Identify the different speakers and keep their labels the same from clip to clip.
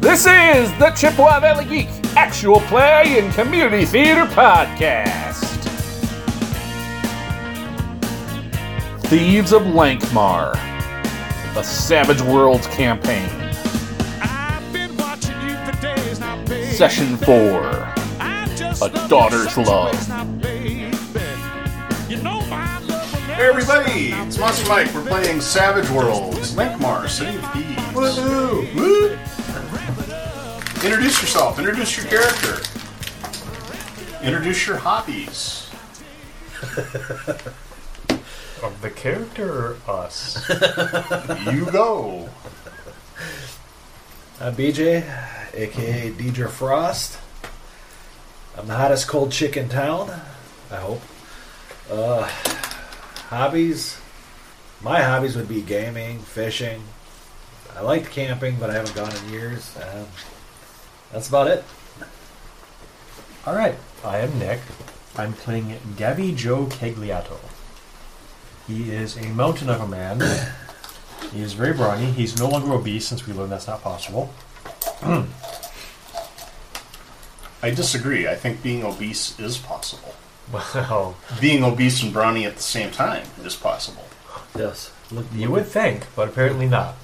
Speaker 1: This is the Chippewa Valley Geek Actual Play and Community Theater Podcast. Thieves of Lankmar, a Savage Worlds campaign,
Speaker 2: I've been watching you for days now, baby.
Speaker 1: Session 4.
Speaker 2: I just
Speaker 1: A
Speaker 2: love you
Speaker 1: Daughter's
Speaker 2: such
Speaker 1: Love.
Speaker 2: ways now, baby. You know my love will
Speaker 3: Hey
Speaker 2: never
Speaker 3: everybody,
Speaker 2: stop now,
Speaker 3: it's Monster Mike. We're playing Savage Worlds, Lankmar, City of Thieves. Woohoo! Woo! Introduce yourself, introduce your character, introduce your hobbies.
Speaker 4: Of the character or us?
Speaker 3: You go.
Speaker 5: I'm BJ, aka Deidre Frost. I'm the hottest cold chick in town, I hope. Uh, hobbies. My hobbies would be gaming, fishing. I liked camping, but I haven't gone in years. Um, that's about it.
Speaker 4: All right, I am Nick. I'm playing Gabby Joe Kegliato. He is a mountain of a man. he is very brawny. He's no longer obese since we learned that's not possible.
Speaker 3: I disagree. I think being obese is possible.
Speaker 4: Well,
Speaker 3: Being obese and brownie at the same time is possible.
Speaker 5: Yes. Look,
Speaker 4: you would think, but apparently not.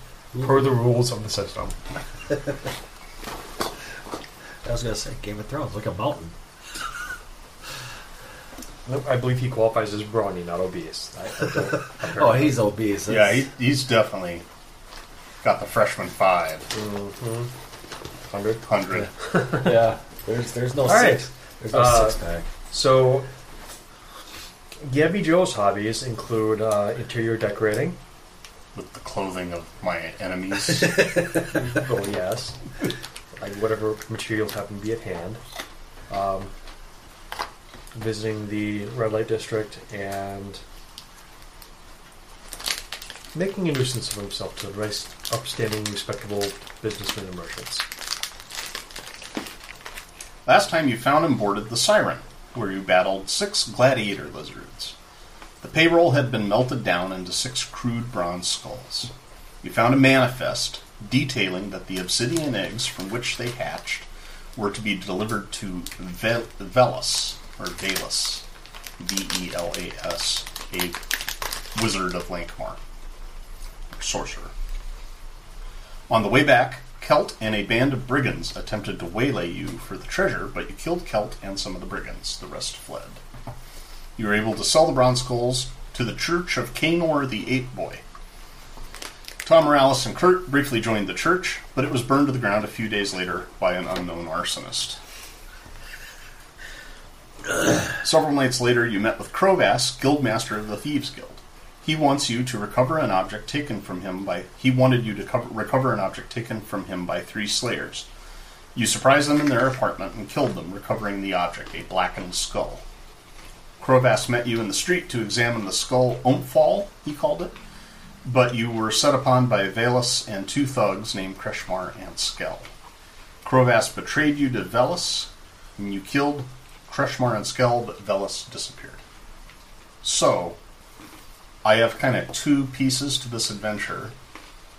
Speaker 4: Per the rules of the system.
Speaker 5: I was gonna say Game of Thrones, like a mountain.
Speaker 4: Nope, I believe he qualifies as brawny, not obese. I, I don't, apparently.
Speaker 5: Oh, he's obese.
Speaker 3: Yeah,
Speaker 5: That's-
Speaker 3: he, he's definitely got the freshman five
Speaker 4: Mhm. 100.
Speaker 3: hundred.
Speaker 5: yeah. There's there's no
Speaker 4: All right.
Speaker 5: six. There's no
Speaker 4: Uh,
Speaker 5: six pack.
Speaker 4: So, Gabby Joe's hobbies include uh, interior decorating.
Speaker 3: With the clothing of my enemies.
Speaker 4: Well, oh, yes. Like whatever materials happen to be at hand. Um, visiting the red light district and making a nuisance of himself to nice, upstanding, respectable businessmen and merchants.
Speaker 3: Last time you found and boarded the Siren, where you battled six gladiator lizards. The payroll had been melted down into six crude bronze skulls. You found a manifest detailing that the obsidian eggs from which they hatched were to be delivered to Vel- Velas, or Valus, V E L A S, a wizard of Lankmar, sorcerer. On the way back, Kelt and a band of brigands attempted to waylay you for the treasure, but you killed Kelt and some of the brigands. The rest fled. You were able to sell the bronze skulls to the church of Canor the Ape Boy. Tom Morales and Kurt briefly joined the church, but it was burned to the ground a few days later by an unknown arsonist. Several nights later, you met with Krovass, guildmaster of the Thieves Guild. He wants you to recover an object taken from him by. He wanted you to cover, recover an object taken from him by three slayers. You surprised them in their apartment and killed them, recovering the object, a blackened skull. Krovass met you in the street to examine the skull Omphal, he called it, but you were set upon by Valus and two thugs named Kreshmar and Skell. Krovass betrayed you to Velus, and you killed Kreshmar and Skell, but Velus disappeared. So, I have kind of two pieces to this adventure,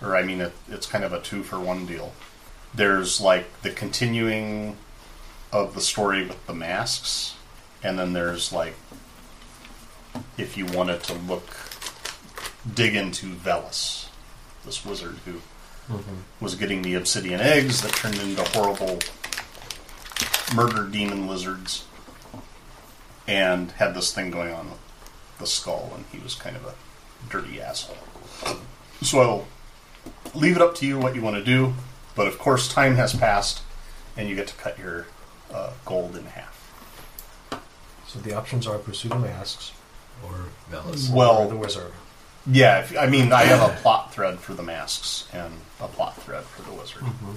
Speaker 3: or I mean, it, it's kind of a two for one deal. There's like the continuing of the story with the masks, and then there's like if you wanted to look, dig into Velus, this wizard who was getting the obsidian eggs that turned into horrible murder demon lizards, and had this thing going on with the skull, and he was kind of a dirty asshole. So I'll leave it up to you what you want to do, but of course, time has passed, and you get to cut your uh, gold in half.
Speaker 4: So the options are pursue the masks
Speaker 5: Or Velas.
Speaker 4: or the
Speaker 3: Well,
Speaker 4: wizard.
Speaker 3: yeah, if, I mean, I have a plot thread for the masks and a plot thread for the wizard.
Speaker 4: Mm-hmm.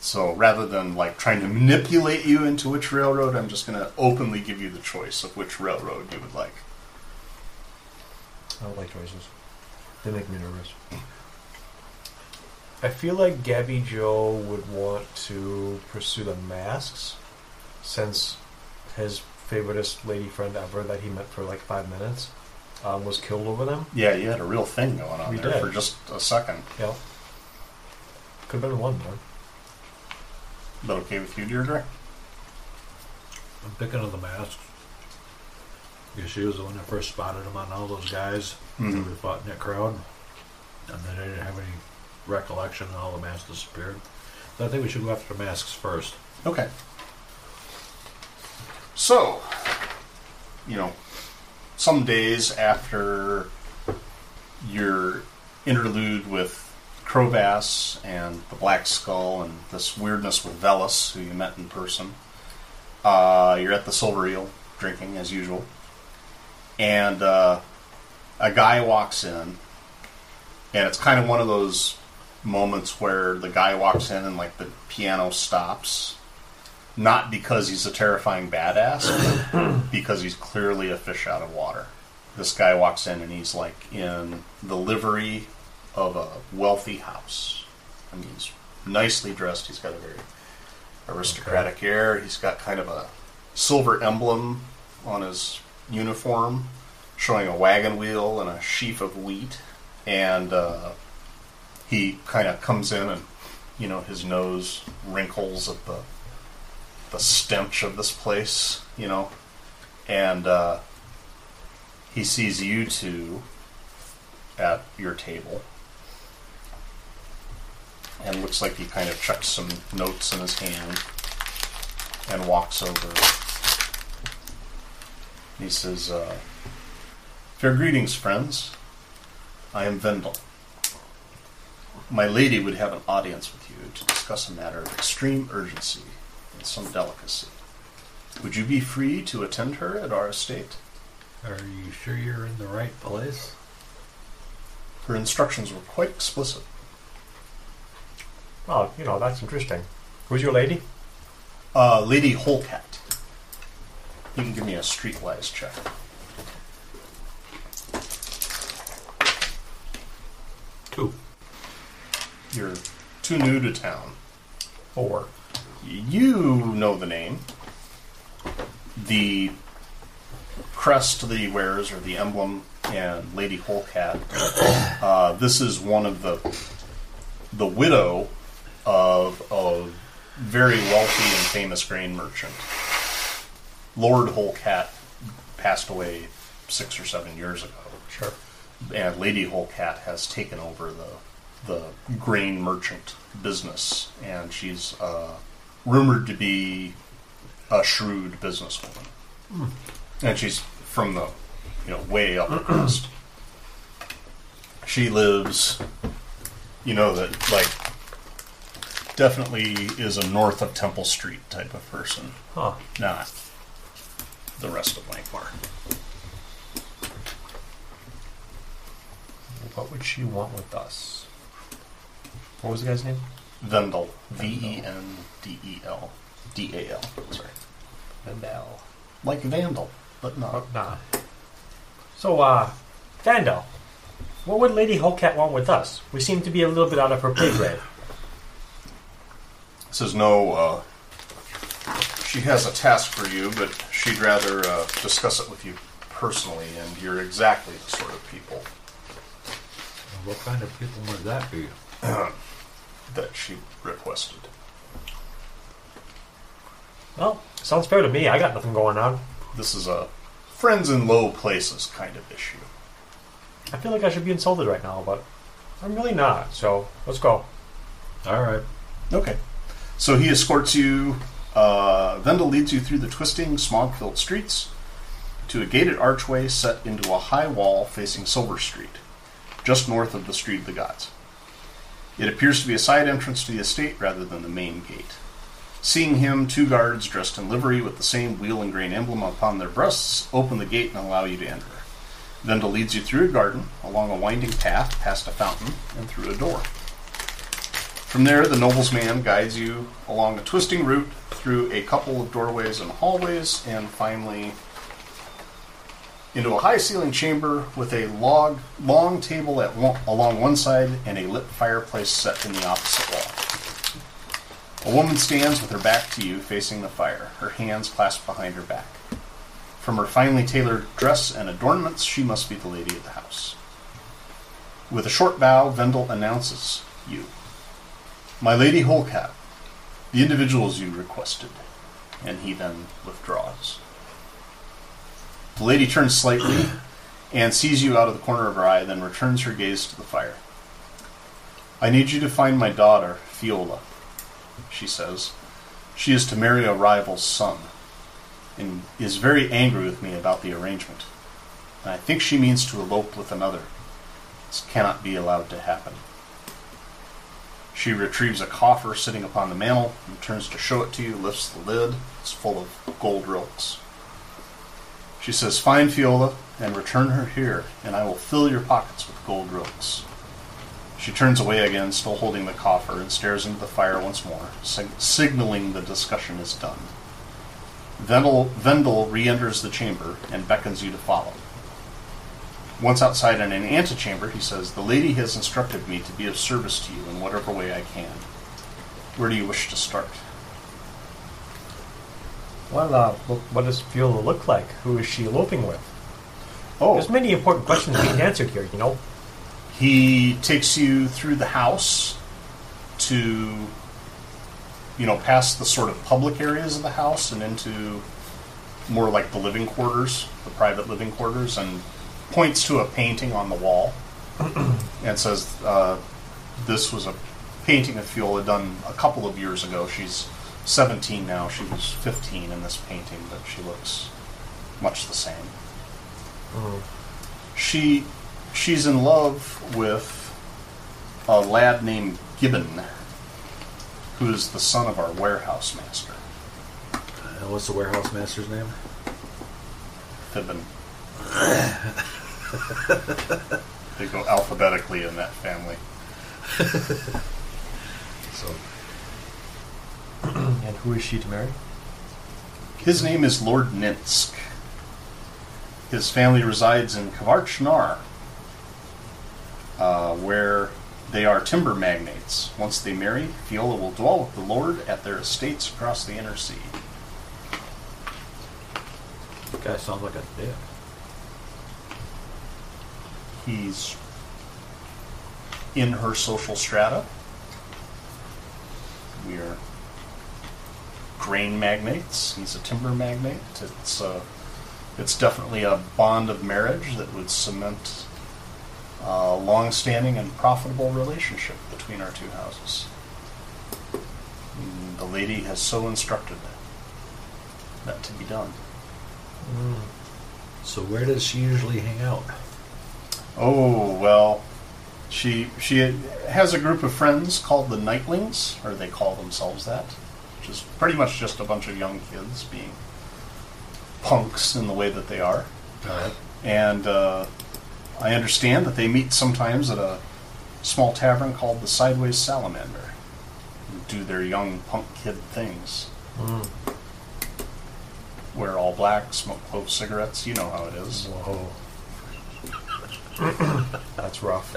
Speaker 3: So rather than like trying to manipulate you into which railroad, I'm just going to openly give you the choice of which railroad you would like.
Speaker 4: I don't like choices. They make me nervous. I feel like Gabby Joe would want to pursue the masks, since his favoritist lady friend ever that he met for like five minutes um, was killed over them.
Speaker 3: Yeah, you had a real thing going on
Speaker 4: We
Speaker 3: there
Speaker 4: did.
Speaker 3: for just a second.
Speaker 4: Yeah. Could have been one more.
Speaker 3: Is that okay with you, Deirdre?
Speaker 5: I'm picking up the masks. Because she was the one that first spotted him on all those guys that
Speaker 4: Mm-hmm.
Speaker 5: we fought in that crowd. And then I didn't have any recollection, and all the masks disappeared. So I think we should go after the masks first.
Speaker 3: Okay. So, you know, some days after your interlude with Crowbass and the Black Skull and this weirdness with Velis, who you met in person, uh, you're at the Silver Eel drinking as usual, and uh, a guy walks in, and it's kind of one of those moments where the guy walks in and like the piano stops not because he's a terrifying badass but because he's clearly a fish out of water this guy walks in and he's like in the livery of a wealthy house and he's nicely dressed he's got a very aristocratic air he's got kind of a silver emblem on his uniform showing a wagon wheel and a sheaf of wheat and uh, he kind of comes in and you know his nose wrinkles at the the stench of this place you know and uh, he sees you two at your table and looks like he kind of chucks some notes in his hand and walks over he says uh, fair greetings friends i am vendel my lady would have an audience with you to discuss a matter of extreme urgency and some delicacy. Would you be free to attend her at our estate?
Speaker 5: Are you sure you're in the right place?
Speaker 3: Her instructions were quite explicit.
Speaker 4: Well, you know, that's interesting. Who's your lady?
Speaker 3: Uh, lady Holcat. You can give me a streetwise check.
Speaker 5: Two.
Speaker 3: You're too new to town.
Speaker 4: Four.
Speaker 3: You know the name. The crest that he wears, or the emblem, and Lady Holcat. Uh, this is one of the the widow of a very wealthy and famous grain merchant. Lord Holcat passed away six or seven years ago,
Speaker 4: Sure.
Speaker 3: and Lady Holcat has taken over the the grain merchant business, and she's uh, rumored to be a shrewd businesswoman, and she's from the you know way up the crest. She lives, you know that like definitely is a north of Temple Street type of person,
Speaker 4: Huh.
Speaker 3: not the rest of Lankmar.
Speaker 4: What would she want with us? What was the guy's name?
Speaker 3: Vendel, V E N D E L, D A L. Sorry,
Speaker 4: Vandal.
Speaker 3: like Vandal, but not.
Speaker 4: Oh, nah. So, uh, Vandal, what would Lady Holcat want with us? We seem to be a little bit out of her pay grade.
Speaker 3: says no uh, she has a task for you but she'd rather uh, discuss it with you personally and you're exactly the sort of people
Speaker 5: What kind of people would that be?
Speaker 3: that she requested
Speaker 4: Well, sounds fair to me. I got nothing going on.
Speaker 3: this is a friends in low places kind of issue
Speaker 4: I feel like I should be insulted right now, but I'm really not. So, let's go.
Speaker 5: All right.
Speaker 3: Okay. So he escorts you. Uh, Vendel leads you through the twisting, smog filled streets to a gated archway set into a high wall facing Silver Street, just north of the Street of the Gods. It appears to be a side entrance to the estate rather than the main gate. Seeing him, two guards dressed in livery with the same wheel and grain emblem upon their breasts open the gate and allow you to enter. Vendel leads you through a garden, along a winding path, past a fountain, and through a door. From there, the noble's man guides you along a twisting route through a couple of doorways and hallways, and finally into a high ceilinged chamber with a log, long table at one, along one side and a lit fireplace set in the opposite wall. A woman stands with her back to you, facing the fire, her hands clasped behind her back. From her finely tailored dress and adornments, she must be the lady of the house. With a short bow, Vendel announces you. My Lady Holcat, the individuals you requested. And he then withdraws. The lady turns slightly and sees you out of the corner of her eye, then returns her gaze to the fire. I need you to find my daughter, Fiola, she says. She is to marry a rival's son, and is very angry with me about the arrangement. And I think she means to elope with another. This cannot be allowed to happen. She retrieves a coffer sitting upon the mantel and turns to show it to you, lifts the lid. It's full of gold rilks. She says, Find Fiola and return her here, and I will fill your pockets with gold rilks. She turns away again, still holding the coffer, and stares into the fire once more, sig- signaling the discussion is done. Vendel, Vendel re enters the chamber and beckons you to follow. Once outside in an antechamber, he says, The lady has instructed me to be of service to you in whatever way I can. Where do you wish to start?
Speaker 4: Well, uh, wh- what does Fiola look like? Who is she eloping with?
Speaker 3: Oh,
Speaker 4: There's many important questions being answered here, you know.
Speaker 3: he takes you through the house to, you know, past the sort of public areas of the house and into more like the living quarters, the private living quarters, and points to a painting on the wall and says, uh, This was a painting of Fiola done a couple of years ago. She's 17 now. She was 15 in this painting, but she looks much the same she she's in love with a lad named Gibbon, who is the son of our warehouse master,
Speaker 5: Uh, what's the warehouse master's name?
Speaker 3: Gibbon. they go alphabetically in that family.
Speaker 5: So
Speaker 4: And who is she to marry?
Speaker 3: His name is Lord Ninsk. His family resides in Kvarchnar, uh, where they are timber magnates. Once they marry, Fiola will dwell with the Lord at their estates across the inner sea.
Speaker 5: that guy sounds like a dick.
Speaker 3: he's in her social strata. We are grain magnates. He's a timber magnate. It's a, it's definitely a bond of marriage that would cement a long-standing and profitable relationship between our two houses. And the lady has so instructed that to be done.
Speaker 5: So where does she usually hang out?
Speaker 3: Oh well, she she has a group of friends called the Nightlings, or they call themselves that, which is pretty much just a bunch of young kids being punks in the way that they are. And uh, I understand that they meet sometimes at a small tavern called the Sideways Salamander, and do their young punk kid things. Wear all black, smoke clove cigarettes. You know how it is.
Speaker 4: Whoa. That's rough.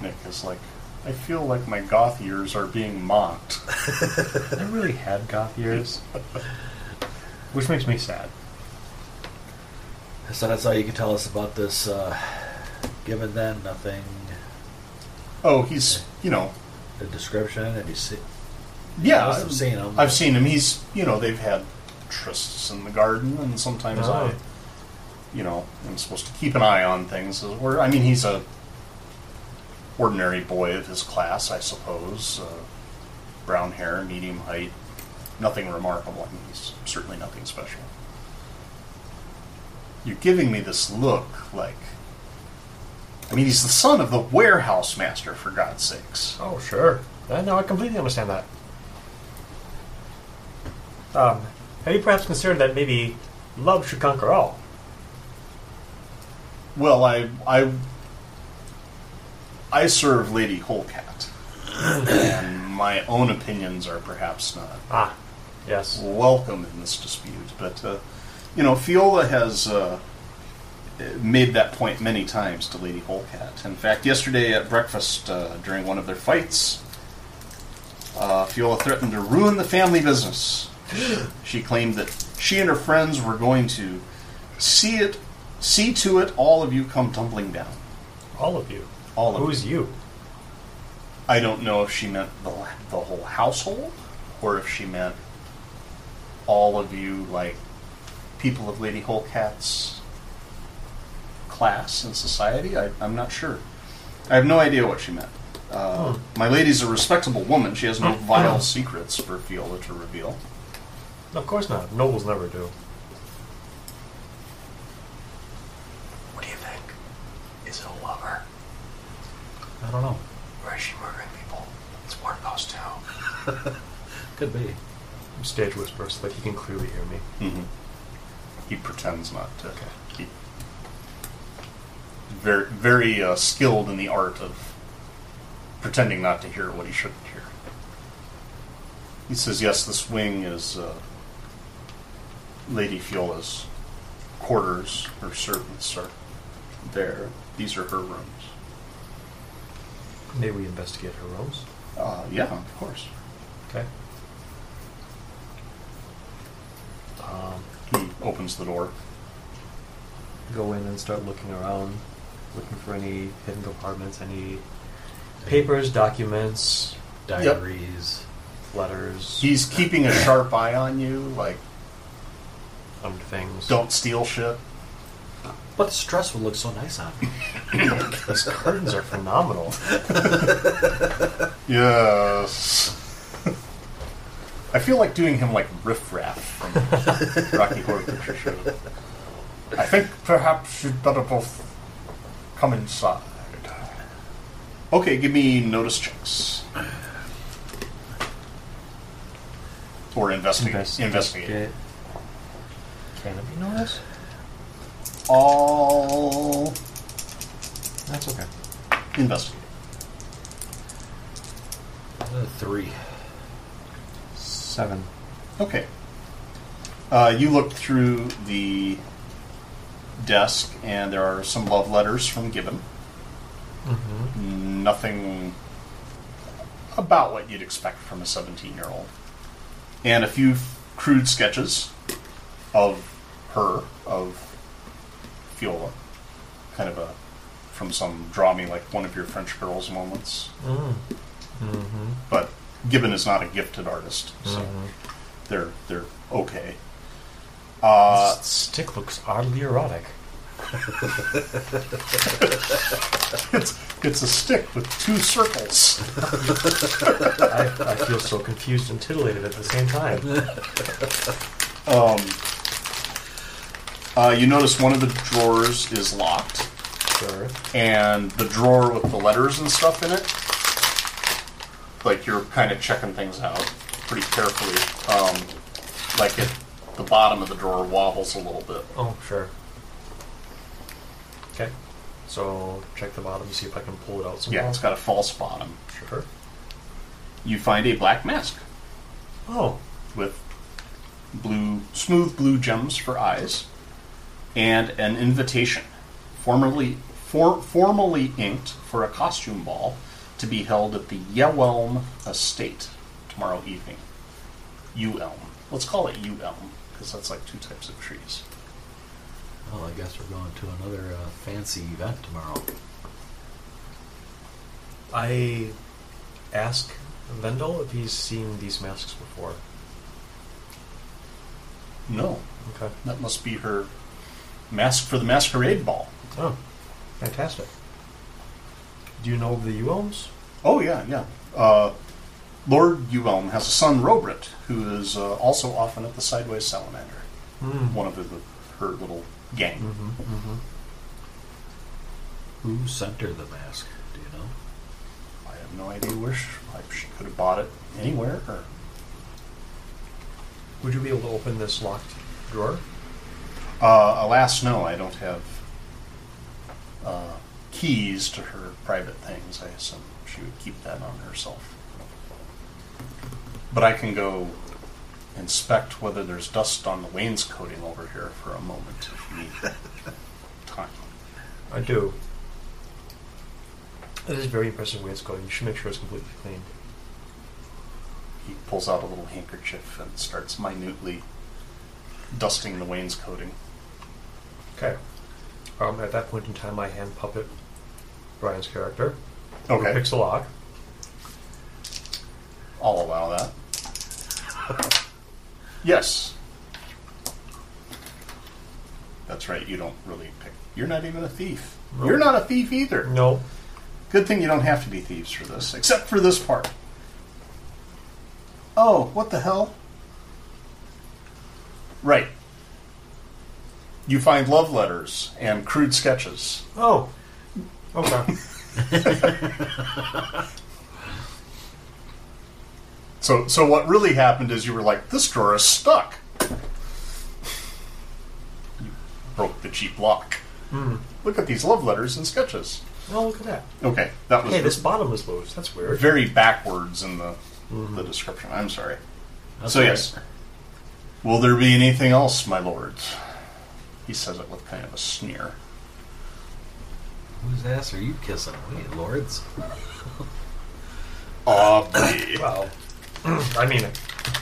Speaker 3: Nick is like, I feel like my goth years are being mocked.
Speaker 4: I really had goth years. Which makes me sad.
Speaker 5: So that's all you can tell us about this. Uh, given then, nothing.
Speaker 3: Oh, he's, you know,
Speaker 5: The description, and you see.
Speaker 3: yeah,
Speaker 5: I've seen him.
Speaker 3: I've seen him. He's, you know, they've had trysts in the garden, and sometimes
Speaker 4: Oh.
Speaker 3: I, you know, am supposed to keep an eye on things. as Where I mean, he's a ordinary boy of his class, I suppose. Uh, brown hair, medium height, nothing remarkable. I mean, he's certainly nothing special. You're giving me this look like. I mean, he's the son of the warehouse master, for God's sakes.
Speaker 4: Oh, sure. Uh, no, I completely understand that. Um, have you perhaps considered that maybe love should conquer all?
Speaker 3: Well, I I I serve Lady Holcat, and my own opinions are perhaps not
Speaker 4: Ah, yes.
Speaker 3: welcome in this dispute. But uh, you know, Fiola has uh, made that point many times to Lady Holcat. In fact, yesterday at breakfast uh, during one of their fights, uh, Fiola threatened to ruin the family business. she claimed that she and her friends were going to see it, see to it, all of you come tumbling down.
Speaker 4: All of you.
Speaker 3: All of
Speaker 4: Who's you?
Speaker 3: I don't know if she meant the, the whole household or if she meant all of you, like people of Lady Holcat's class and society. I, I'm not sure. I have no idea what she meant. Uh, My lady's a respectable woman. She has no vile secrets for Viola to reveal.
Speaker 4: Of course not. Nobles never do.
Speaker 6: What do you think? Is it a lover?
Speaker 4: I don't know.
Speaker 6: Or is she murdering people? It's one of those two.
Speaker 5: Could be.
Speaker 4: Stage whisper so that he can clearly hear me.
Speaker 3: He pretends not to. He, very very uh, skilled in the art of pretending not to hear what he shouldn't hear. He says, "Yes, this wing is uh, Lady Fiola's quarters. Her servants are there. These are her rooms."
Speaker 4: May we investigate her rooms?
Speaker 3: Uh, yeah, of course.
Speaker 4: Okay. Um,
Speaker 3: He opens the door.
Speaker 4: Go in and start looking around, looking for any hidden compartments, any papers, documents,
Speaker 5: Diaries.
Speaker 4: letters,
Speaker 3: He's keeping a sharp eye on you, like
Speaker 4: um, things.
Speaker 3: don't steal shit.
Speaker 5: But the stress would look so nice on me.
Speaker 4: These curtains are phenomenal.
Speaker 3: Yes. I feel like doing him like riffraff from Rocky Horror Picture Show. I think perhaps you'd better both come inside. Okay, give me notice checks. Or investigate. investigate.
Speaker 4: Can it be noise?
Speaker 3: All
Speaker 4: That's okay.
Speaker 3: investigate.
Speaker 5: Uh, Three.
Speaker 4: Seven.
Speaker 3: Okay. Uh, you look through the desk, and there are some love letters from Gibbon. Nothing about what you'd expect from a 17 year old. And a few crude sketches of her, of Fiola. Kind of a, from some draw me like one of your French girls moments. But Gibbon is not a gifted artist, so they're they're okay. Uh,
Speaker 4: S- stick looks oddly erotic.
Speaker 3: it's it's a stick with two circles.
Speaker 4: I, I feel so confused and titillated at the same time.
Speaker 3: Uh, you notice one of the drawers is locked,
Speaker 4: Sure.
Speaker 3: and the drawer with the letters and stuff in it, like you're kind of checking things out pretty carefully. Um, like it, the bottom of the drawer wobbles a little bit.
Speaker 4: Oh, sure. Okay. So check the bottom to see if I can pull it out somehow.
Speaker 3: Yeah, it's got a false bottom.
Speaker 4: Sure.
Speaker 3: You find a black mask
Speaker 4: Oh,
Speaker 3: with blue, smooth blue gems for eyes, and an invitation, formerly for, formally inked for a costume ball to be held at the Yewelm Estate tomorrow evening. U Elm. Let's call it U Elm because that's like two types of trees.
Speaker 5: Well, I guess we're going to another uh, fancy event tomorrow.
Speaker 4: I ask Vendel if he's seen these masks before.
Speaker 3: No,
Speaker 4: Okay.
Speaker 3: that must be her mask for the masquerade ball.
Speaker 4: Oh, fantastic. Do you know the Uelms?
Speaker 3: Oh yeah, yeah. Uh, Lord Uelm has a son, Robert, who is uh, also often at the Sideways Salamander,
Speaker 5: Hmm.
Speaker 3: one of the, her little gang.
Speaker 5: Mm-hmm, Who sent her the mask? Do you know?
Speaker 3: I have no idea where she, like, she could have bought it anywhere. Or
Speaker 4: Would you be able to open this locked drawer?
Speaker 3: uh, alas, no, I don't have uh, keys to her private things. I assume she would keep that on herself. But I can go inspect whether there's dust on the wainscoting over here for a moment if you need time.
Speaker 4: I do. It is very impressive way it's going. You should make sure it's completely clean.
Speaker 3: He pulls out a little handkerchief and starts minutely dusting the wainscoting.
Speaker 4: Okay. Um, at that point in time, I hand puppet Brian's character. Who
Speaker 3: Okay.
Speaker 4: Picks a lock.
Speaker 3: I'll allow that. Yes. That's right. You don't really pick. You're not even a thief. You're not a thief either.
Speaker 4: No.
Speaker 3: Good thing you don't have to be thieves for this, except for this part. Oh, what the hell? Right. You find love letters and crude sketches.
Speaker 4: Oh. Okay.
Speaker 3: So, so what really happened is you were like, this drawer is stuck. You broke the cheap lock.
Speaker 5: Hmm.
Speaker 3: Look at these love letters and sketches.
Speaker 4: well, look at that.
Speaker 3: Okay, that was
Speaker 4: Hey, this bottom is loose. That's weird.
Speaker 3: very backwards in the the description. I'm sorry.
Speaker 5: Hmm. That's
Speaker 3: so
Speaker 5: all right.
Speaker 3: yes, will there be anything else, my lords? He says it with kind of a sneer.
Speaker 5: Whose ass are you kissing? Wait, lords.
Speaker 3: Obvi.
Speaker 4: Well, I mean,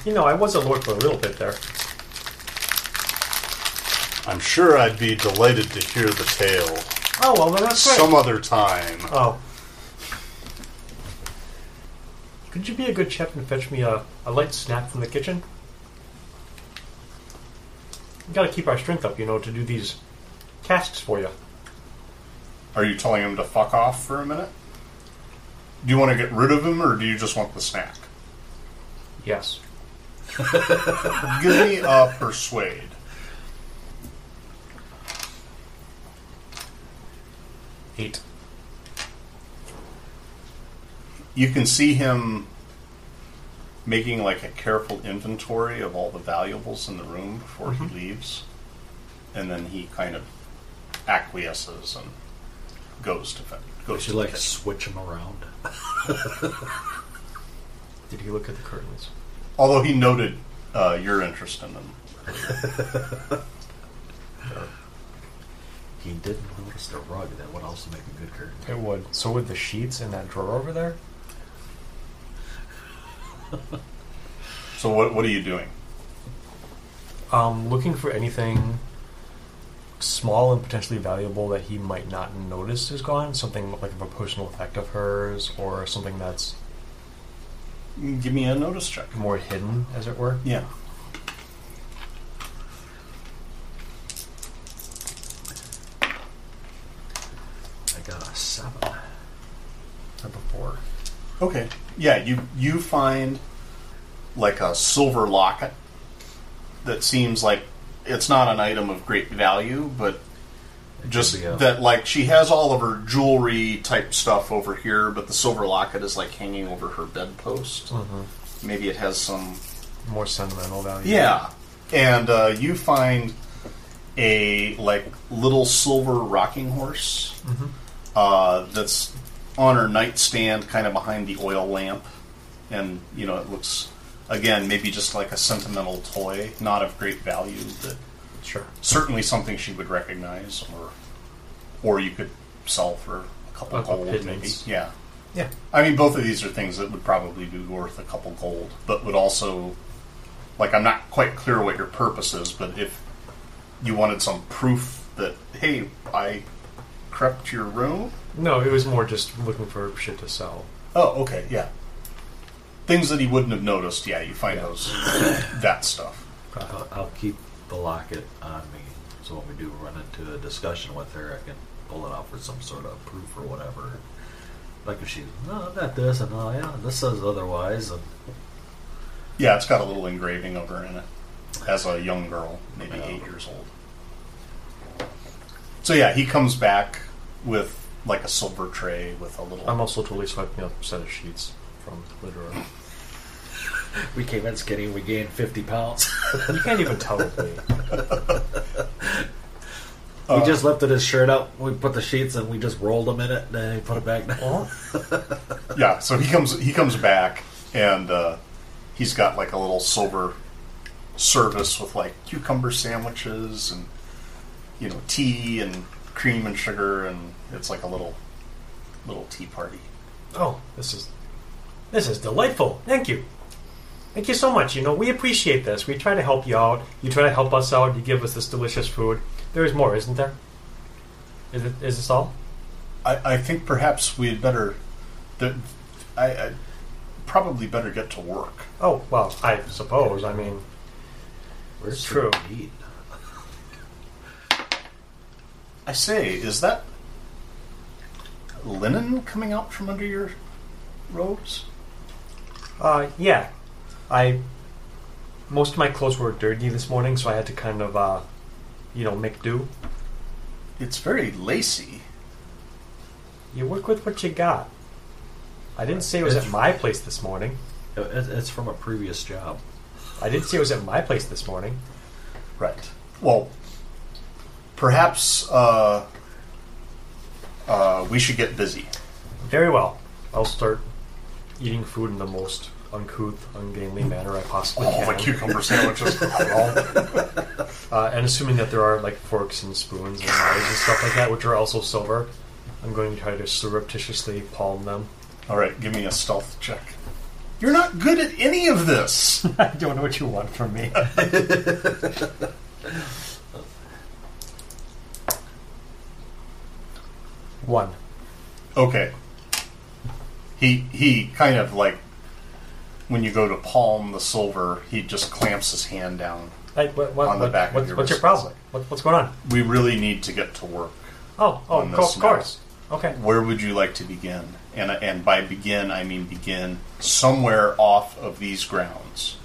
Speaker 4: you know, I was a lord for a little bit there.
Speaker 7: I'm sure I'd be delighted to hear the tale
Speaker 4: Oh, well, then that's great.
Speaker 7: some other time.
Speaker 4: Oh. Could you be a good chap and fetch me a, a light snack from the kitchen? We gotta keep our strength up, you know, to do these tasks for you.
Speaker 3: Are you telling him to fuck off for a minute? Do you want to get rid of him, or do you just want the snack?
Speaker 4: Yes.
Speaker 3: Give me a persuade.
Speaker 4: Eight.
Speaker 3: you can see him making like a careful inventory of all the valuables in the room before he leaves and then he kind of acquiesces and goes to fe-
Speaker 5: We
Speaker 3: goes to
Speaker 5: should
Speaker 3: the
Speaker 5: like
Speaker 3: kitchen.
Speaker 5: switch them around.
Speaker 4: Did he look at the curtains?
Speaker 3: although he noted uh, your interest in them
Speaker 5: He didn't notice the rug. Then what else would make a good curtain?
Speaker 4: It would. So would the sheets in that drawer over there?
Speaker 3: so what, what are you doing
Speaker 4: Um, looking for anything small and potentially valuable that he might not notice is gone. Something like of a personal effect of hers, or something that's
Speaker 3: give me a notice check
Speaker 4: more hidden, as it were.
Speaker 3: yeah
Speaker 5: I got a seven.
Speaker 4: Or before.
Speaker 3: okay yeah you you find like a silver locket that seems like it's not an item of great value but just
Speaker 5: be a-
Speaker 3: that like she has all of her jewelry type stuff over here but the silver locket is like hanging over her bedpost maybe it has some
Speaker 4: More sentimental value.
Speaker 3: yeah and uh, you find a like little silver rocking horse uh, that's on her nightstand kind of behind the oil lamp and you know it looks again maybe just like a sentimental toy not of great value but
Speaker 4: Sure.
Speaker 3: certainly something she would recognize, or or you could sell for a couple
Speaker 4: A couple
Speaker 3: gold, maybe.
Speaker 4: pittance.
Speaker 3: Yeah,
Speaker 4: Yeah.
Speaker 3: I mean, both of these are things that would probably be worth a couple gold, but would also, like, I'm not quite clear what your purpose is, but if you wanted some proof that hey, I crept your room.
Speaker 4: No, it was more just looking for shit to sell.
Speaker 3: Oh, okay, yeah. Things that he wouldn't have noticed. Yeah, you find those that stuff.
Speaker 5: I'll, I'll keep the locket on me, so when we do run into a discussion with her, I can pull it out for some sort of proof or whatever. Like if she's no, not this, and oh yeah, this says otherwise, and
Speaker 3: Yeah, it's got a little engraving of her in it as a young girl, maybe eight years old. So yeah, he comes back with like a silver tray with a little.
Speaker 4: I'm also totally swiping up a set of sheets from literally.
Speaker 5: we came in skinny, we gained fifty pounds.
Speaker 4: You can't even tell with me.
Speaker 3: Uh.
Speaker 5: he just lifted his shirt up, we put the sheets, and we just rolled them in it, and then he put it back down.
Speaker 3: yeah, so he comes he comes back and uh, he's got like a little silver service with like cucumber sandwiches and you know tea and cream and sugar and it's like a little little tea party.
Speaker 4: Oh, this is this is delightful. Thank you. Thank you so much. You know, we appreciate this. We try to help you out. You try to help us out. You give us this delicious food. There is more, isn't there? Is it? Is this all?
Speaker 3: I, I think perhaps we had better. The, I, I, probably better get to work.
Speaker 4: Oh, well, I suppose. I mean,
Speaker 5: Where's the
Speaker 4: True.
Speaker 5: meat?
Speaker 3: I say, is that linen coming out from under your robes?
Speaker 4: uh, yeah. I. Most of my clothes were dirty this morning, so I had to kind of, uh, you know, make do.
Speaker 3: It's very lacy.
Speaker 4: You work with what you got. I didn't say it was at my place this morning.
Speaker 5: It- it- It's from a previous job.
Speaker 4: I didn't say it was at my place this morning.
Speaker 3: Right. Well, perhaps uh, uh, we should get busy.
Speaker 4: Very well. I'll start eating food in the most uncouth, ungainly manner I possibly
Speaker 3: All the
Speaker 4: can.
Speaker 3: Oh, cucumber sandwiches.
Speaker 4: Uh, and assuming that there are like forks and spoons and knives and stuff like that, which are also silver, I'm going to try to surreptitiously palm them.
Speaker 3: All right, give me a stealth check. You're not good at any of this.
Speaker 4: I don't know what you want from me. One.
Speaker 3: Okay. He he kind of like when you go to palm the silver, he just clamps his hand down.
Speaker 4: Hey, what, what,
Speaker 3: On the
Speaker 4: what-
Speaker 3: back of
Speaker 4: what's-
Speaker 3: your
Speaker 4: what's your
Speaker 3: wrist.
Speaker 4: problem? What, what's going on?
Speaker 3: We really need to get to work.
Speaker 4: Oh, oh,
Speaker 3: On
Speaker 4: of
Speaker 3: the
Speaker 4: course, of
Speaker 3: smell.
Speaker 4: course. Okay.
Speaker 3: Where would you like to begin? And and by begin I mean begin somewhere off of these grounds.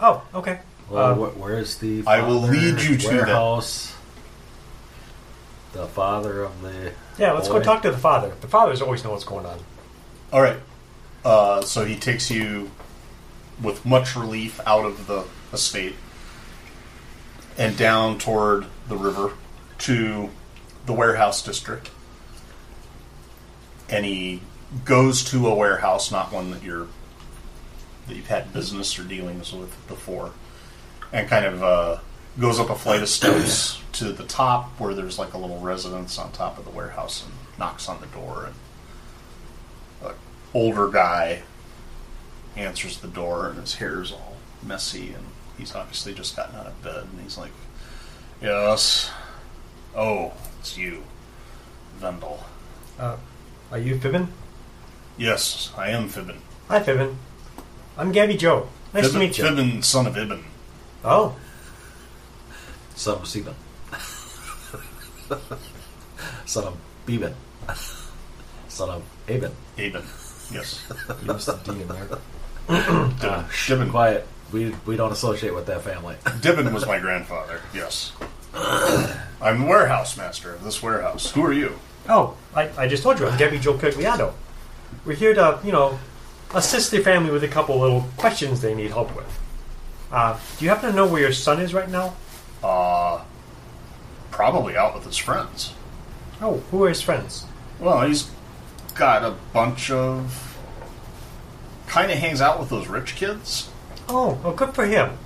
Speaker 4: Oh, okay.
Speaker 5: Well,
Speaker 4: Uh,
Speaker 5: wh- where's the?
Speaker 3: Um, I will
Speaker 5: father
Speaker 3: lead you to that.
Speaker 5: warehouse. The father of the.
Speaker 4: yeah, let's go
Speaker 5: boy?
Speaker 4: talk to the father. The fathers always know what's going on.
Speaker 3: All right. Uh, so he takes you with much relief out of the estate and down toward the river to the warehouse district. And he goes to a warehouse, not one that you're that you've had business or dealings with before, and kind of uh, goes up a flight of steps to the top where there's like a little residence on top of the warehouse and knocks on the door and older guy answers the door and his hair's all messy and he's obviously just gotten out of bed and he's like yes oh it's you vendel
Speaker 4: Are you Fibbin?
Speaker 3: yes i am Fibin.
Speaker 4: Hi, Fibbin. I'm Gabby Joe. Nice to
Speaker 3: Fibin-
Speaker 4: meet you.
Speaker 3: Fibin, son of ibn
Speaker 4: Oh,
Speaker 5: Son of Seaman. Son of Beeman. Son of Aben.
Speaker 3: ibn yes
Speaker 4: you missed the D in there.
Speaker 3: Dibin. Dibin.
Speaker 5: Quiet. We, we don't associate with that family.
Speaker 3: Dibin was my grandfather yes i'm the warehouse master of this warehouse who are you
Speaker 4: Oh, I, I just told you, I'm Gabby Joe Cagliato. We're here to, you know, assist the family with a couple little questions they need help with. Uh, do you happen to know where your son is right now?
Speaker 3: probably out with his friends
Speaker 4: Oh, who are his friends?
Speaker 3: Well, he's got a bunch of. Kind of hangs out with those rich kids.
Speaker 4: Oh, well, good for him.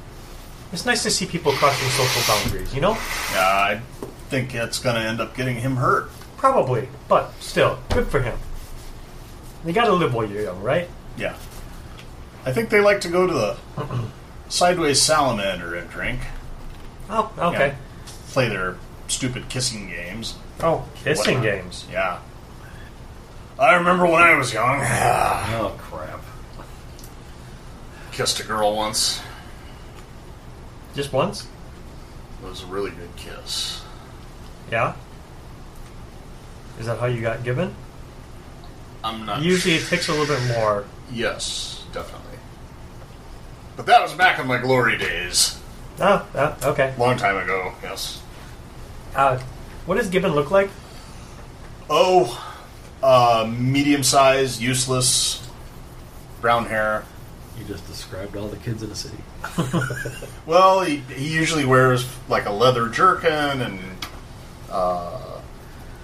Speaker 4: It's nice to see people crossing social boundaries, you know?
Speaker 3: Yeah, I think that's going to end up getting him hurt.
Speaker 4: Probably, but still, good for him. You gotta live while you're young, right?
Speaker 3: Yeah. I think they like to go to the Sideways Salamander and drink.
Speaker 4: Oh,
Speaker 3: Yeah.
Speaker 4: okay.
Speaker 3: Play their stupid kissing games.
Speaker 4: Oh, kissing
Speaker 3: Whatnot.
Speaker 4: games.
Speaker 3: Yeah. I remember when I was young,
Speaker 5: Oh, crap.
Speaker 3: kissed a girl once.
Speaker 4: Just once?
Speaker 3: It was a really good kiss.
Speaker 4: Yeah? Is that how you got given?
Speaker 3: I'm not
Speaker 4: Usually it takes a little bit more
Speaker 3: Yes, definitely. But that was back in my glory days.
Speaker 4: Oh, oh, okay.
Speaker 3: Long time ago, yes.
Speaker 4: Uh, what does Gibbon look like?
Speaker 3: Oh, uh, medium sized, useless, brown hair.
Speaker 5: You just described all the kids in the city.
Speaker 3: Well, he, he usually wears like a leather jerkin, and uh,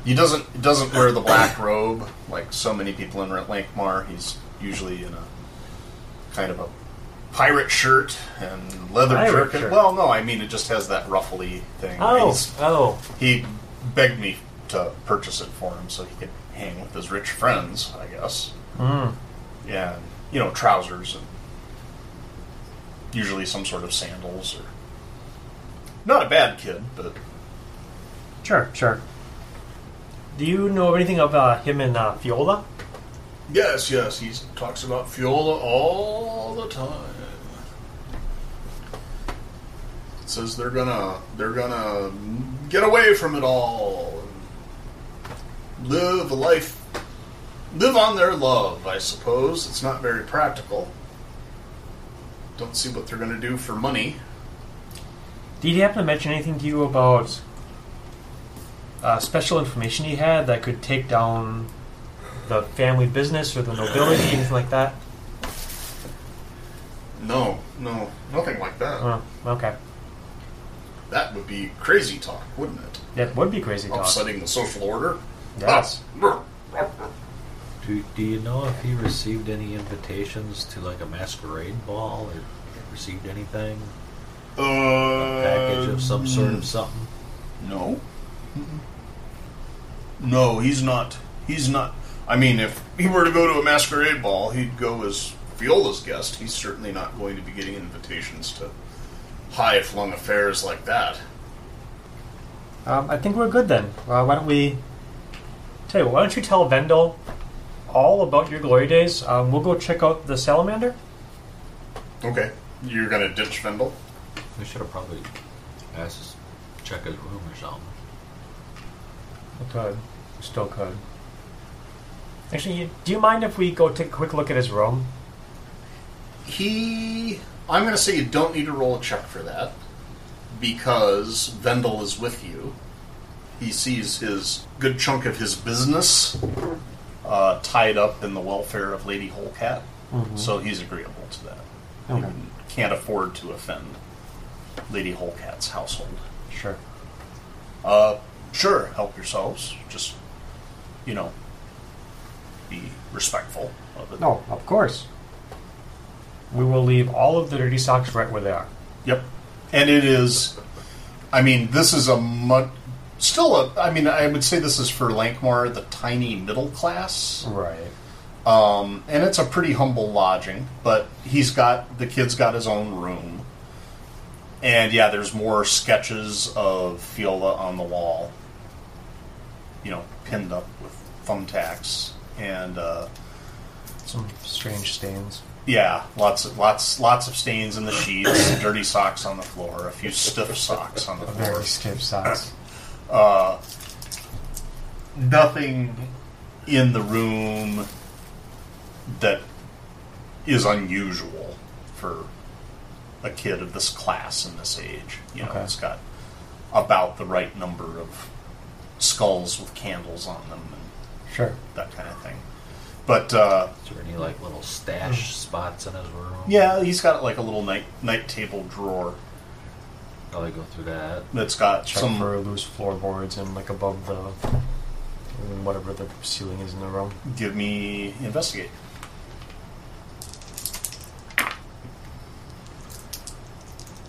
Speaker 3: he doesn't doesn't wear the black robe like so many people in Lankmar. He's usually in a kind of a pirate shirt and leather
Speaker 4: Pirate
Speaker 3: jerkin.
Speaker 4: shirt.
Speaker 3: Well, no, I mean it just has that ruffly thing. He's-
Speaker 4: oh,
Speaker 3: He begged me to purchase it for him so he could hang with his rich friends, I guess. Mm. And, you know, trousers and usually some sort of sandals or. Not a bad kid, but
Speaker 4: sure, sure. Do you know anything of uh, him and uh, Fiola?
Speaker 3: Yes, yes, he talks about Fiola all the time. It says they're gonna they're gonna get away from it all and live a life live on their love, I suppose. It's not very practical. Don't see what they're gonna do for money.
Speaker 4: Did he happen to mention anything to you about uh, special information he had that could take down the family business or the nobility, anything like that?
Speaker 3: No, no, nothing like that.
Speaker 4: Oh, okay.
Speaker 3: That would be crazy talk, wouldn't it?
Speaker 4: That would be crazy talk.
Speaker 3: Upsetting the social order.
Speaker 4: Yes.
Speaker 3: Ah.
Speaker 5: Do, do you know if he received any invitations to like a masquerade ball or received anything?
Speaker 3: Uh,
Speaker 5: Package of some sort of something?
Speaker 3: No. No, he's not. He's not. I mean, if he were to go to a masquerade ball, he'd go as Viola's guest. He's certainly not going to be getting invitations to high flung affairs like that.
Speaker 4: Um, I think we're good then. Uh, why don't we tell you? Why don't you tell Vendel all about your glory days? Um, we'll go check out the salamander.
Speaker 3: Okay. You're going to ditch Vendel?
Speaker 5: We should have probably asked us to check his room or something.
Speaker 4: We could. We still could. Actually, you, do you mind if we go take a quick look at his room?
Speaker 3: He. I'm going to say you don't need to roll a check for that because Vendel is with you. He sees his good chunk of his business uh, tied up in the welfare of Lady Holcat, so he's agreeable to that. He
Speaker 4: Okay.
Speaker 3: can't afford to offend Lady Holcat's household.
Speaker 4: Sure.
Speaker 3: Uh, sure, help yourselves. Just, you know, be respectful of it.
Speaker 4: No, of course. We will leave all of the dirty socks right where they are.
Speaker 3: Yep. And it is. I mean, this is a much. Still, a, I mean, I would say this is for Lankmore, the tiny middle class,
Speaker 4: Right.
Speaker 3: um, and it's a pretty humble lodging. But he's got the kid's got his own room, and yeah, there's more sketches of Fiola on the wall, you know, pinned up with thumbtacks, and uh,
Speaker 4: Some strange stains.
Speaker 3: yeah, lots of lots lots of stains in the sheets, dirty socks on the floor, a few stiff socks on the floor.
Speaker 4: Very stiff socks.
Speaker 3: nothing in the room that is unusual for a kid of this class and this age. You know,
Speaker 4: Okay.
Speaker 3: it's got about the right number of skulls with candles on them and
Speaker 4: Sure.
Speaker 3: that kind of thing. But uh,
Speaker 5: Is there any like little stash spots in his room?
Speaker 3: yeah, he's got like a little night night table drawer
Speaker 5: Probably go through that.
Speaker 3: that's got
Speaker 4: Check
Speaker 3: some
Speaker 4: for loose floorboards and like above the whatever the ceiling is in the room.
Speaker 3: Give me investigate.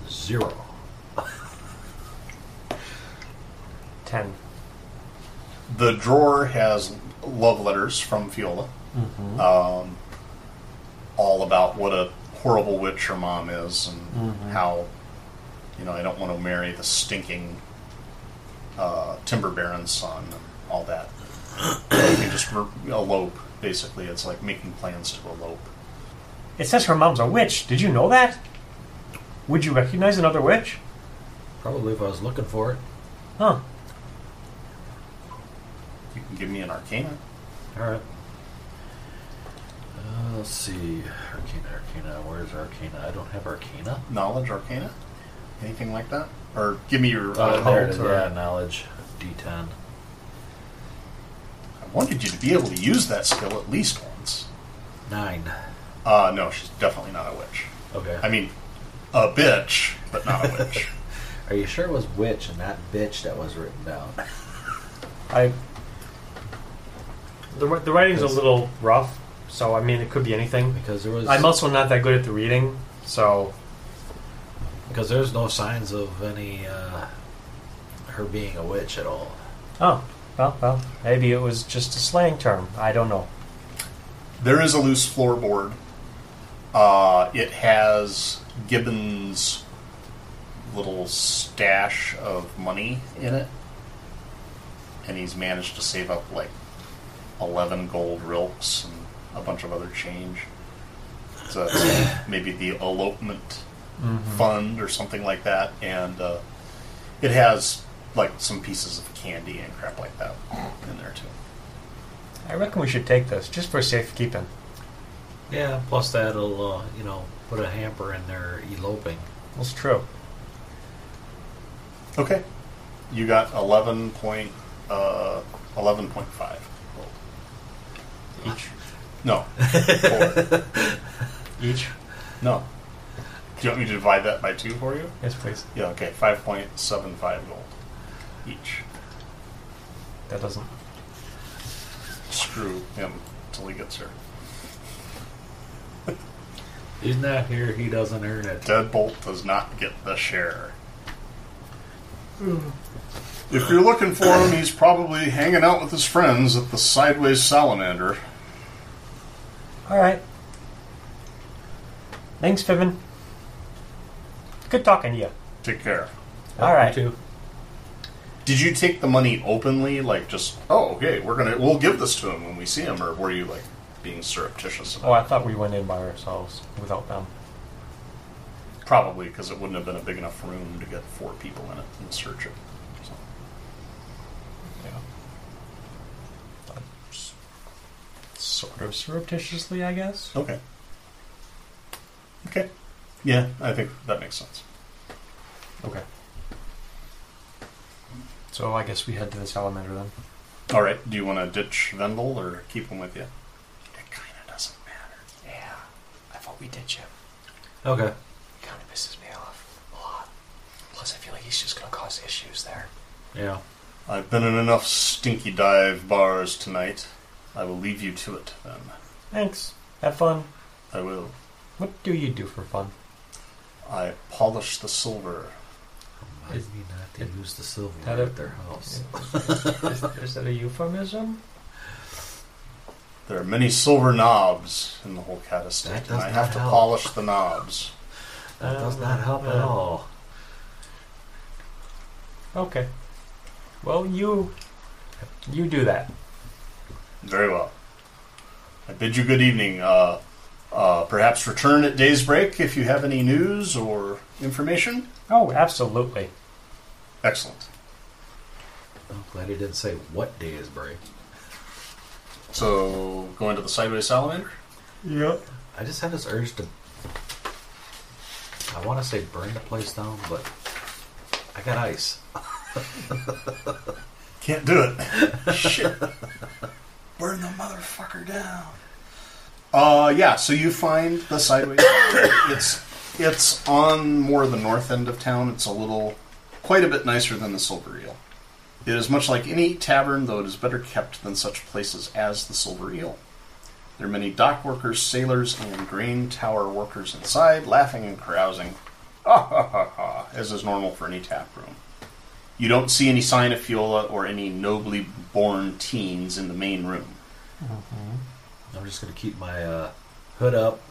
Speaker 5: Zero.
Speaker 4: Ten.
Speaker 3: The drawer has love letters from Fiola, um, all about what a horrible witch her mom is, and how you know I don't want to marry the stinking uh, timber baron's son, and all that. you can just re- elope. Basically, it's like making plans to elope.
Speaker 4: It says her mom's a witch. Did you know that? Would you recognize another witch?
Speaker 5: Probably if I was looking for it.
Speaker 4: Huh.
Speaker 3: You can give me an arcana.
Speaker 5: All right. Uh, let's see. Arcana, Arcana. Where's Arcana? I don't have Arcana.
Speaker 3: Knowledge arcana, anything like that, or give me your. uh,
Speaker 5: Oh, there it is.
Speaker 3: occult or-
Speaker 5: Yeah, knowledge. D10.
Speaker 3: I wanted you to be able to use that skill at least once.
Speaker 5: Nine.
Speaker 3: Uh, no, she's definitely not a witch.
Speaker 5: Okay.
Speaker 3: I mean, a bitch, but not a witch.
Speaker 5: Are you sure it was witch and not bitch that was written down?
Speaker 4: I. The, wri- the writing's a little rough, so I mean it could be anything.
Speaker 5: Because there was
Speaker 4: I'm also not that good at the reading, so
Speaker 5: because there's no signs of any uh, her being a witch at all.
Speaker 4: oh well well maybe it was just a slang term. I don't know.
Speaker 3: there is a loose floorboard. Uh, it has Gibbon's little stash of money in it, and he's managed to save up like eleven gold rilks and a bunch of other change. So it's maybe the elopement fund or something like that, and uh, it has like some pieces of candy and crap like that in there too.
Speaker 4: I reckon we should take this just for safekeeping.
Speaker 5: Yeah, plus that'll, uh, you know, put a hamper in their eloping.
Speaker 4: That's true.
Speaker 3: Okay, you got eleven point uh, eleven point five.
Speaker 4: Each.
Speaker 3: No, four.
Speaker 4: Each.
Speaker 3: no. Do you want me to divide that by two for you?
Speaker 4: Yes, please.
Speaker 3: Yeah, okay, 5.75 gold each.
Speaker 4: That doesn't.
Speaker 3: Screw him till he gets here.
Speaker 5: He's not here, he doesn't earn it.
Speaker 3: Deadbolt does not get the share. If you're looking for him, he's probably hanging out with his friends at the Sideways Salamander.
Speaker 4: All right. Thanks, Fibin. Good talking to you.
Speaker 3: Take care.
Speaker 4: All right.
Speaker 5: Too.
Speaker 3: Did you take the money openly, like just oh okay, we're gonna we'll give this to him when we see him, or were you like being surreptitious?
Speaker 4: Oh,
Speaker 3: About
Speaker 4: I thought we went in by ourselves without them.
Speaker 3: it? Probably because it wouldn't have been a big enough room to get four people in it and search it. So,
Speaker 4: Yeah. Sort of surreptitiously, I guess.
Speaker 3: okay, okay, yeah, I think that makes sense.
Speaker 4: Okay. So I guess we head to the salamander then.
Speaker 3: All right. Do you want to ditch Vendel or keep him with you? It kind of doesn't matter.
Speaker 6: Yeah. I thought we did, Jim.
Speaker 5: Okay.
Speaker 6: Kind of pisses me off a lot. Plus, I feel like he's just going to cause issues there.
Speaker 5: Yeah.
Speaker 3: I've been in enough stinky dive bars tonight. I will leave you to it then.
Speaker 4: Thanks. Have fun.
Speaker 3: I will.
Speaker 4: What do you do for fun?
Speaker 3: I polish the silver.
Speaker 5: Reminds me not to use the
Speaker 4: That
Speaker 5: silver
Speaker 4: it-
Speaker 5: at their house.
Speaker 4: is, is that a euphemism?
Speaker 3: There are many silver knobs in the whole cat
Speaker 5: That
Speaker 3: estate,
Speaker 5: does
Speaker 3: and I
Speaker 5: not
Speaker 3: have to
Speaker 5: help.
Speaker 3: polish the knobs.
Speaker 5: That does
Speaker 4: Um,
Speaker 5: not help at
Speaker 4: uh,
Speaker 5: all.
Speaker 4: Okay. Well, you you do that.
Speaker 3: Very well. I bid you good evening. Uh, uh, perhaps return at day's break if you have any news or information.
Speaker 4: Oh, absolutely.
Speaker 3: Excellent.
Speaker 5: I'm glad he didn't say what day is break.
Speaker 3: So, going to the sideways salamander?
Speaker 4: Yep.
Speaker 5: I just had this urge to. I want to say burn the place down, but I got ice.
Speaker 3: Can't do it. Shit. Burn the motherfucker down. Uh, yeah. So you find the sideways. it's it's on more the north end of town. It's a little, quite a bit nicer than the Silver Eel. It is much like any tavern, though it is better kept than such places as the Silver Eel. There are many dock workers, sailors, and grain tower workers inside, laughing and carousing, ah, ha, ha, ha, as is normal for any tap room. You don't see any sign of Fiola or any nobly born teens in the main room.
Speaker 5: I'm just going to keep my uh, hood up,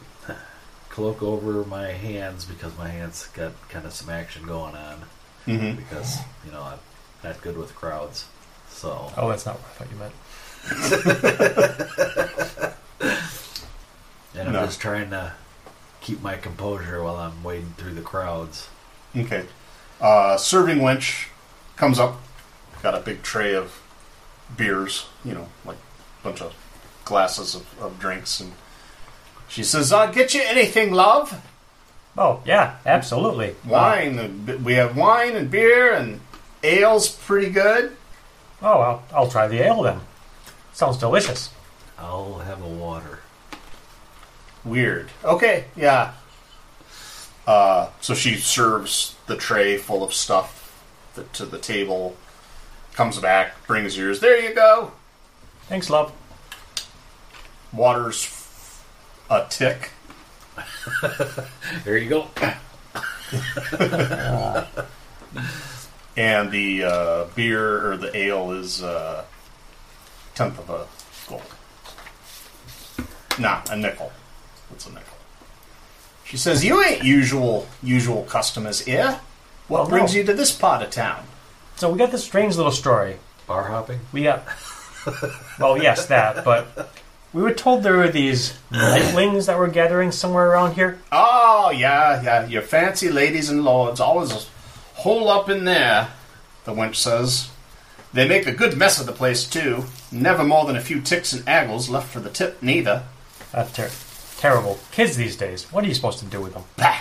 Speaker 5: cloak over my hands because my hands got kind of some action going on.
Speaker 3: Mm-hmm.
Speaker 5: Because, you know, I'm not good with crowds. So,
Speaker 4: Oh, that's not what I thought you meant.
Speaker 5: and I'm
Speaker 3: No.
Speaker 5: just trying to keep my composure while I'm wading through the crowds.
Speaker 3: Okay. Uh, serving wench comes up, got a big tray of beers, you know, like a bunch of glasses of, of drinks, and she says, "I'll get you anything, love.
Speaker 4: Oh, yeah, absolutely.
Speaker 3: Wine. and We have wine and beer, and ale's pretty good.
Speaker 4: Oh, I'll, I'll try the ale then. Sounds delicious.
Speaker 5: I'll have a water.
Speaker 3: Weird. Okay. Yeah." Uh, so she serves the tray full of stuff th- to the table, comes back, brings yours. There you go.
Speaker 4: Thanks, love.
Speaker 3: Water's f- a tick.
Speaker 5: There you go.
Speaker 3: and the uh, beer or the ale is uh, tenth of a gold. Nah, a nickel. What's a nickel? She says, "You ain't usual usual customers here. What
Speaker 4: Well, no.
Speaker 3: brings you to this part of town?"
Speaker 4: So we got this strange little story.
Speaker 5: Bar hopping?
Speaker 4: We got, well, yes, that, but We were told there were these nightwings that were gathering somewhere around here.
Speaker 3: Oh, yeah, yeah, your fancy ladies and lords always hole up in there, the wench says. They make a good mess of the place, too. Never more than a few ticks and aggles left for the tip, neither.
Speaker 4: That's Uh, ter- terrible. Kids these days, what are you supposed to do with them?
Speaker 3: Bah!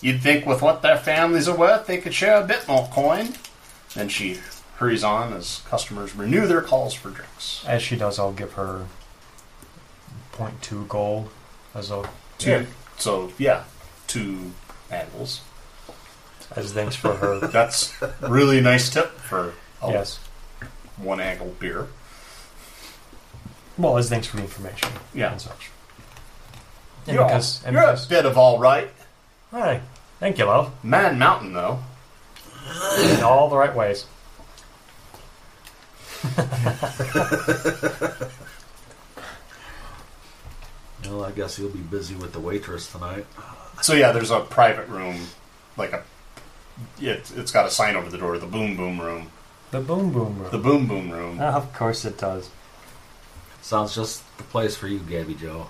Speaker 3: You'd think with what their families are worth, they could share a bit more coin. Then she hurries on as customers renew their calls for drinks.
Speaker 4: As she does, I'll give her 0.2 gold as a,
Speaker 3: Two, So, yeah, two aggles.
Speaker 4: as things for her.
Speaker 3: That's really nice tip for a
Speaker 4: Yes.
Speaker 3: one aggle beer.
Speaker 4: Well, as thanks for the information.
Speaker 3: Yeah.
Speaker 4: And such. And
Speaker 3: You're,
Speaker 4: because-
Speaker 3: all,
Speaker 4: and
Speaker 3: you're a
Speaker 4: because-
Speaker 3: bit of all right.
Speaker 4: Hey, thank you, love.
Speaker 3: Man Mountain, though.
Speaker 4: In all the right ways.
Speaker 5: Well, I guess you'll be busy with the waitress tonight.
Speaker 3: So yeah, there's a private room, like a. It, it's got a sign over the door. The boom boom room.
Speaker 4: The boom boom room.
Speaker 3: The boom boom room.
Speaker 4: Ah, of course it does.
Speaker 5: Sounds just the place for you, Gabby Joe.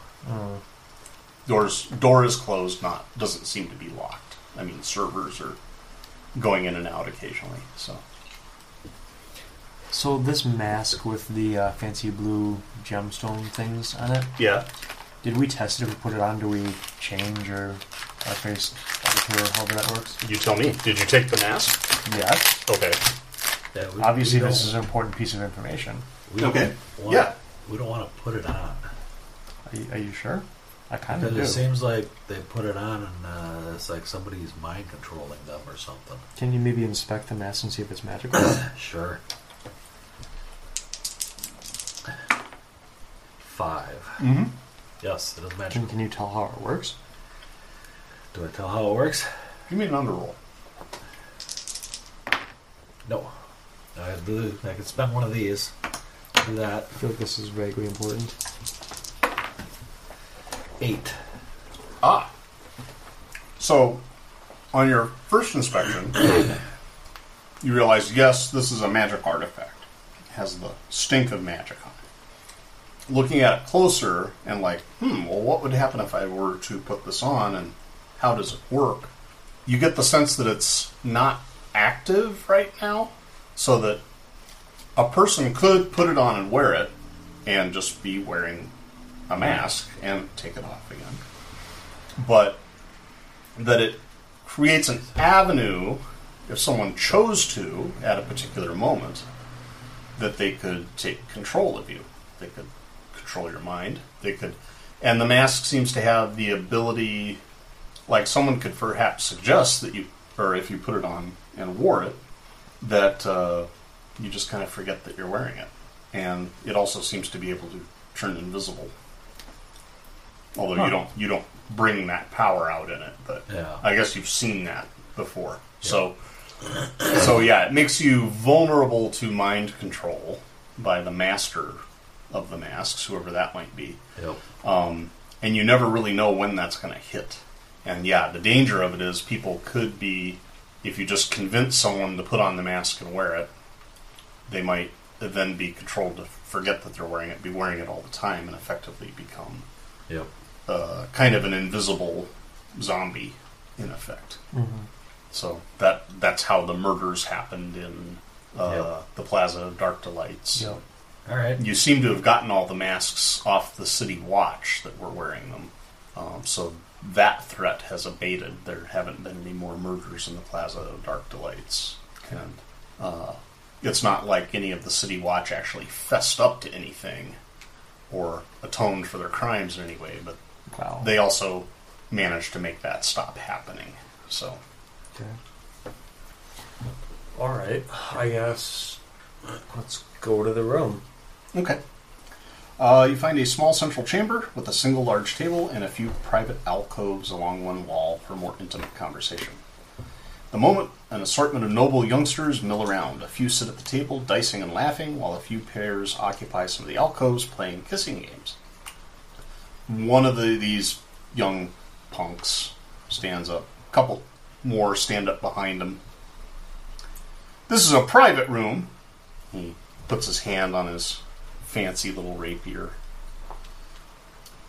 Speaker 3: Doors door is closed. Not doesn't seem to be locked. I mean, servers are going in and out occasionally. So
Speaker 4: So this mask with the uh, fancy blue gemstone things on it,
Speaker 7: Yeah.
Speaker 4: did we test it? If we put it on, do we change or our face alter however that works?
Speaker 7: You tell me. Did you take the mask?
Speaker 4: Yes.
Speaker 7: Okay.
Speaker 5: Yeah, we-
Speaker 4: Obviously,
Speaker 5: we
Speaker 4: this
Speaker 5: don't-
Speaker 4: is an important piece of information.
Speaker 5: we don't
Speaker 3: Okay.
Speaker 5: want-
Speaker 3: Yeah.
Speaker 5: We don't want to put it on.
Speaker 4: Are you, are you sure? I kind of
Speaker 5: Because
Speaker 4: do.
Speaker 5: it seems like they put it on and uh, it's like somebody's mind controlling them or something.
Speaker 4: Can you maybe inspect the mask and see if it's magical?
Speaker 5: Sure. Five. Mm-hmm. Yes, it is magic.
Speaker 4: can, can you tell how it works?
Speaker 5: Do I tell how it works?
Speaker 3: give me an under roll.
Speaker 5: No. I, do- I could spend one of these. Do that.
Speaker 4: I feel like this is vaguely important.
Speaker 5: Eight.
Speaker 3: Ah. So, on your first inspection, you realize yes, this is a magic artifact. It has the stink of magic on it. Looking at it closer and like, hmm, well, what would happen if I were to put this on and how does it work? You get the sense that it's not active right now, so that a person could put it on and wear it and just be wearing a mask and take it off again but that it creates an avenue if someone chose to at a particular moment that they could take control of you they could control your mind they could and the mask seems to have the ability like someone could perhaps suggest that you or if you put it on and wore it that uh, you just kind of forget that you're wearing it and it also seems to be able to turn invisible although you don't you don't bring that power out in it but
Speaker 5: Yeah.
Speaker 3: i guess you've seen that before so so yeah it makes you vulnerable to mind control by the master of the masks whoever that might be
Speaker 5: Yep.
Speaker 3: and you never really know when that's going to hit. And yeah, the danger of it is people could be, if you just convince someone to put on the mask and wear it, they might then be controlled to forget that they're wearing it, be wearing it all the time, and effectively become
Speaker 5: Yep.
Speaker 3: uh, kind of an invisible zombie in effect. So that that's how the murders happened in uh, the Plaza of Dark Delights.
Speaker 4: Yep.
Speaker 5: All right.
Speaker 3: You seem to have gotten all the masks off the city watch that were wearing them. Um, so that threat has abated. There haven't been any more murders in the Plaza of Dark Delights. And uh, it's not like any of the city watch actually fessed up to anything or atoned for their crimes in any way, but
Speaker 4: Wow.
Speaker 3: they also managed to make that stop happening. So,
Speaker 4: Okay.
Speaker 6: All right, I guess let's go to the room.
Speaker 3: okay. Uh, you find a small central chamber with a single large table and a few private alcoves along one wall for more intimate conversation. The moment an assortment of noble youngsters mill around. A few sit at the table, dicing and laughing, while a few pairs occupy some of the alcoves playing kissing games. One of the, these young punks stands up. A couple more stand up behind him. This is a private room. He puts his hand on his fancy little rapier.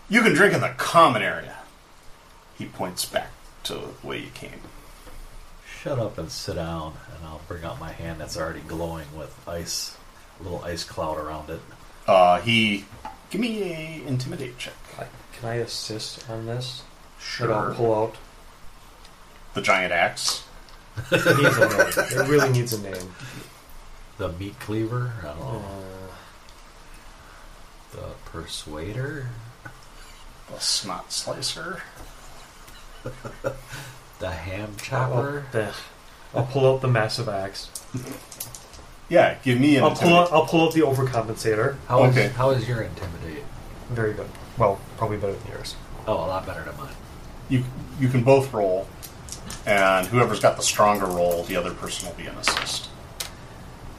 Speaker 3: You can drink in the common area. He points back to the way you came.
Speaker 5: Shut up and sit down, and I'll bring out my hand that's already glowing with ice, a little ice cloud around it.
Speaker 3: Uh, he. Give me a intimidate check.
Speaker 4: I, can I assist on this? Should I pull out?
Speaker 3: The giant axe.
Speaker 4: It needs a name. It really needs a name.
Speaker 5: The meat cleaver, I don't
Speaker 4: Uh,
Speaker 5: know. The persuader,
Speaker 3: The snot slicer.
Speaker 5: the ham
Speaker 4: I'll,
Speaker 5: chopper.
Speaker 4: the- Oh, I'll pull out the massive axe.
Speaker 3: Yeah, give me an
Speaker 4: I'll pull
Speaker 3: intimidate.
Speaker 4: out. I'll pull out the overcompensator.
Speaker 5: How is
Speaker 3: Okay.
Speaker 5: how is your intimidate?
Speaker 4: Very good. Well, probably better than yours.
Speaker 5: Oh, a lot better than mine.
Speaker 3: You you can both roll, and whoever's got the stronger roll, the other person will be an assist.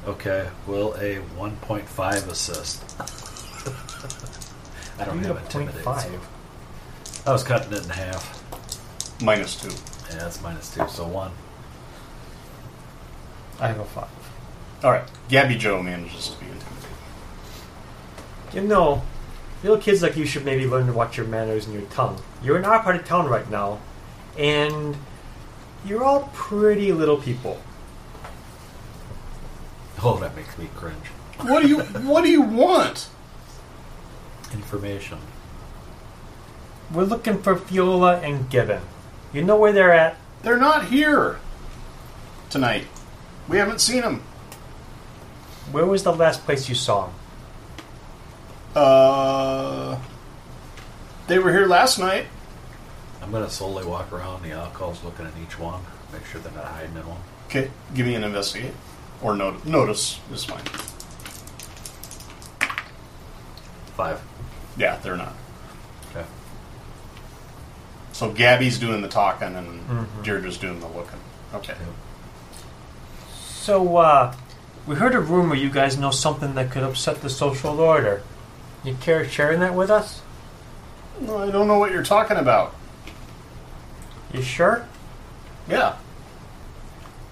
Speaker 5: Okay, will a 1.5 assist? I don't
Speaker 4: You
Speaker 5: have
Speaker 4: get a point
Speaker 5: intimidate. so-
Speaker 4: five.
Speaker 5: I was cutting it in half.
Speaker 3: Minus two.
Speaker 5: Yeah, that's minus two, so one.
Speaker 4: I have a five.
Speaker 3: All right. Gabby Joe manages to be intimidated.
Speaker 4: You know, little kids like you should maybe learn to watch your manners and your tongue. You're in our part of town right now, and you're all pretty little people.
Speaker 5: Oh, that makes me cringe.
Speaker 3: What do you What do you want?
Speaker 5: Information.
Speaker 4: We're looking for Fiola and Gibbon. You know where they're at.
Speaker 3: They're not here tonight. We haven't seen them.
Speaker 4: Where was the last place you saw them?
Speaker 3: Uh, they were here last night.
Speaker 5: I'm gonna slowly walk around the alcoves looking at each one, make sure they're not hiding in one.
Speaker 3: Okay, give me an investigate or not- notice is fine.
Speaker 5: Five.
Speaker 3: Yeah, they're not.
Speaker 5: Okay.
Speaker 3: So Gabby's doing the talking and Deirdre's doing the looking. Okay.
Speaker 4: So, uh, we heard a rumor you guys know something that could upset the social order. You care sharing that with us?
Speaker 3: No, I don't know what you're talking about.
Speaker 4: You sure?
Speaker 3: Yeah.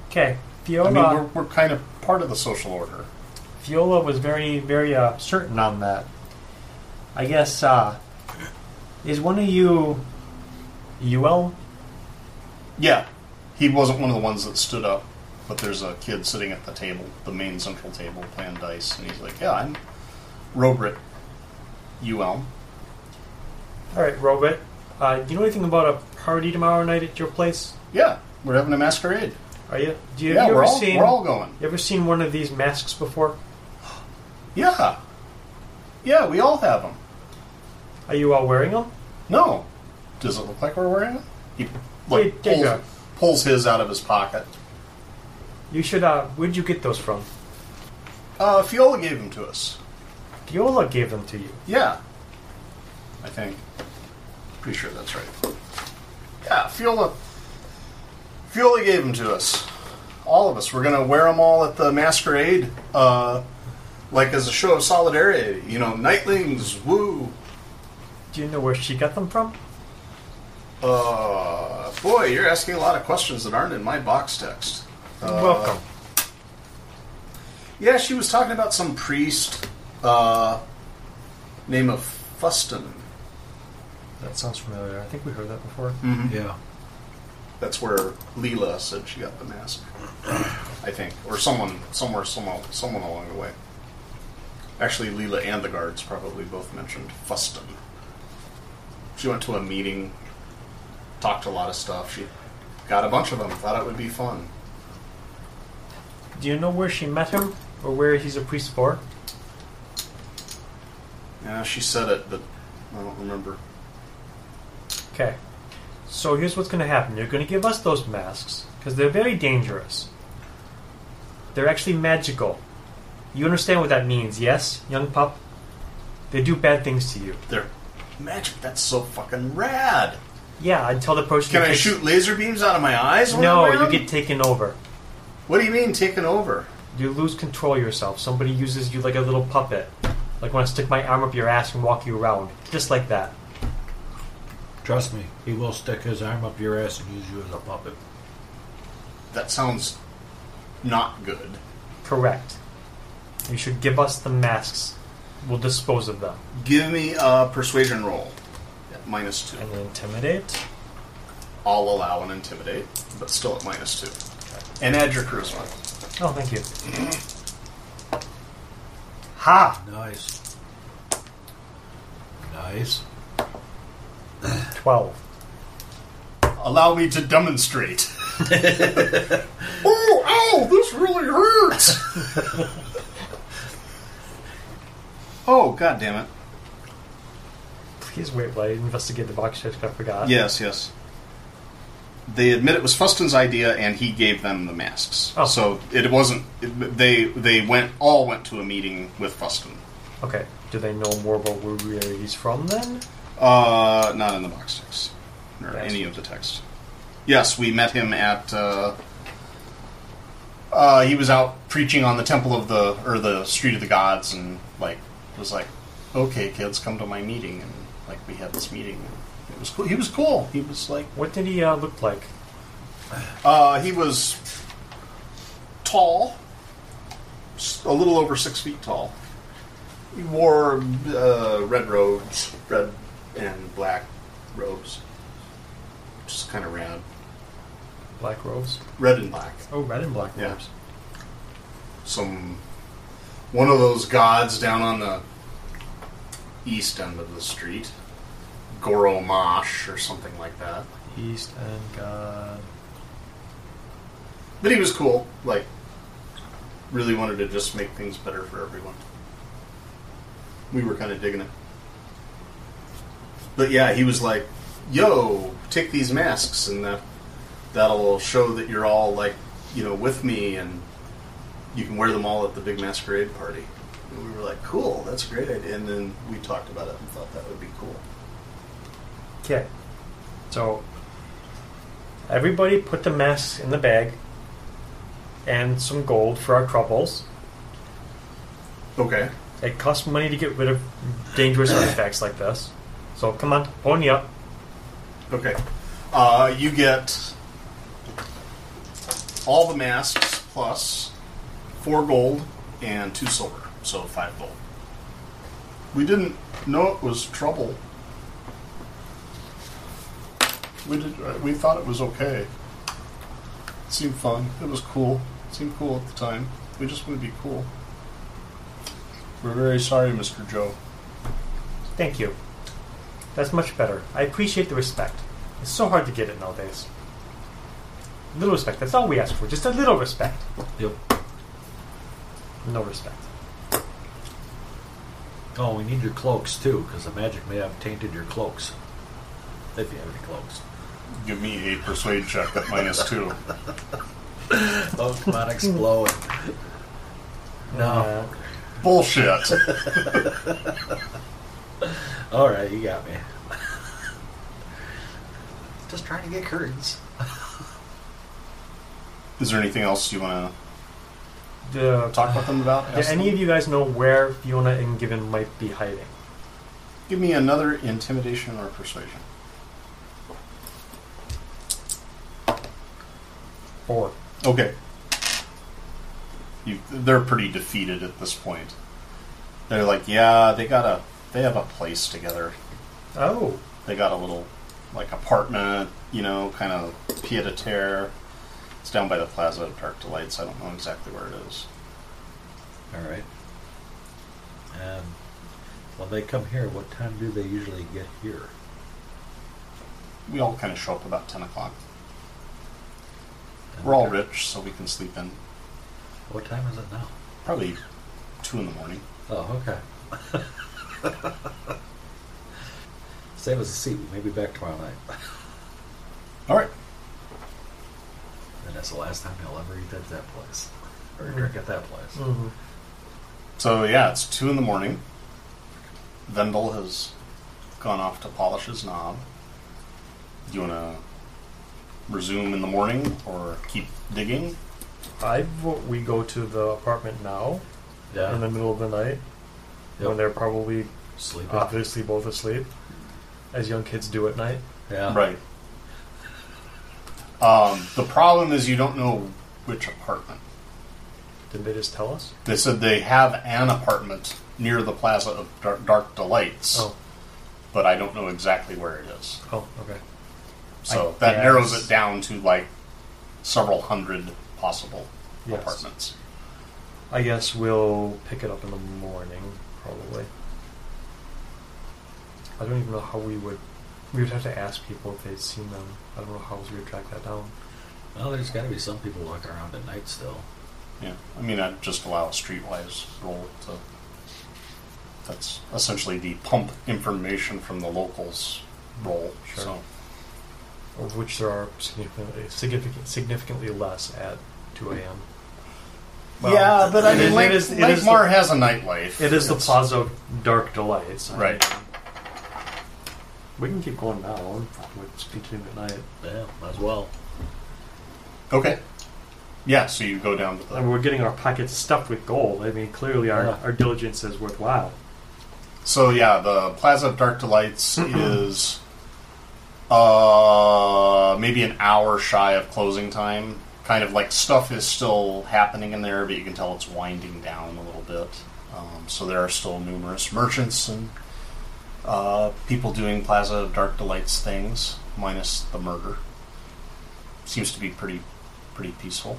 Speaker 4: Okay. Fiola,
Speaker 3: I mean, we're, we're kind of part of the social order.
Speaker 4: Fiola was very, very uh, certain on that. I guess, uh, is one of you. UL?
Speaker 3: Yeah. He wasn't one of the ones that stood up, but there's a kid sitting at the table, the main central table, playing dice, and he's like, Yeah, I'm Robrit UL.
Speaker 4: Alright, Robert. Uh, do you know anything about a party tomorrow night at your place?
Speaker 3: Yeah, we're having a masquerade.
Speaker 4: Are you? Do you,
Speaker 3: yeah,
Speaker 4: have you
Speaker 3: we're
Speaker 4: ever
Speaker 3: all,
Speaker 4: seen,
Speaker 3: we're all going.
Speaker 4: You ever seen one of these masks before?
Speaker 3: Yeah. Yeah, we all have them.
Speaker 4: Are you all wearing them?
Speaker 3: No. Does it look like we're wearing them? He
Speaker 4: Wait,
Speaker 3: like,
Speaker 4: take
Speaker 3: pulls,
Speaker 4: a-
Speaker 3: pulls his out of his pocket.
Speaker 4: You should, uh, where'd you get those from?
Speaker 3: Uh, Fiola gave them to us.
Speaker 4: Fiola gave them to you.
Speaker 3: Yeah. I think. Pretty sure that's right. Yeah, Fiola. Fiola gave them to us. All of us. We're going to wear them all at the masquerade, uh, like as a show of solidarity. You know, Nightlings, woo.
Speaker 4: Do you know where she got them from?
Speaker 3: Uh, boy, you're asking a lot of questions that aren't in my box text.
Speaker 4: Welcome.
Speaker 3: Yeah, she was talking about some priest, uh, name of Fuston.
Speaker 4: That sounds familiar. I think we heard that before.
Speaker 3: Hmm.
Speaker 5: Yeah.
Speaker 3: That's where Leela said she got the mask, I think, or someone, somewhere, someone, someone along the way. Actually, Leela and the guards probably both mentioned Fuston. She went to a meeting, talked a lot of stuff. She got a bunch of them. Thought it would be fun.
Speaker 4: Do you know where she met him or where he's a priest for?
Speaker 3: Yeah, she said it, but I don't remember.
Speaker 4: Okay. So here's what's going to happen. You're going to give us those masks because they're very dangerous. They're actually magical. You understand what that means, yes, young pup? They do bad things to you.
Speaker 3: They're magic. That's so fucking rad.
Speaker 4: Yeah, I'd tell the person.
Speaker 3: Can
Speaker 4: to
Speaker 3: I
Speaker 4: take-
Speaker 3: shoot laser beams out of my eyes? when
Speaker 4: No,
Speaker 3: I'm
Speaker 4: you
Speaker 3: around?
Speaker 4: get taken over.
Speaker 3: What do you mean taken over?
Speaker 4: You lose control of yourself. Somebody uses you like a little puppet. Like when I stick my arm up your ass and walk you around. Just like that.
Speaker 5: Trust me, he will stick his arm up your ass and use you as a puppet.
Speaker 3: That sounds not good.
Speaker 4: Correct. You should give us the masks. We'll dispose of them.
Speaker 3: Give me a persuasion roll. at minus two.
Speaker 4: And intimidate.
Speaker 3: I'll allow an intimidate, but still at minus two. And add your charisma.
Speaker 4: Oh, thank you. Ha!
Speaker 5: Nice. Nice.
Speaker 4: 12.
Speaker 3: Allow me to demonstrate. oh, ow, this really hurts. oh, god damn it.
Speaker 4: Please wait while I investigate the box check. I forgot.
Speaker 3: Yes, yes. They admit it was Fuston's idea, and he gave them the masks.
Speaker 4: Oh.
Speaker 3: So it wasn't. It, they they went all went to a meeting with Fuston.
Speaker 4: Okay. Do they know more about where we are he's from then?
Speaker 3: Uh, not in the box text or
Speaker 4: Yes.
Speaker 3: any of the text. Yes, we met him at. Uh, uh, he was out preaching on the temple of the or the street of the gods, and like was like, "Okay, kids, come to my meeting." And like we had this meeting. It was cool. He was cool. He was like.
Speaker 4: What did he uh, look like?
Speaker 3: Uh, he was tall, s- a little over six feet tall. He wore uh, red robes, red and black robes. Just kind of rad.
Speaker 4: Black robes?
Speaker 3: Red and black.
Speaker 4: Oh, red and black
Speaker 3: Yeah.
Speaker 4: robes.
Speaker 3: Some one of those gods down on the east end of the street, Goro Mosh or something like that.
Speaker 4: East and God.
Speaker 3: But he was cool. Like, really wanted to just make things better for everyone. We were kind of digging it. But yeah, he was like, "Yo, take these masks, and that that'll show that you're all like, you know, with me, and you can wear them all at the big masquerade party." And we were like, "Cool, that's a great idea." And then we talked about it and thought that would be cool.
Speaker 4: Okay. So, everybody put the masks in the bag and some gold for our troubles.
Speaker 3: Okay.
Speaker 4: It costs money to get rid of dangerous artifacts like this. So, come on, pony up.
Speaker 3: Okay. Uh, you get all the masks plus four gold and two silver, so five gold. We didn't know it was trouble. We did. uh, We thought it was okay. It seemed fun. It was cool. It seemed cool at the time. We just want to be cool. We're very sorry, Mr. Joe.
Speaker 4: Thank you. That's much better. I appreciate the respect. It's so hard to get it nowadays. Little respect. That's all we ask for. Just a little respect.
Speaker 5: Yep.
Speaker 4: No respect.
Speaker 5: Oh, we need your cloaks too, because the magic may have tainted your cloaks. If you have any cloaks.
Speaker 3: Give me a persuade check at minus two.
Speaker 5: Cloaks not explode. No.
Speaker 4: Uh,
Speaker 3: Bullshit.
Speaker 5: All right, you got me. Just trying to get curtains.
Speaker 3: Is there anything else you want
Speaker 4: the-
Speaker 3: to talk about them about?
Speaker 4: do any of you guys know where Fiona and Given might be hiding?
Speaker 3: Give me another intimidation or persuasion.
Speaker 4: Or
Speaker 3: Okay. You, they're pretty defeated at this point. They're like, yeah, they got a, they have a place together.
Speaker 4: oh,
Speaker 3: They got a little, like apartment, you know, kind of pied a terre. It's down by the Plaza of Dark Delights. I don't know exactly where it is.
Speaker 5: All right. And when they come here, what time do they usually get here?
Speaker 3: We all kind of show up about ten o'clock. We're all rich, so we can sleep in.
Speaker 5: What time is it now?
Speaker 3: Probably two in the morning.
Speaker 5: Oh, okay. Save us a seat. We may be back tomorrow night.
Speaker 3: All right.
Speaker 5: And that's the last time you'll ever eat at that place. Or drink at that place.
Speaker 4: mhm.
Speaker 3: So yeah, it's two in the morning. Vendel has gone off to polish his knob. Do you want to resume in the morning or keep digging?
Speaker 4: I vote we go to the apartment now
Speaker 5: Yeah.
Speaker 4: in the middle of the night when
Speaker 5: Yep.
Speaker 4: they're probably Ah.
Speaker 5: Sleeping.
Speaker 4: obviously both asleep, as young kids do at night.
Speaker 5: yeah.
Speaker 3: Right. Um, the problem is you don't know which apartment.
Speaker 4: Did they just tell us?
Speaker 3: They said they have an apartment near the Plaza of Dark, Dark Delights,
Speaker 4: Oh,
Speaker 3: but I don't know exactly where it is.
Speaker 4: Oh, okay.
Speaker 3: So
Speaker 4: I
Speaker 3: that narrows
Speaker 4: guess.
Speaker 3: it down to like several hundred possible
Speaker 4: Yes.
Speaker 3: apartments.
Speaker 4: I guess we'll pick it up in the morning, probably. I don't even know how we would. We would have to ask people if they'd seen them. I don't know how else we would track that down.
Speaker 5: Well, there's got to be some people walking around at night still.
Speaker 3: Yeah, I mean, I'd just allow a streetwise roll to. That's essentially the pump information from the locals roll.
Speaker 4: Sure.
Speaker 3: So
Speaker 4: Of which there are significantly, significant, significantly less at 2 a.m. Well,
Speaker 3: yeah, but I
Speaker 4: it
Speaker 3: mean,
Speaker 4: is-
Speaker 3: Lake,
Speaker 4: it is- it
Speaker 3: Lake
Speaker 4: is the-
Speaker 3: Mar has a nightlife.
Speaker 4: It is the
Speaker 3: It's-
Speaker 4: Plaza of Dark Delights. I
Speaker 3: Right.
Speaker 4: mean, we can keep going now. It's continuing at night.
Speaker 5: Yeah, might as well.
Speaker 3: Okay. Yeah, so you go down to the.
Speaker 4: And we're getting our pockets stuffed with gold. I mean, clearly our,
Speaker 5: Yeah.
Speaker 4: our diligence is worthwhile.
Speaker 3: So yeah, the Plaza of Dark Delights is uh maybe an hour shy of closing time. Kind of like stuff is still happening in there, but you can tell it's winding down a little bit. Um, so there are still numerous merchants and uh, people doing Plaza of Dark Delights things, minus the murder. Seems to be pretty pretty peaceful.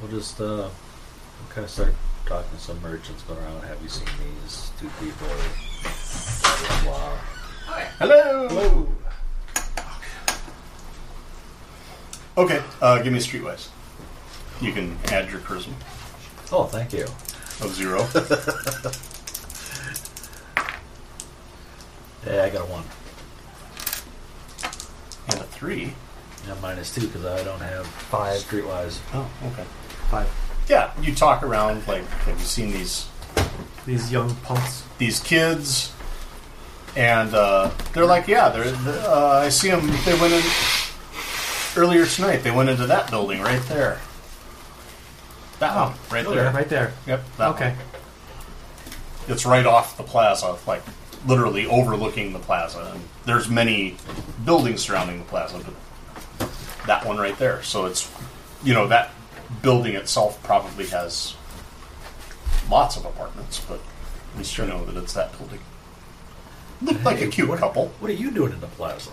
Speaker 5: We'll just uh, we'll kind of start talking to some merchants going around. Have you seen these two people? Blah, blah, blah.
Speaker 3: Hello. Okay, uh, give me a streetwise. You can add your charisma
Speaker 5: Oh, thank you.
Speaker 3: of zero.
Speaker 5: Yeah, I got a one.
Speaker 3: and a three.
Speaker 5: Yeah, minus two because I don't have
Speaker 4: Five.
Speaker 5: streetwise.
Speaker 3: Oh, okay.
Speaker 4: Five.
Speaker 3: Yeah, you talk around like, have you seen these
Speaker 4: These young punks.
Speaker 3: these kids? And uh, they're like, yeah, they're. th- Uh, I see them. They went in earlier tonight. They went into that building right there. That one, right
Speaker 4: Oh,
Speaker 3: there.
Speaker 4: Right there.
Speaker 3: Yep. that one.
Speaker 4: Okay.
Speaker 3: it's right off the plaza, like literally overlooking the plaza. And there's many buildings surrounding the plaza, but that one right there. So it's, you know, that building itself probably has lots of apartments, but at least you know that it's that building. Looked like a
Speaker 5: Hey,
Speaker 3: cute
Speaker 5: what-
Speaker 3: couple.
Speaker 5: What are you doing in the plaza?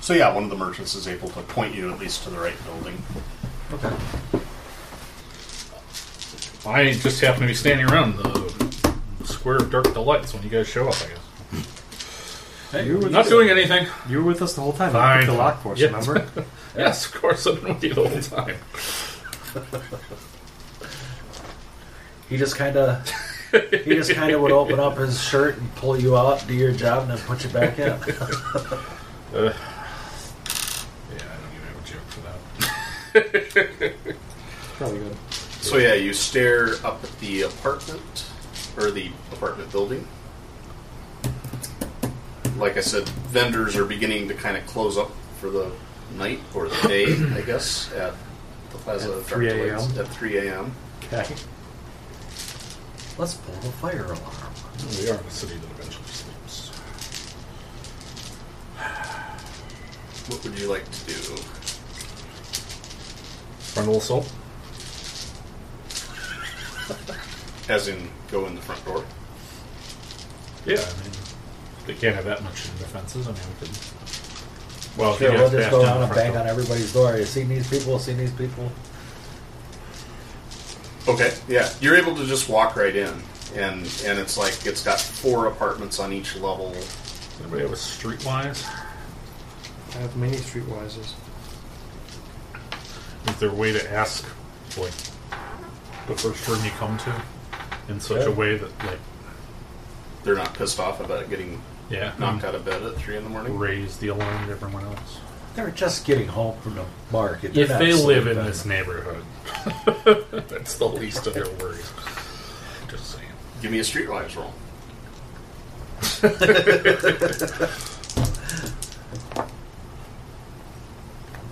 Speaker 3: So yeah, one of the merchants is able to point you at least to the right building.
Speaker 5: Okay.
Speaker 8: I just happen to be standing around the square of dark delights when you guys show up. I guess
Speaker 4: you, were
Speaker 8: not doing anything.
Speaker 4: you were with us the whole time. I picked
Speaker 8: Fine.
Speaker 4: the lock for us,
Speaker 8: Yes.
Speaker 4: remember?
Speaker 8: Yes, of course I've been with you the whole time.
Speaker 5: He just kind of. He just kind of would open up his shirt and pull you out, do your job, and then put you back in.
Speaker 8: Yeah, I don't even have a joke for that.
Speaker 4: Probably good.
Speaker 3: So yeah, you stare up at the apartment or the apartment building. Like I said, vendors are beginning to kind of close up for the night or the day, I guess, at the Plaza
Speaker 4: At
Speaker 3: of Dark
Speaker 4: 3
Speaker 3: Delights
Speaker 4: a.m..
Speaker 3: at 3 a.m.
Speaker 4: Okay.
Speaker 5: Let's pull the fire alarm.
Speaker 8: We are in a city that eventually sleeps.
Speaker 3: What would you like to do?
Speaker 8: Frontal assault.
Speaker 3: As in, go in the front door?
Speaker 8: Yeah, I mean Um, they can't have that much in defenses. I mean we could. Well, if
Speaker 5: Sure,
Speaker 8: you
Speaker 5: we'll
Speaker 8: guys
Speaker 5: just
Speaker 8: pass
Speaker 5: go
Speaker 8: down
Speaker 5: around
Speaker 8: the
Speaker 5: and
Speaker 8: front
Speaker 5: bang
Speaker 8: door-
Speaker 5: on everybody's door. You seen these people? Seen these people?
Speaker 3: Okay, yeah, you're able to just walk right in, and and it's like it's got four apartments on each level.
Speaker 8: Anybody have a streetwise?
Speaker 4: I have many streetwises.
Speaker 8: Is there a way to ask, like, the first room you come to in such a way that, like,
Speaker 3: They're not pissed off about getting
Speaker 8: yeah,
Speaker 3: knocked
Speaker 8: um,
Speaker 3: out of bed at three in the morning.
Speaker 8: raise the alarm to everyone else?
Speaker 5: They were just getting home from the market.
Speaker 8: If
Speaker 5: They're not
Speaker 8: they live in
Speaker 5: sleeping.
Speaker 8: this neighborhood, that's the least of their worries. Just saying.
Speaker 3: Give me a streetwise roll.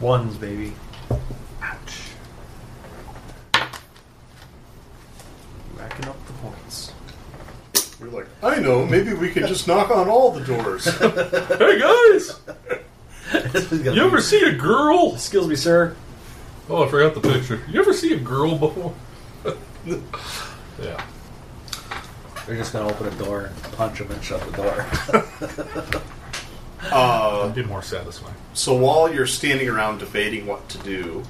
Speaker 4: Ones, baby. Racking up the points.
Speaker 3: You're like, I know. Maybe we could just knock on all the doors.
Speaker 8: Hey guys,
Speaker 5: This is gonna
Speaker 8: you
Speaker 5: be-
Speaker 8: ever see a girl?
Speaker 5: Excuse me, sir.
Speaker 8: Oh, I forgot the picture. You ever see a girl before? yeah.
Speaker 5: They're just going to open a door and punch him and shut the door.
Speaker 8: That'd be more satisfying.
Speaker 3: So while you're standing around debating what to do,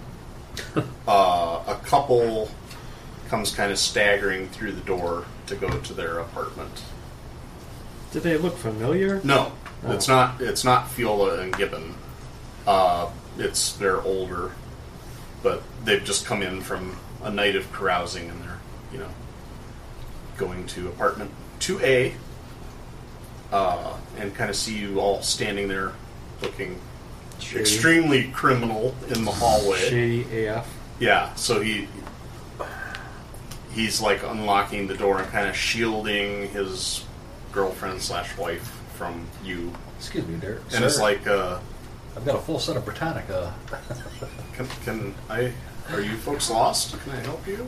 Speaker 3: uh, a couple comes kind of staggering through the door to go to their apartment.
Speaker 4: Did they look familiar?
Speaker 3: No, it's not. It's not Fiola and Gibbon. Uh, it's they're older, but they've just come in from a night of carousing, and they're you know going to apartment two A, uh, and kind of see you all standing there, looking extremely criminal in the hallway.
Speaker 4: Shady AF.
Speaker 3: Yeah, so he he's like unlocking the door and kind of shielding his girlfriend slash wife from you,
Speaker 5: Excuse me, Derek.
Speaker 3: and it's
Speaker 5: Sir,
Speaker 3: like, uh,
Speaker 5: I've got a full set of Britannica.
Speaker 3: can, can I? Are you folks lost? Can I help you?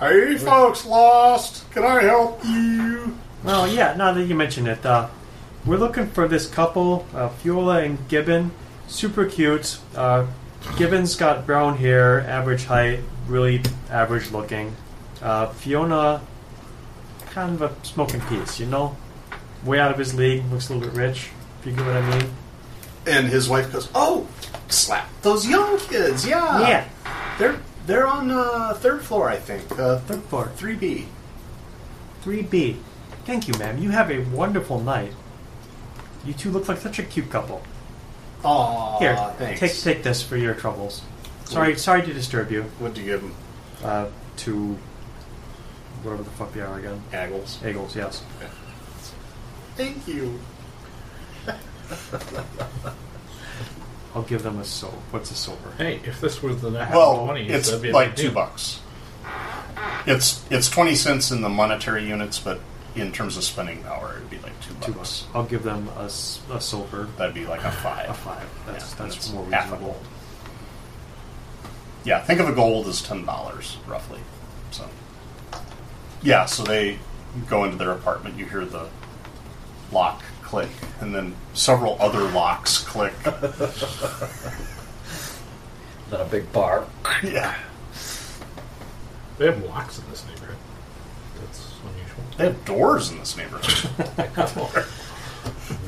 Speaker 3: Are you folks lost? Can I help you?
Speaker 4: Well, yeah, now that you mention it, uh, we're looking for this couple, uh, Fiola and Gibbon. Super cute. Uh, Gibbon's got brown hair, average height, really average looking. Uh, Fiona, kind of a smoking piece, you know? Way out of his league, looks a little bit rich, if you get what I mean.
Speaker 3: And his wife goes, "Oh, slap those young kids! Yeah,
Speaker 4: yeah.
Speaker 3: They're they're on uh, third floor, I think. Uh, third
Speaker 4: floor.
Speaker 3: three B.
Speaker 4: 3B. Thank you, ma'am. You have a wonderful night. You two look like such a cute couple.
Speaker 3: Aw,
Speaker 4: Here,
Speaker 3: Ah, thanks.
Speaker 4: take take this for your troubles. Sorry, sorry to disturb you.
Speaker 3: What'd you give him?
Speaker 4: Uh, to whatever the fuck they are again.
Speaker 3: Aggles.
Speaker 4: Eagles, yes.
Speaker 3: Thank you.
Speaker 4: I'll give them a soap. What's a silver?
Speaker 8: Hey, if this were the next
Speaker 3: Well,
Speaker 8: 20s,
Speaker 3: it's
Speaker 8: that'd be a
Speaker 3: like
Speaker 8: big
Speaker 3: two
Speaker 8: deal.
Speaker 3: bucks. It's it's twenty cents in the monetary units, but in terms of spending power, it'd be like two bucks.
Speaker 4: Two bucks. I'll give them a, s- a silver.
Speaker 3: That'd be like a
Speaker 4: A
Speaker 3: five.
Speaker 4: five. That's
Speaker 3: Yeah,
Speaker 4: that's,
Speaker 3: that's
Speaker 4: more
Speaker 3: half a
Speaker 4: reasonable.
Speaker 3: gold. Yeah, think of a gold as ten dollars roughly. So, yeah, so they go into their apartment. You hear the lock click, and then several other locks click.
Speaker 5: Not a big bar.
Speaker 3: yeah,
Speaker 8: They have locks in this neighborhood. That's unusual.
Speaker 3: they have doors in this neighborhood.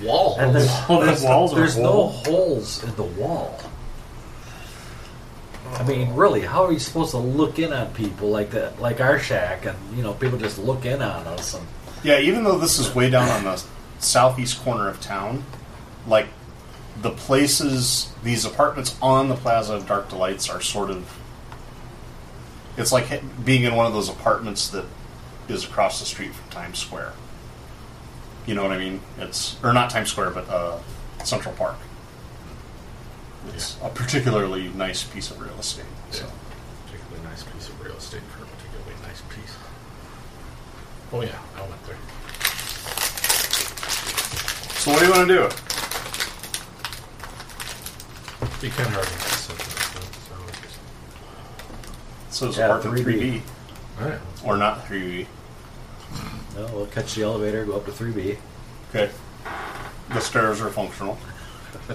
Speaker 5: Wall.
Speaker 4: And then all
Speaker 8: Oh,
Speaker 4: the walls
Speaker 5: There's
Speaker 4: are
Speaker 5: no
Speaker 4: whole.
Speaker 5: holes in the wall. I mean, really, how are you supposed to look in on people like that, like our shack, and you know, people just look in on us? And
Speaker 3: Yeah, even though this is way down on the southeast corner of town, like the places, these apartments on the Plaza of Dark Delights are sort of. It's like he- being in one of those apartments that is across the street from Times Square. You know what I mean? It's or not Times Square, but uh, Central Park. It's a particularly nice piece of real estate. So.
Speaker 8: Particularly nice piece of real estate for a particularly nice piece. Oh yeah, I went there.
Speaker 3: so what do you want to do?
Speaker 8: You can hardly get something like that. So.
Speaker 3: So it's
Speaker 5: Yeah,
Speaker 3: apartment
Speaker 5: 3B.
Speaker 3: 3B
Speaker 8: All right.
Speaker 3: or not 3B?
Speaker 5: no, we'll catch the elevator, go up to three B.
Speaker 3: Okay. The stairs are functional. uh,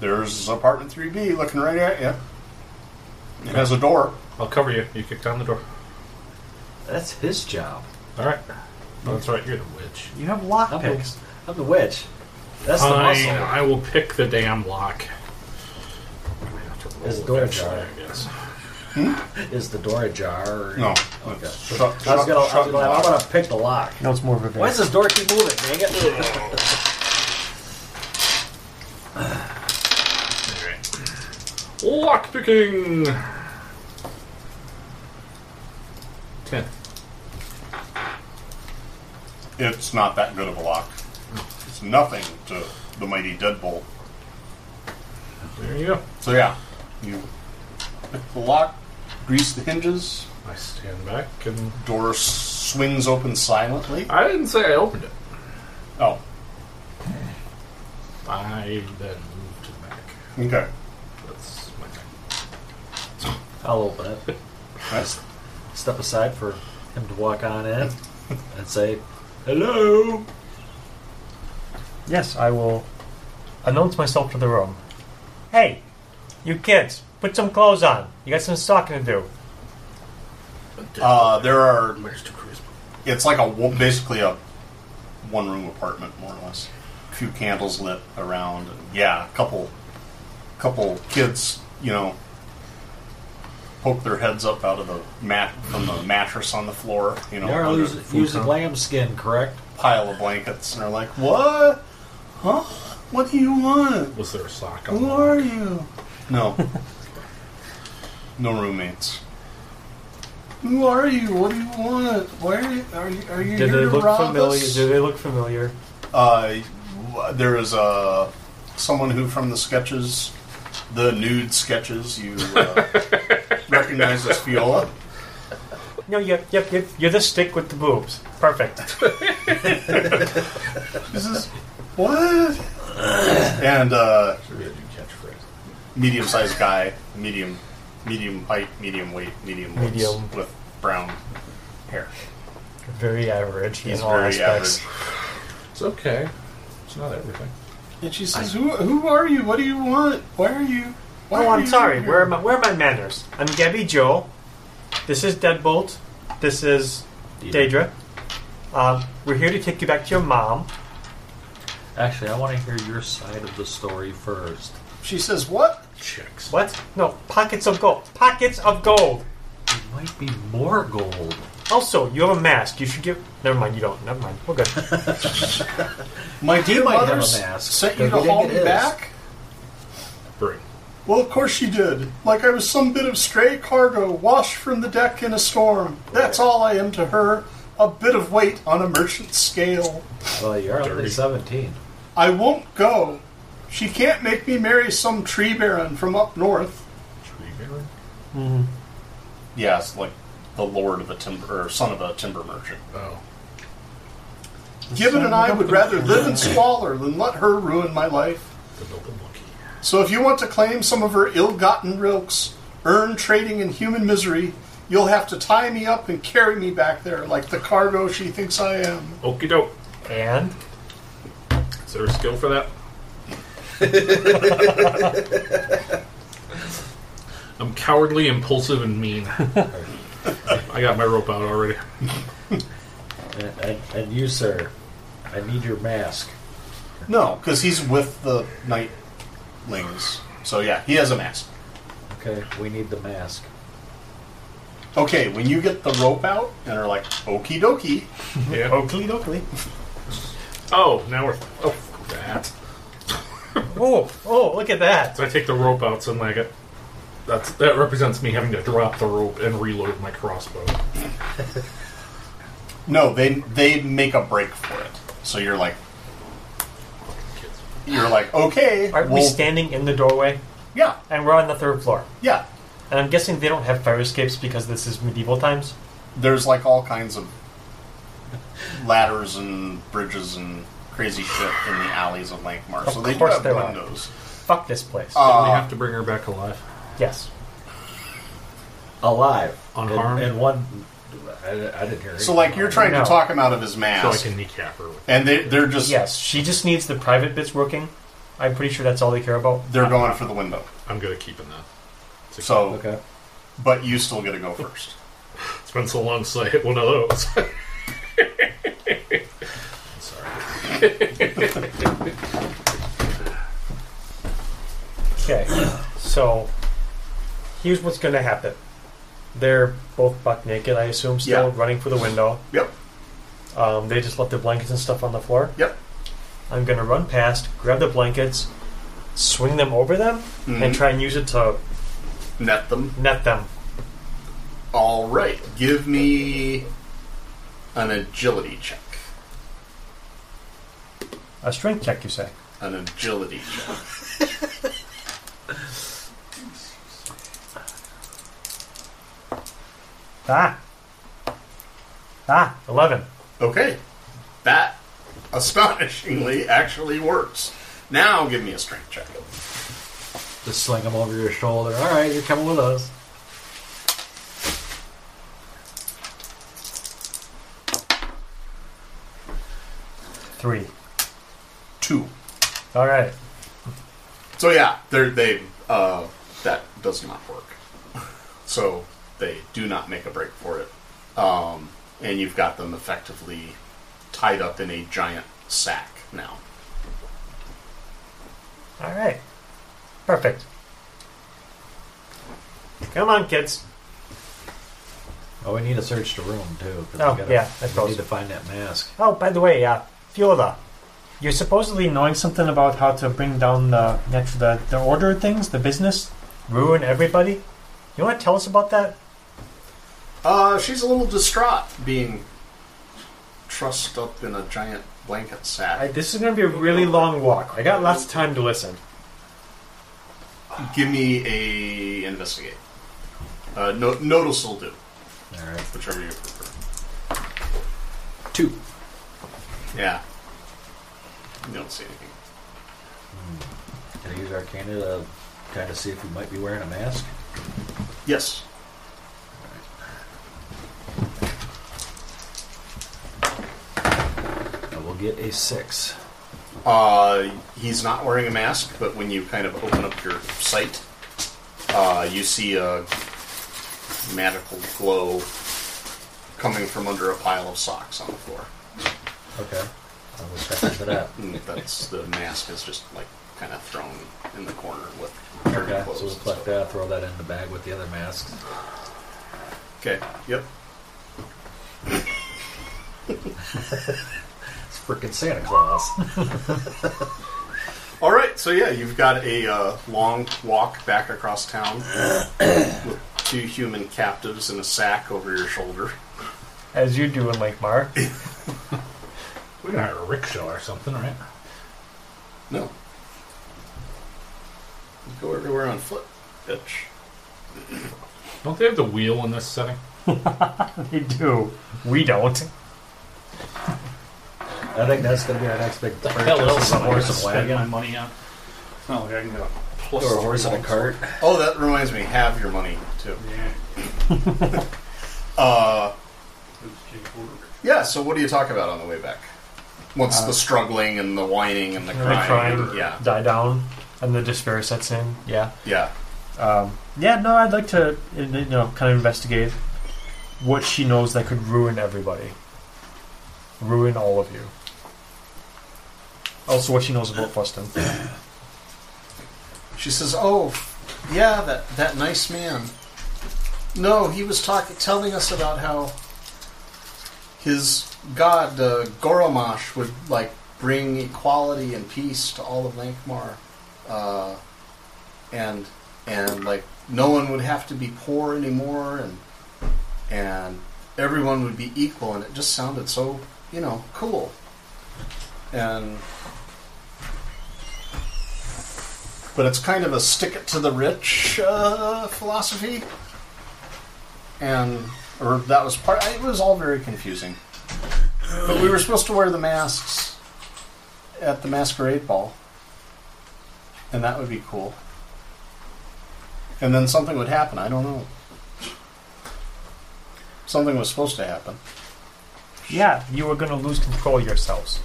Speaker 3: there's apartment 3B looking right at you. It has a door.
Speaker 8: I'll cover you. You kick down the door.
Speaker 5: That's his job.
Speaker 8: All right. No, that's right. You're the witch.
Speaker 4: You have
Speaker 5: I'm,
Speaker 4: lock
Speaker 5: the,
Speaker 4: picks.
Speaker 5: I'm the witch. That's the
Speaker 8: Fine.
Speaker 5: muscle.
Speaker 8: I will pick the damn lock. I'm gonna have to roll
Speaker 5: Is the door
Speaker 8: eventually,
Speaker 5: ajar?
Speaker 8: I guess.
Speaker 5: Is the door ajar? Or...
Speaker 3: No.
Speaker 5: Okay.
Speaker 3: it's Shut,
Speaker 5: I was
Speaker 3: shut,
Speaker 5: gonna, I
Speaker 3: shut
Speaker 5: was
Speaker 3: the
Speaker 5: gonna, I'm
Speaker 3: lock.
Speaker 5: gonna pick the lock.
Speaker 4: No, it's more of a
Speaker 5: Why
Speaker 4: van.
Speaker 5: does this door keep moving? Dang it!
Speaker 8: Lock picking. Ten.
Speaker 3: It's not that good of a lock.
Speaker 5: Hmm.
Speaker 3: It's nothing to the mighty deadbolt.
Speaker 8: There you go.
Speaker 3: So yeah, you pick the lock, grease the hinges,
Speaker 8: I stand back and
Speaker 3: door s- swings open silently.
Speaker 8: I didn't say I opened it.
Speaker 3: Oh,
Speaker 8: I then moved it back.
Speaker 3: okay.
Speaker 8: That's my thing.
Speaker 5: I'll open it.
Speaker 3: That's,
Speaker 5: Step aside for him to walk on in and say, "Hello."
Speaker 4: Yes, I will announce myself to the room. Hey, you kids, put some clothes on. You got some socking to do.
Speaker 3: Uh, there are. It's like a wo- basically a one room apartment, more or less. A few candles lit around. And yeah, a couple, couple kids. You know, poke their heads up out of the mat from the mattress on the floor. You know,
Speaker 5: You're
Speaker 3: under
Speaker 5: using,
Speaker 3: the
Speaker 5: using lambskin, correct?
Speaker 3: pile of blankets, and they're like, "What? Huh? What do you want?
Speaker 8: Was there a sock on?
Speaker 3: Who
Speaker 8: the-
Speaker 3: are you?" No. no roommates. Who are you? What do you want? Why are you? Are you, are you
Speaker 4: Did
Speaker 3: here
Speaker 4: they
Speaker 3: to
Speaker 4: look
Speaker 3: rob
Speaker 4: familiar?
Speaker 3: us?
Speaker 4: Did they look familiar?
Speaker 3: Uh, w- there is uh, someone who from the sketches, the nude sketches, you uh, recognize as Fiola.
Speaker 4: No, yep, yep, yep. You're the stick with the boobs. Perfect.
Speaker 3: This is what? And uh,
Speaker 8: Should be a new catchphrase.
Speaker 3: medium-sized guy, medium, medium height, medium weight, medium looks,
Speaker 4: Medium.
Speaker 3: with brown hair.
Speaker 4: Very average
Speaker 3: He's
Speaker 4: in all
Speaker 3: very
Speaker 4: aspects.
Speaker 3: average.
Speaker 8: It's okay. It's not everything.
Speaker 3: And she says, who, "Who are you? What do you want? Why are you?" why
Speaker 4: Oh,
Speaker 3: are
Speaker 4: I'm
Speaker 3: you
Speaker 4: sorry.
Speaker 3: here?"
Speaker 4: Where are my Where are my manners? I'm Gabby Joe. This is Deadbolt. This is Daedra. Uh, we're here to take you back to your mom.
Speaker 9: Actually, I want to hear your side of the story first.
Speaker 3: She says, "What?
Speaker 8: Chicks.
Speaker 4: What? No, pockets of gold. Pockets of gold.
Speaker 9: There might be more gold.
Speaker 4: Also, you have a mask. You should give. Never mind. You don't. Never mind. We're good.
Speaker 3: My dear
Speaker 5: might have
Speaker 3: mother
Speaker 5: a mask,
Speaker 3: sent
Speaker 5: but
Speaker 3: you to
Speaker 5: we didn't
Speaker 3: haul
Speaker 5: get
Speaker 3: me
Speaker 5: his.
Speaker 3: back."
Speaker 8: Bring.
Speaker 3: Well, of course she did. Like I was some bit of stray cargo washed from the deck in a storm. That's all I am to her. A bit of weight on a merchant scale.
Speaker 5: Well, you're only
Speaker 8: Dirty.
Speaker 5: 17.
Speaker 3: I won't go. She can't make me marry some tree baron from up north.
Speaker 8: Tree baron.
Speaker 3: Yes, like the lord of a timber, or son of a timber merchant.
Speaker 8: Oh.
Speaker 3: Gibbon and I would rather live in squalor than let her ruin my life.
Speaker 8: The Milton Monkey.
Speaker 3: So if you want to claim some of her ill-gotten rilks, earn trading in human misery, you'll have to tie me up and carry me back there like the cargo she thinks I am.
Speaker 8: Okie doke.
Speaker 4: and
Speaker 8: Is there a skill for that? I'm cowardly, impulsive, and mean. I got my rope out already.
Speaker 5: And, and, and you, sir, I need your mask.
Speaker 3: No, because he's with the nightlings. So yeah, he has a mask.
Speaker 5: Okay, we need the mask.
Speaker 3: Okay, when you get the rope out and are like, okie dokie,
Speaker 8: Yeah.
Speaker 4: Oakley, Oakley.
Speaker 8: Oh, now we're. Oh, fuck that.
Speaker 4: Oh, oh, look at that.
Speaker 8: So I take the rope out, suddenly I get. That's, that represents me having to drop the rope and reload my crossbow.
Speaker 3: no, they they make a break for it. So you're like,
Speaker 8: Kids.
Speaker 3: you're like, okay,
Speaker 4: Aren't we
Speaker 3: well,
Speaker 4: standing in the doorway?
Speaker 3: yeah,
Speaker 4: And we're on the third floor.
Speaker 3: yeah.
Speaker 4: And I'm guessing they don't have fire escapes because this is medieval times.
Speaker 3: There's like all kinds of ladders and bridges and crazy shit in the alleys of Lankmar. so
Speaker 4: Of
Speaker 3: they do
Speaker 4: course
Speaker 3: have
Speaker 4: there are.
Speaker 3: windows.
Speaker 4: Fuck this place.
Speaker 8: Did
Speaker 3: Uh,
Speaker 8: we have to bring her back alive?
Speaker 4: yes.
Speaker 5: Alive.
Speaker 8: Unharmed?
Speaker 5: And, and one. I, I didn't hear
Speaker 3: So
Speaker 5: anything.
Speaker 3: like you're trying
Speaker 4: No.
Speaker 3: to talk him out of his
Speaker 8: So I
Speaker 3: mask,
Speaker 8: can kneecap her. With
Speaker 3: and they they're just
Speaker 4: Yes. She just needs the private bits working. I'm pretty sure that's all they care about.
Speaker 3: they're going for the window.
Speaker 8: I'm good at keeping that. It's
Speaker 3: So
Speaker 5: Okay.
Speaker 3: but you still got to go first.
Speaker 8: It's been so long since I hit one of those. Sorry.
Speaker 4: Okay, so here's what's going to happen. They're both buck naked, I assume, still
Speaker 3: Yeah.
Speaker 4: running for the window.
Speaker 3: Yep.
Speaker 4: Um, they just left their blankets and stuff on the floor.
Speaker 3: Yep.
Speaker 4: I'm going to run past, grab the blankets, swing them over them, and try and use it to
Speaker 3: Net them.
Speaker 4: net them.
Speaker 3: All right. Give me an agility check.
Speaker 4: A strength check, you say?
Speaker 3: An agility check.
Speaker 4: Ah! Ah! 11.
Speaker 3: Okay. That astonishingly actually works. Now give me a strength check.
Speaker 5: Just sling them over your shoulder. All right, you're coming with us.
Speaker 4: Three.
Speaker 3: Two.
Speaker 4: All right.
Speaker 3: So yeah, they're, they uh, that does not work. So they do not make a break for it. Um, and you've got them effectively tied up in a giant sack now.
Speaker 4: All right. Perfect. Come on, kids.
Speaker 5: Oh, we need to search the room too. 'cause we
Speaker 4: Oh,
Speaker 5: gotta-
Speaker 4: yeah, I
Speaker 5: we
Speaker 4: suppose.
Speaker 5: need to find that mask.
Speaker 4: Oh, by the way, uh, Fiola, you're supposedly knowing something about how to bring down the net- the, the order of things, the business, ruin everybody. You want to tell us about that?
Speaker 3: Uh, she's a little distraught being trussed up in a giant blanket
Speaker 10: I,
Speaker 3: sack.
Speaker 10: this is going to be a really long walk. I got lots of time to listen.
Speaker 3: Give me a investigate. Uh, no, notice will do,
Speaker 5: All right.
Speaker 3: whichever you prefer.
Speaker 6: Two.
Speaker 3: Yeah. You don't see anything.
Speaker 5: Can I use Arcana to kind of see if we might be wearing a mask?
Speaker 3: Yes.
Speaker 5: I will get a six.
Speaker 3: Uh, he's not wearing a mask, but when you kind of open up your sight, uh, you see a magical glow coming from under a pile of socks on the floor.
Speaker 5: Okay. I will check into that.
Speaker 3: And that's the mask is just like kind of thrown in the corner with dirty
Speaker 5: Okay,
Speaker 3: clothes.
Speaker 5: so we'll
Speaker 3: and
Speaker 5: collect
Speaker 3: stuff.
Speaker 5: that, throw that in the bag with the other masks.
Speaker 3: Okay. Yep.
Speaker 5: It's freaking Santa Claus.
Speaker 3: All right. So yeah, you've got a uh, long walk back across town with two human captives in a sack over your shoulder.
Speaker 4: As you do in Lake Mar.
Speaker 8: We can hire a rickshaw or something, right?
Speaker 3: No. You go everywhere on foot, bitch.
Speaker 8: Don't they have the wheel in this setting?
Speaker 4: they do. We don't.
Speaker 5: I think that's going to be our next big purchase. is a horse and wagon.
Speaker 8: money on? It's not like I can get a plus
Speaker 5: Or a horse and a cart.
Speaker 3: Oh, that reminds me. Have your money too. Uh, yeah. So what do you talk about on the way back? Once the struggling and the whining and the
Speaker 4: The
Speaker 3: crying,
Speaker 4: crime
Speaker 3: yeah,
Speaker 4: die down, and the despair sets in. Yeah.
Speaker 3: yeah.
Speaker 4: Um, yeah. No, I'd like to you know kind of investigate what she knows that could ruin everybody, ruin all of you. Also, what she knows about Fuston.
Speaker 3: She says, "Oh, yeah, that that nice man. No, he was talking, telling us about how his god uh, Goromash would like bring equality and peace to all of Lankmar, uh, and and like no one would have to be poor anymore, and and everyone would be equal, and it just sounded so you know cool, and." but it's kind of a stick it to the rich uh, philosophy. And or that was part. It was all very confusing. But we were supposed to wear the masks at the masquerade ball, and that would be cool. And then something would happen. I don't know. Something was supposed to happen.
Speaker 4: Yeah, you are going to lose control of yourselves.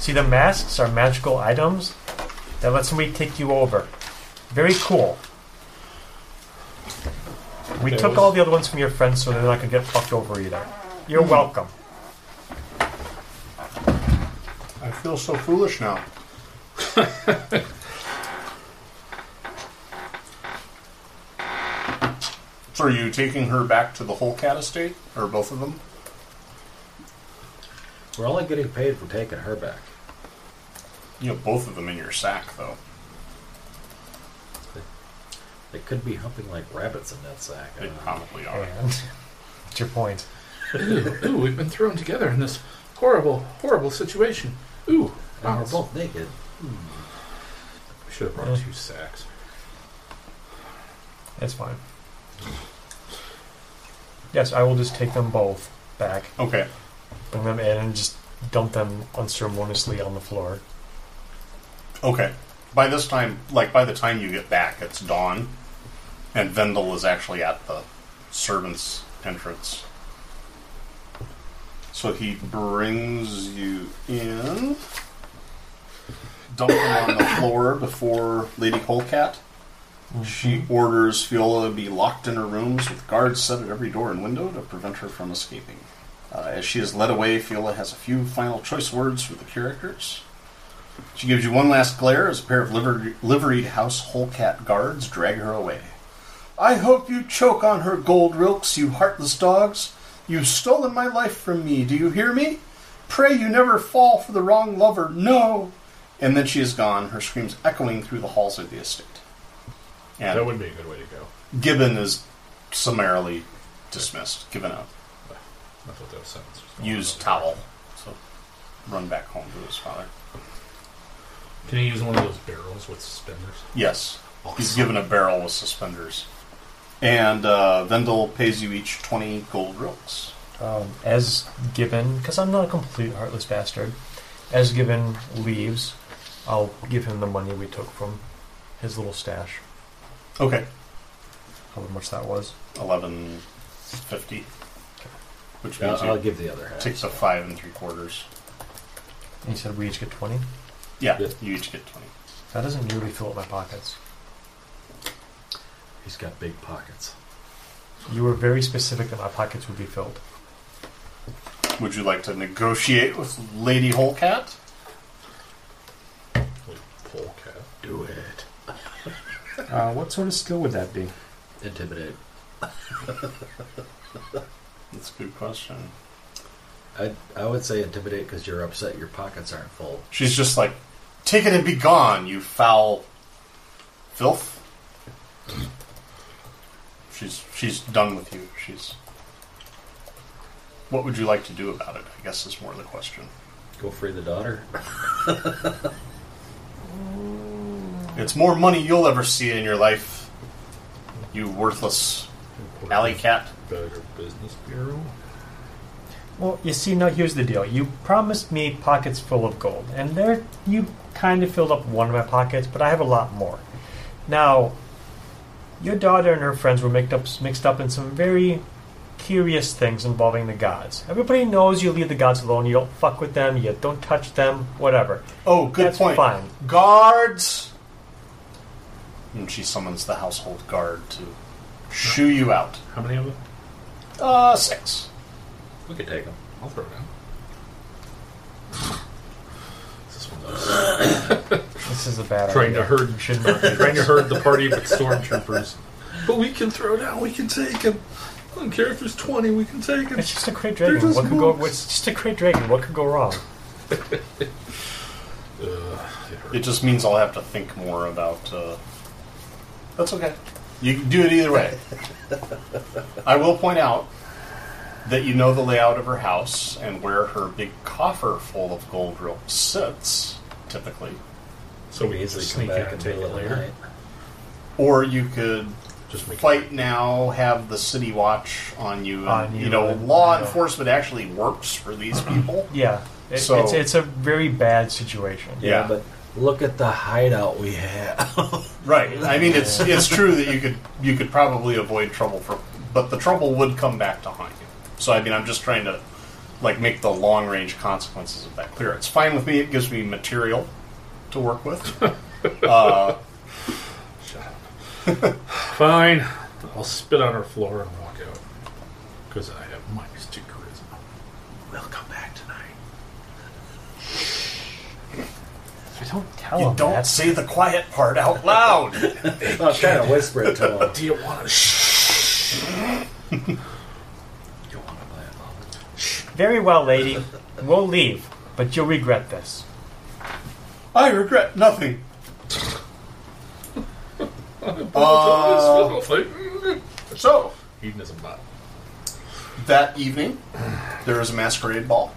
Speaker 4: See, the masks are magical items that let somebody take you over. Very cool. We
Speaker 8: There
Speaker 4: took
Speaker 8: was-
Speaker 4: all the other ones from your friends so they're not going to get fucked over either. You're welcome.
Speaker 3: I feel so foolish now. so are you taking her back to the whole cat estate? Or both of them?
Speaker 5: We're only getting paid for taking her back.
Speaker 3: You have both of them in your sack, though.
Speaker 5: They could be humping like rabbits in that sack. Uh, I
Speaker 3: They
Speaker 5: don't know.
Speaker 3: probably are.
Speaker 4: And that's your point.
Speaker 8: Ooh, we've been thrown together in this horrible, horrible situation. Ooh,
Speaker 5: And
Speaker 8: horrible.
Speaker 5: it's naked.
Speaker 8: We should have brought two sacks.
Speaker 4: It's fine. Yes, I will just take them both back,
Speaker 3: Okay.
Speaker 4: bring them in, and just dump them unceremoniously on the floor.
Speaker 3: Okay. By this time, like by the time you get back, it's dawn, and Vendel is actually at the servants' entrance. So he brings you in, dump them on the floor before Lady Colcat, She orders Fiola be locked in her rooms with guards set at every door and window to prevent her from escaping. Uh, as she is led away, Fiola has a few final choice words for the characters. She gives you one last glare as a pair of liver- liveried house whole cat guards drag her away. I hope you choke on her gold rilks, you heartless dogs. You've stolen my life from me, do you hear me? Pray you never fall for the wrong lover, no! And then she is gone, her screams echoing through the halls of the estate. And
Speaker 8: That would be a good way to go.
Speaker 3: Gibbon is summarily dismissed, given up.
Speaker 8: That's what that sounds.
Speaker 3: Used towel. So run back home to his father.
Speaker 8: Can he use one of those barrels with suspenders?
Speaker 3: Yes. He's given a barrel with suspenders. And uh, Vendel pays you each 20 gold rilks.
Speaker 4: Um, as Gibbon, because I'm not a complete heartless bastard, as Gibbon leaves, I'll give him the money we took from his little stash.
Speaker 3: Okay.
Speaker 4: How much that was?
Speaker 3: 1150. Which
Speaker 5: Yeah,
Speaker 3: means you
Speaker 5: I'll give the other half.
Speaker 3: Takes a five and three quarters.
Speaker 4: And he said we each get 20.
Speaker 3: Yeah, you each get 20.
Speaker 4: That doesn't nearly fill up my pockets.
Speaker 5: He's got big pockets.
Speaker 4: You were very specific that my pockets would be filled.
Speaker 3: Would you like to negotiate with Lady Holcat?
Speaker 8: Polecat.
Speaker 5: Do it.
Speaker 10: Uh, what sort of skill would that be?
Speaker 5: Intimidate.
Speaker 3: That's a good question.
Speaker 5: I I would say intimidate because you're upset your pockets aren't full.
Speaker 3: She's just like, take it and be gone, you foul filth. She's she's done with you. She's. What would you like to do about it? I guess is more the question.
Speaker 5: Go free the daughter.
Speaker 3: It's more money you'll ever see in your life. You worthless alley cat.
Speaker 8: Better Business Bureau.
Speaker 4: Well, you see, now here's the deal. You promised me pockets full of gold, and there you kind of filled up one of my pockets, but I have a lot more. Now, your daughter and her friends were mixed up, mixed up in some very curious things involving the gods. Everybody knows you leave the gods alone. You don't fuck with them. You don't touch them. Whatever.
Speaker 3: Oh, good
Speaker 4: That's
Speaker 3: point.
Speaker 4: fine.
Speaker 3: Guards. And she summons the household guard to shoo you out.
Speaker 8: How many of them?
Speaker 3: Uh, six.
Speaker 5: We could take him.
Speaker 8: I'll throw down.
Speaker 5: This one's upset.
Speaker 4: This is a bad
Speaker 8: Trying
Speaker 4: idea.
Speaker 8: to herd
Speaker 4: Should not do
Speaker 8: trying to
Speaker 4: this.
Speaker 8: herd the party with stormtroopers.
Speaker 11: But we can throw down. We can take him. I don't care if there's 20. We can take him.
Speaker 4: It's just a great dragon.
Speaker 11: just
Speaker 4: What could go?
Speaker 11: monks.
Speaker 4: It's just a great dragon. What could go wrong?
Speaker 3: It just means I'll have to think more about. Uh... That's okay. You can do it either way. I will point out that you know the layout of her house and where her big coffer full of gold rope sits, typically.
Speaker 8: So we
Speaker 5: easily
Speaker 8: easily
Speaker 5: come
Speaker 8: sneak out
Speaker 5: back in
Speaker 8: and
Speaker 5: the
Speaker 8: take
Speaker 5: middle
Speaker 8: it
Speaker 5: of the
Speaker 8: later.
Speaker 5: night.
Speaker 3: Or you could
Speaker 8: Just make
Speaker 3: fight now, have the city watch on you. And,
Speaker 4: On
Speaker 3: you,
Speaker 4: you
Speaker 3: know,
Speaker 4: and-
Speaker 3: law
Speaker 4: yeah.
Speaker 3: enforcement actually works for these people.
Speaker 4: Yeah. It,
Speaker 3: So-
Speaker 4: it's, it's a very bad situation.
Speaker 5: Yeah,
Speaker 3: Yeah.
Speaker 5: but look at the hideout we have.
Speaker 3: Right. I mean, it's it's true that you could you could probably avoid trouble for, but the trouble would come back to haunt you. So I mean, I'm just trying to like make the long range consequences of that clear. It's fine with me. It gives me material to work with. uh,
Speaker 8: Fine. I'll spit on her floor and walk out. Because I have minus two charisma.
Speaker 5: we'll come back tonight.
Speaker 4: You don't tell
Speaker 3: you
Speaker 4: him
Speaker 3: don't
Speaker 4: that.
Speaker 3: say the quiet part out loud.
Speaker 5: I was trying to whisper it to him.
Speaker 8: Do you want to shh?
Speaker 5: you want to play it, Mom?
Speaker 4: Very well, lady. We'll leave, but you'll regret this.
Speaker 3: I regret nothing. Uh, So
Speaker 8: Hedonism bot.
Speaker 3: that evening, there is a masquerade ball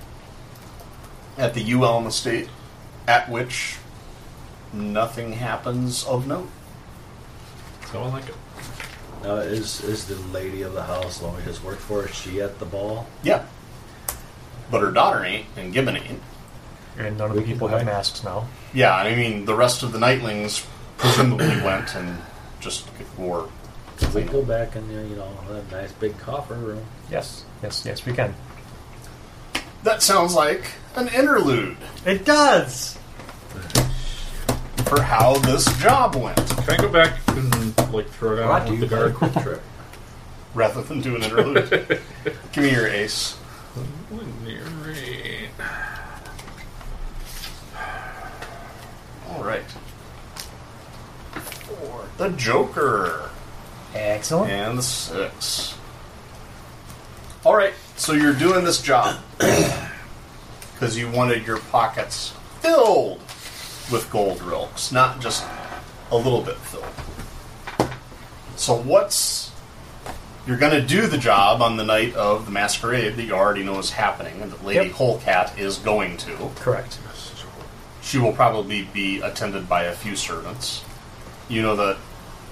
Speaker 3: at the U Elm Estate, at which nothing happens of note.
Speaker 8: So I like it.
Speaker 5: Now, Uh, is is the lady of the house, the one we just worked for, is she at the ball?
Speaker 3: Yeah. But her daughter ain't, and Gibbon ain't.
Speaker 4: And none of the people have masks now.
Speaker 3: Yeah, I mean, the rest of the Nightlings presumably went and just wore.
Speaker 5: We go back in there, you know, that nice big coffer room.
Speaker 4: Yes, yes, yes, we can.
Speaker 3: That sounds like an interlude.
Speaker 4: It does!
Speaker 3: for how this job went.
Speaker 8: Can I go back and like throw down
Speaker 3: What do
Speaker 8: with
Speaker 3: you
Speaker 8: the guard quick trip?
Speaker 3: Rather than do an interlude. Give me your ace. All right. Four. The Joker. Excellent. And the six. All right. So you're doing this job because you wanted your pockets filled with gold rilks, not just a little bit filled. So what's you're going to do the job on the night of the masquerade that you already know is happening and that Lady
Speaker 5: Yep.
Speaker 3: Holcat is going to.
Speaker 5: Correct.
Speaker 3: She will probably be attended by a few servants. You know that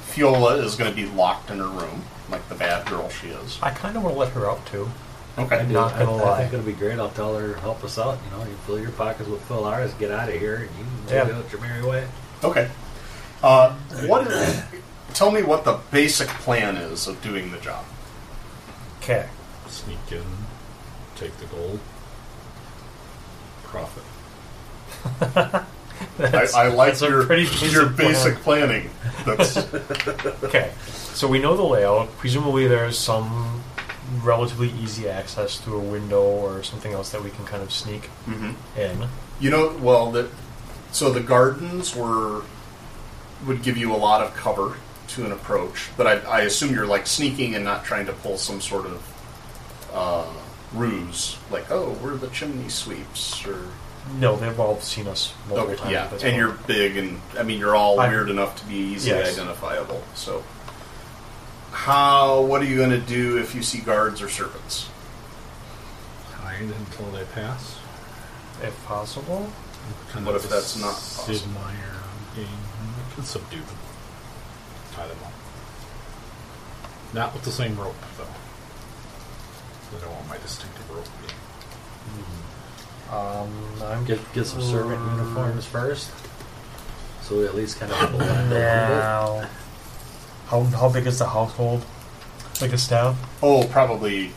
Speaker 3: Fiola is going to be locked in her room, like the bad girl she is.
Speaker 11: I kind of want to let her out too.
Speaker 3: Okay.
Speaker 11: I'm not
Speaker 5: I-
Speaker 11: gonna
Speaker 5: I think
Speaker 11: lie.
Speaker 5: it'll be great. I'll tell her, help us out. You know, you fill your pockets with fill ours, get out of here, and you can
Speaker 3: Yeah.
Speaker 5: go out your merry way.
Speaker 3: Okay. Uh, what is, tell me what the basic plan is of doing the job.
Speaker 4: Okay.
Speaker 8: Sneak in, take the gold, profit.
Speaker 3: I, I like
Speaker 4: that's a
Speaker 3: your,
Speaker 4: pretty basic
Speaker 3: your
Speaker 4: plan.
Speaker 3: basic planning. That's,
Speaker 4: Okay, so we know the layout. Presumably, there's some relatively easy access to a window or something else that we can kind of sneak
Speaker 3: Mhm.
Speaker 4: in.
Speaker 3: You know, well, the, so the gardens were would give you a lot of cover to an approach, but I, I assume you're like sneaking and not trying to pull some sort of uh, ruse, like oh, we're the chimney sweeps, or
Speaker 4: No, they've all seen us multiple
Speaker 3: okay,
Speaker 4: times.
Speaker 3: yeah,
Speaker 4: at this
Speaker 3: and
Speaker 4: point.
Speaker 3: you're big, and I mean you're all
Speaker 4: I'm-
Speaker 3: weird enough to be easily
Speaker 4: Yes.
Speaker 3: identifiable. So, how? What are you going to do if you see guards or servants?
Speaker 8: Hide until they pass.
Speaker 4: if possible.
Speaker 8: Kind
Speaker 3: What
Speaker 8: of
Speaker 3: if
Speaker 8: a
Speaker 3: that's not
Speaker 8: Sid
Speaker 3: possible?
Speaker 8: Meier game. I can subdue them. Tie them up. Not with the same rope, though. I don't want my distinctive rope.
Speaker 4: Um, I'm
Speaker 5: Get, get some servant uniforms first. Um, So we at least kind of have a blend of
Speaker 4: Now, how how big is the household? Like a staff?
Speaker 3: Oh, probably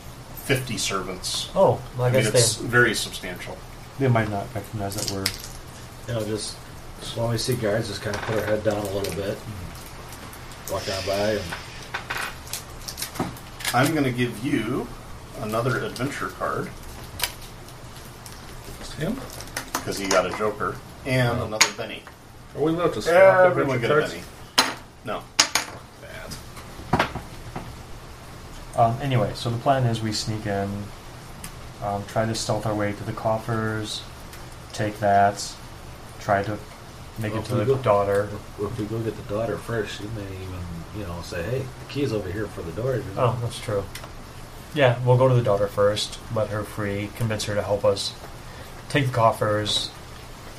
Speaker 3: fifty servants.
Speaker 4: Oh, well, I,
Speaker 3: I mean, it's
Speaker 4: guess
Speaker 3: very substantial.
Speaker 4: they they might not recognize that we're
Speaker 5: You know, just, just when we see guards, just kind of put our head down a little bit. Walk on by and
Speaker 3: I'm going to give you another adventure card
Speaker 8: Him? Oh.
Speaker 3: because he got a Joker and another Benny.
Speaker 8: Are we allowed to swap
Speaker 3: Everyone
Speaker 8: adventure
Speaker 3: get a
Speaker 8: cards?
Speaker 3: Benny. No.
Speaker 8: Bad.
Speaker 4: Um, anyway, so the plan is we sneak in, um, try to stealth our way to the coffers, take that, try to make
Speaker 5: Well,
Speaker 4: it
Speaker 5: if we
Speaker 4: to the
Speaker 5: go-
Speaker 4: daughter.
Speaker 5: If, if we go get the daughter first, she may even, you know, say, "Hey, the key's over here for the door." you know.
Speaker 4: Oh, that's true. Yeah, we'll go to the daughter first, let her free, convince her to help us take the coffers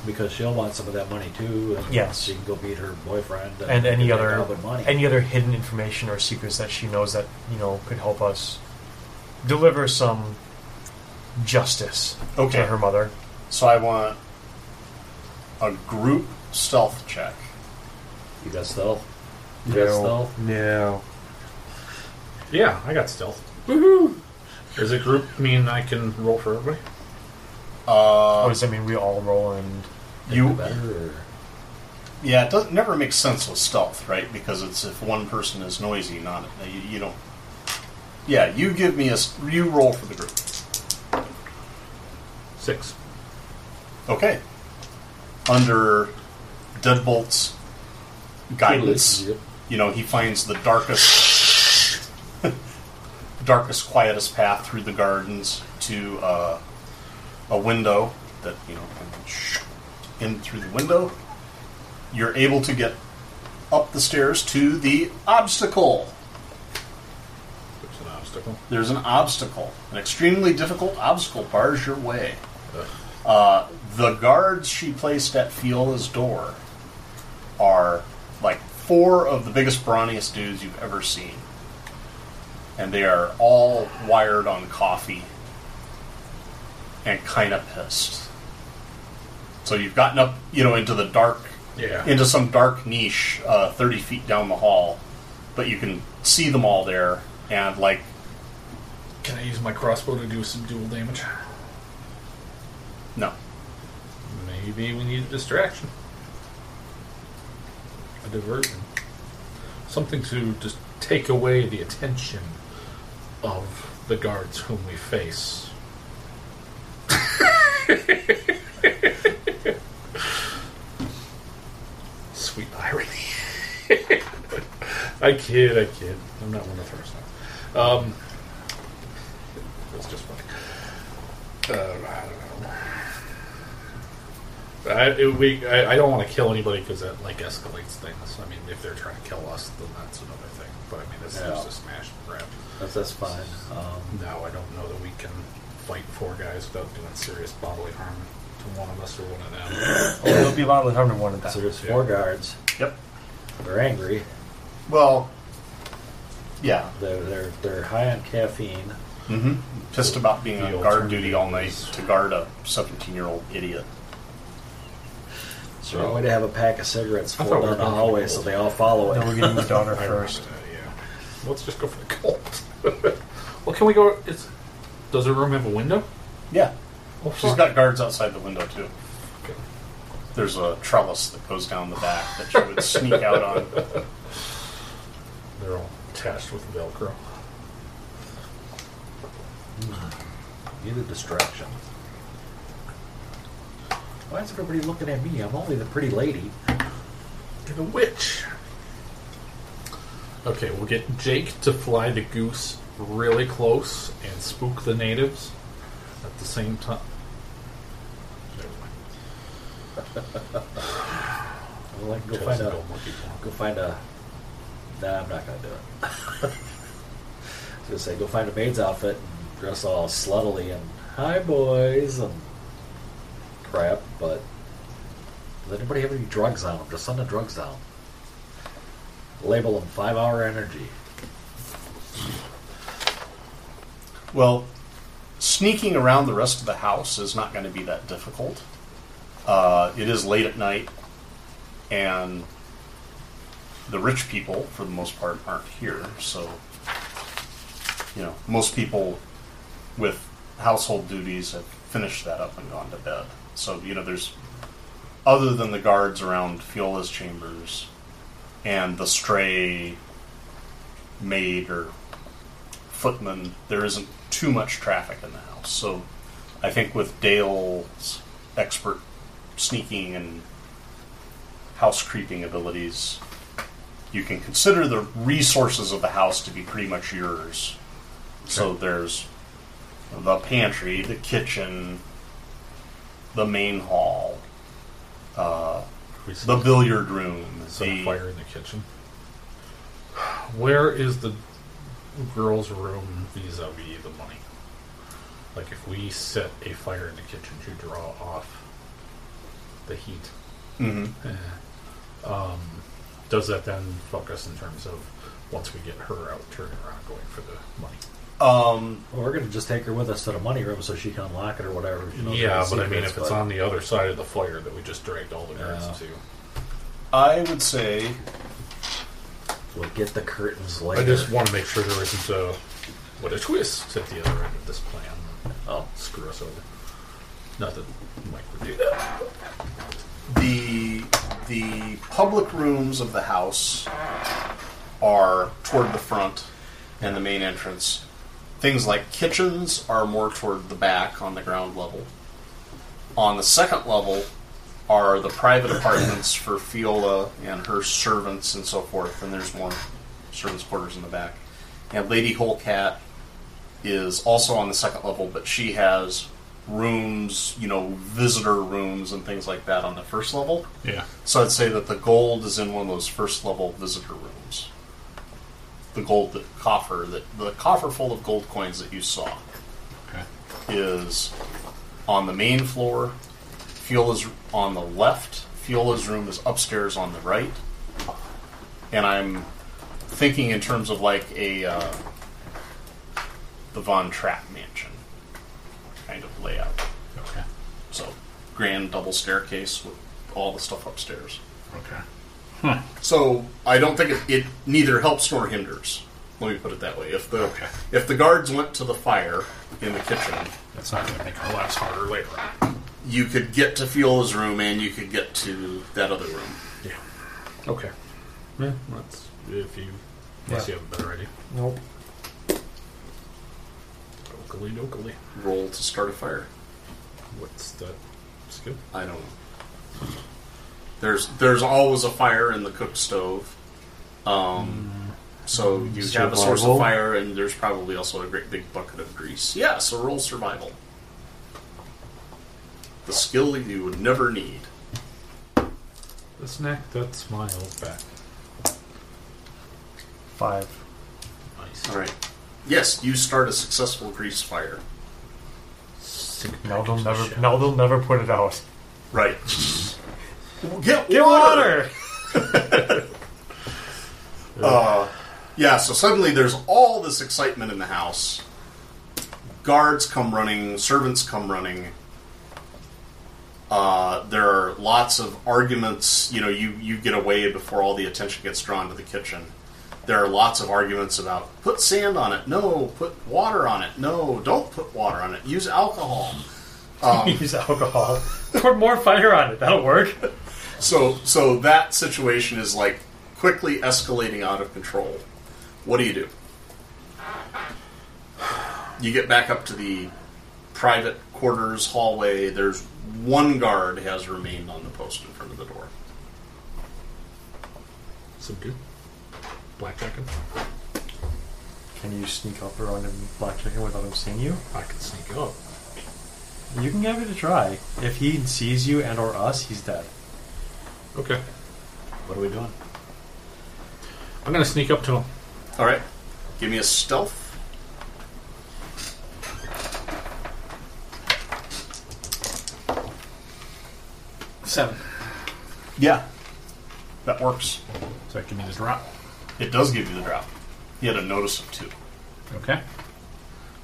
Speaker 5: because she'll want some of that money too. And
Speaker 4: Yes.
Speaker 5: she can go beat her boyfriend
Speaker 4: and any
Speaker 5: get that
Speaker 4: other
Speaker 5: goblin money.
Speaker 4: any other hidden information or secrets that she knows that you know could help us deliver some justice
Speaker 3: Okay.
Speaker 4: to her mother.
Speaker 3: So I want a group stealth check.
Speaker 5: you got stealth. You got stealth.
Speaker 4: no.
Speaker 8: Yeah, I got stealth. Woohoo! Does a group mean I can roll for everybody?
Speaker 4: What
Speaker 3: Uh,
Speaker 4: does that Oh, mean? We all roll and
Speaker 3: you,
Speaker 5: Better. Or,
Speaker 3: yeah, it does, never makes sense with stealth, right? Because it's if one person is noisy, not you, you don't. Yeah, you give me a s- you roll for the group.
Speaker 8: Six.
Speaker 3: Okay. Under Deadbolt's guidance,
Speaker 5: Yep.
Speaker 3: you know, he finds the darkest, darkest, quietest path through the gardens to uh, a window that you know in through the window. You're able to get up the stairs to the obstacle.
Speaker 8: There's an obstacle.
Speaker 3: There's an obstacle, an extremely difficult obstacle bars your way. Uh, the guards she placed at Fiola's door are like four of the biggest, brawniest dudes you've ever seen. And they are all wired on coffee and kind of pissed. So you've gotten up, you know, into the dark,
Speaker 8: Yeah.
Speaker 3: into some dark niche uh, 30 feet down the hall, but you can see them all there. And like
Speaker 8: Can I use my crossbow to do some dual damage?
Speaker 3: No.
Speaker 8: Maybe we need a distraction. a diversion, something to just take away the attention of the guards whom we face. Sweet irony. I kid, I kid. I'm not one of the first. Um, that's just funny. Uh, I don't know. I, it, we, I, I don't want to kill anybody because that like escalates things. I mean, if they're trying to kill us, then that's another thing. But I mean, this
Speaker 11: Yeah.
Speaker 8: is just smash and grab.
Speaker 11: That's, that's fine.
Speaker 5: Uh,
Speaker 11: Um,
Speaker 8: No, I don't know that we can fight four guys without doing serious bodily harm to one of us or one of them.
Speaker 4: Oh, it'll be bodily harm to one of them.
Speaker 5: So there's four guards.
Speaker 4: Yep.
Speaker 5: They're angry.
Speaker 3: Well, yeah.
Speaker 5: They're they're, they're high on caffeine.
Speaker 3: Mm-hmm. Pissed about being
Speaker 5: The
Speaker 3: on guard duty all night to guard a 17 year old idiot.
Speaker 5: So we're going to have a pack of cigarettes
Speaker 3: I thought
Speaker 5: full
Speaker 3: we
Speaker 5: down
Speaker 3: were
Speaker 5: the
Speaker 3: going
Speaker 5: hallway,
Speaker 3: for
Speaker 5: so
Speaker 3: gold.
Speaker 5: they all follow it.
Speaker 4: No, we're getting the daughter first.
Speaker 8: uh, Let's just go for the cult. well, can we go? It's, does her room have a window?
Speaker 3: Yeah.
Speaker 8: Oh,
Speaker 3: She's
Speaker 8: fuck.
Speaker 3: got guards outside the window, too.
Speaker 8: Okay.
Speaker 3: There's a trellis that goes down the back that she would sneak out on.
Speaker 8: They're all attached with Velcro.
Speaker 5: Need a distraction. Why is everybody looking at me? I'm only the pretty lady.
Speaker 8: You're the witch. Okay, we'll get Jake to fly the goose really close and spook the natives at the same time.
Speaker 5: Well, I can go
Speaker 8: Tell
Speaker 5: find
Speaker 8: some
Speaker 5: a
Speaker 8: gold monkey form.
Speaker 5: go find a. Nah, I'm not gonna do it. I was gonna say go find a maid's outfit and dress all sluttily and hi boys and crap. But does anybody have any drugs on them? Just send the drugs down. Label them five hour energy.
Speaker 3: Well, sneaking around the rest of the house is not going to be that difficult. Uh, it is late at night, and the rich people, for the most part, aren't here. So, you know, most people with household duties have finished that up and gone to bed. So, you know, there's, other than the guards around Fiola's chambers and the stray maid or footman, there isn't too much traffic in the house. So I think with Dale's expert sneaking and house creeping abilities, you can consider the resources of the house to be pretty much yours. So there's the pantry, the kitchen, the main hall, uh,
Speaker 8: We
Speaker 3: the
Speaker 8: set-
Speaker 3: billiard room,
Speaker 8: set a
Speaker 3: the
Speaker 8: fire in the kitchen. Where is the girl's room vis-a-vis the money? Like, if we set a fire in the kitchen to draw off the heat,
Speaker 3: Mhm.
Speaker 8: eh, um, does that then fuck us in terms of once we get her out, turning around, going for the money?
Speaker 3: um,
Speaker 5: Well, we're gonna just take her with us to the money room so she can unlock it or whatever. She knows all
Speaker 8: yeah,
Speaker 5: the
Speaker 8: but I mean,
Speaker 5: secrets,
Speaker 8: if it's
Speaker 5: but-
Speaker 8: on the other side of the fire that we just dragged all the guards
Speaker 5: Yeah.
Speaker 8: to,
Speaker 3: I would say
Speaker 5: we'll get the curtains later.
Speaker 8: I just want to make sure there isn't a what a twist at the other end of this plan.
Speaker 5: oh,
Speaker 8: screw us over. Not that Mike would do that.
Speaker 3: the the public rooms of the house are toward the front and the main entrance. Things like kitchens are more toward the back on the ground level. On the second level are the private apartments for Fiola and her servants and so forth, and there's more servants' quarters in the back. And Lady Holcat is also on the second level, but she has rooms, you know, visitor rooms and things like that on the first level.
Speaker 8: Yeah.
Speaker 3: So I'd say that the gold is in one of those first level visitor rooms. The gold that coffer that the coffer full of gold coins that you saw
Speaker 8: Okay.
Speaker 3: is on the main floor. Fiola's on the left. Fiola's room is upstairs on the right. And I'm thinking in terms of like a uh, the Von Trapp mansion kind of layout.
Speaker 8: Okay.
Speaker 3: So grand double staircase with all the stuff upstairs.
Speaker 8: Okay.
Speaker 3: So I don't think it, it neither helps nor hinders. Let me put it that way. If the
Speaker 8: Okay.
Speaker 3: if the guards went to the fire in the kitchen,
Speaker 8: That's not going to make our lives harder later on.
Speaker 3: you could get to Fiola's room and you could get to that other room.
Speaker 8: Yeah. Okay. Yeah, that's if you unless
Speaker 10: Yeah.
Speaker 8: you have a better idea.
Speaker 10: Nope.
Speaker 8: Locally, locally.
Speaker 3: Roll to start a fire.
Speaker 8: What's that skill?
Speaker 3: I don't know. There's there's always a fire in the cook stove. Um, so you have a source
Speaker 4: Survival?
Speaker 3: of fire, and there's probably also a great big bucket of grease. Yeah, so roll survival. The skill that you would never need.
Speaker 8: The snack that smiles back.
Speaker 4: Five.
Speaker 8: Nice.
Speaker 3: All right. Yes, you start a successful grease fire.
Speaker 4: Now they'll never. Now they'll never put it out.
Speaker 3: Right. Get,
Speaker 4: Get water.
Speaker 3: Uh, yeah, so suddenly there's all this excitement in the house. Guards come running, servants come running. Uh, there are lots of arguments. You know, you, you get away before all the attention gets drawn to the kitchen. There are lots of arguments about put sand on it, no, put water on it, no, don't put water on it, use alcohol. Um,
Speaker 10: Use alcohol. Put more fire on it. That'll work.
Speaker 3: So, so that situation is like quickly escalating out of control. What do you do? You get back up to the private quarters hallway. There's one guard has remained on the post in front of the door.
Speaker 8: Subdue. Blackjack him.
Speaker 4: Can you sneak up around him, black chicken, without him seeing you?
Speaker 8: I can sneak up.
Speaker 4: You can give it a try. If he sees you and or us, he's dead.
Speaker 8: Okay.
Speaker 11: What are we doing?
Speaker 8: I'm gonna sneak up to him.
Speaker 3: All right, give me a stealth.
Speaker 12: Seven.
Speaker 3: Yeah, that works.
Speaker 8: So that give me the drop.
Speaker 3: It does give you the drop. He had a notice of two.
Speaker 12: Okay.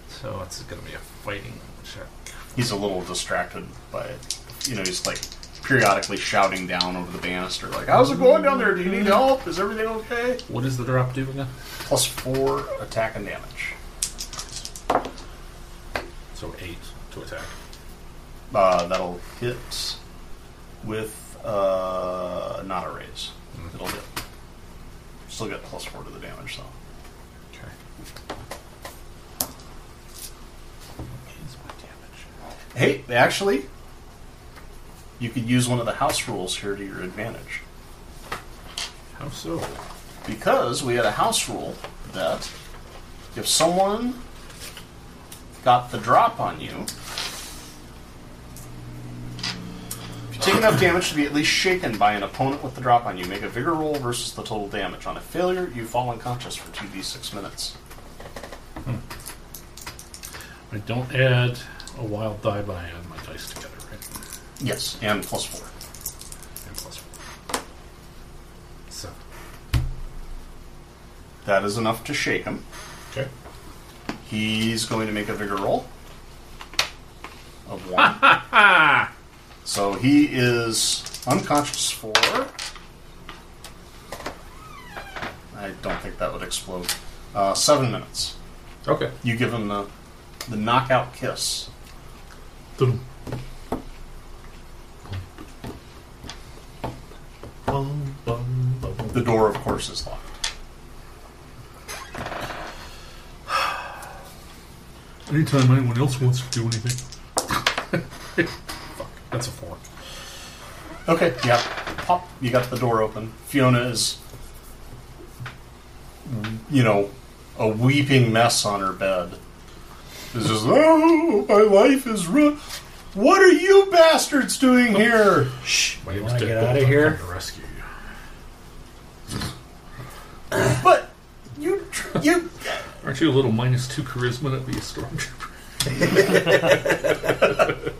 Speaker 12: So it's going to be a fighting check.
Speaker 3: He's a little distracted by it. You know, he's like periodically shouting down over the banister, like, "How's it going down there? Do you need help? Is everything okay?"
Speaker 12: What does the drop do again?
Speaker 3: plus four attack and damage.
Speaker 8: So eight to attack.
Speaker 3: Uh, that'll hit with uh, not a raise. It'll hit. Still get plus four to the damage though.
Speaker 12: Okay. Is my damage.
Speaker 3: Hey, actually, you could use one of the house rules here to your advantage
Speaker 12: How so?
Speaker 3: because we had a house rule that if someone got the drop on you. if you Take enough damage to be at least shaken by an opponent with the drop on you. Make a vigor roll versus the total damage. On a failure, you fall unconscious for 2d6 minutes.
Speaker 8: I don't add a wild die, but I add my dice together, right?
Speaker 3: Yes, and plus 4.
Speaker 8: And plus four. Seven.
Speaker 3: That is enough to shake him.
Speaker 8: Okay.
Speaker 3: He's going to make a vigor roll of one. so he is unconscious for. I don't think that would explode. Uh, seven minutes.
Speaker 8: Okay.
Speaker 3: You give him the, the knockout kiss.
Speaker 8: Dun.
Speaker 3: The door, of course, is locked.
Speaker 8: Anytime anyone else wants to do anything. Fuck. That's a four.
Speaker 3: Okay, yeah. Pop, you got the door open. Fiona is, you know, a weeping mess on her bed. This is, oh, my life is ruined. What are you bastards doing here? Shh.
Speaker 8: My
Speaker 5: You
Speaker 8: name's
Speaker 5: wanna
Speaker 8: Dick
Speaker 5: get
Speaker 8: Bolt,
Speaker 5: outta
Speaker 8: I'm
Speaker 5: here?
Speaker 8: coming to rescue you.
Speaker 3: But you, tr- you.
Speaker 8: Aren't you a little minus two charisma to be a stormtrooper?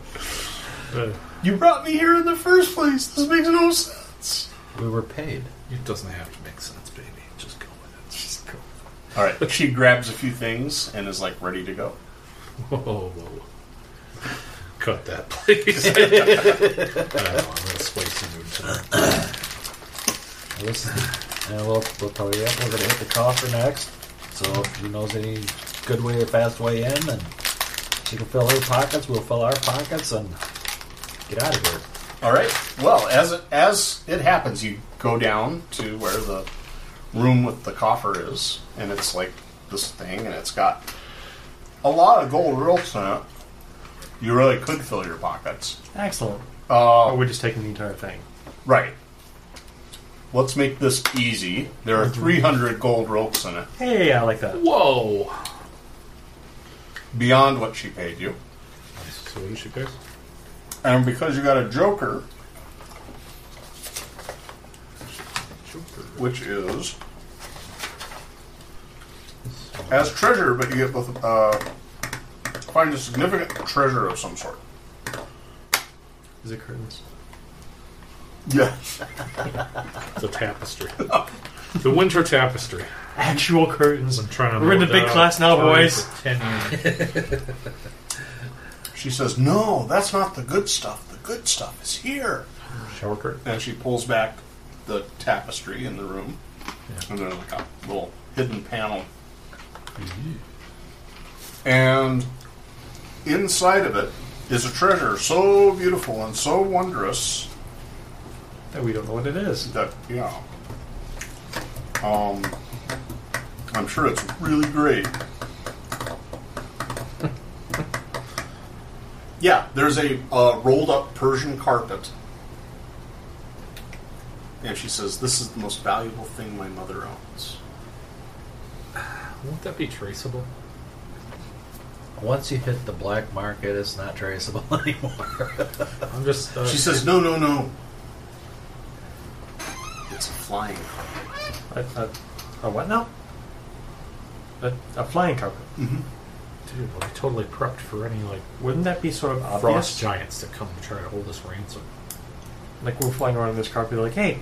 Speaker 8: Uh,
Speaker 3: You brought me here in the first place. This makes no sense.
Speaker 11: We were paid.
Speaker 8: it doesn't have to make sense, baby. Just go with it. Just go.
Speaker 3: All right. She grabs a few things and is like ready to go.
Speaker 8: Whoa, whoa, whoa. Cut that, please. I don't know, I'm in a spicy mood tonight.
Speaker 5: Listen, and we'll, we'll tell you, we're going to hit the coffer next. So if she knows any good way or fast way in, and she can fill her pockets, we'll fill our pockets, and get out of here.
Speaker 3: All right. Well, as it, as it happens, you go down to where the room with the coffer is, and it's like this thing, and it's got a lot of gold ropes in it. You really could fill your pockets.
Speaker 4: Excellent.
Speaker 3: Uh,
Speaker 4: or we're just taking the entire thing.
Speaker 3: Right. Let's make this easy. There are
Speaker 4: Mhm.
Speaker 3: 300 gold ropes in it,
Speaker 4: Hey, I like that.
Speaker 8: Whoa!
Speaker 3: beyond what she paid you.
Speaker 8: So what did she pay?
Speaker 3: And because you got a joker, which is as treasure, but you get both. Uh, find a significant treasure of some sort.
Speaker 4: Is it curtains?
Speaker 3: Yes.
Speaker 8: It's a tapestry. the winter tapestry.
Speaker 4: Actual curtains.
Speaker 8: I'm trying to
Speaker 10: We're in
Speaker 8: load
Speaker 10: the big
Speaker 8: that
Speaker 10: class
Speaker 8: up.
Speaker 10: now,
Speaker 8: Sorry
Speaker 10: boys.
Speaker 8: for 10 years.
Speaker 3: She says, "No, that's not the good stuff. The good stuff is here."
Speaker 8: Shower curtain.
Speaker 3: And she pulls back the tapestry in the room, and there's like a little hidden panel.
Speaker 8: Mm-hmm.
Speaker 3: And inside of it is a treasure so beautiful and so wondrous
Speaker 4: that we don't know what it is.
Speaker 3: That yeah. Um, I'm sure it's really great. yeah, there's a uh, rolled up Persian carpet. And she says, This is the most valuable thing my mother owns.
Speaker 8: Won't that be traceable?
Speaker 12: Once you hit the black market, it's not traceable anymore.
Speaker 8: I'm just. Uh,
Speaker 3: She says, No, no, no. It's a flying carpet.
Speaker 4: A, a, a what now? A, a flying carpet.
Speaker 8: Dude, we're totally prepped for any like
Speaker 4: Wouldn't that be sort of obvious?
Speaker 8: frost giants that come and try to hold us ransom.
Speaker 4: Like we're flying around in this carpet, like, hey,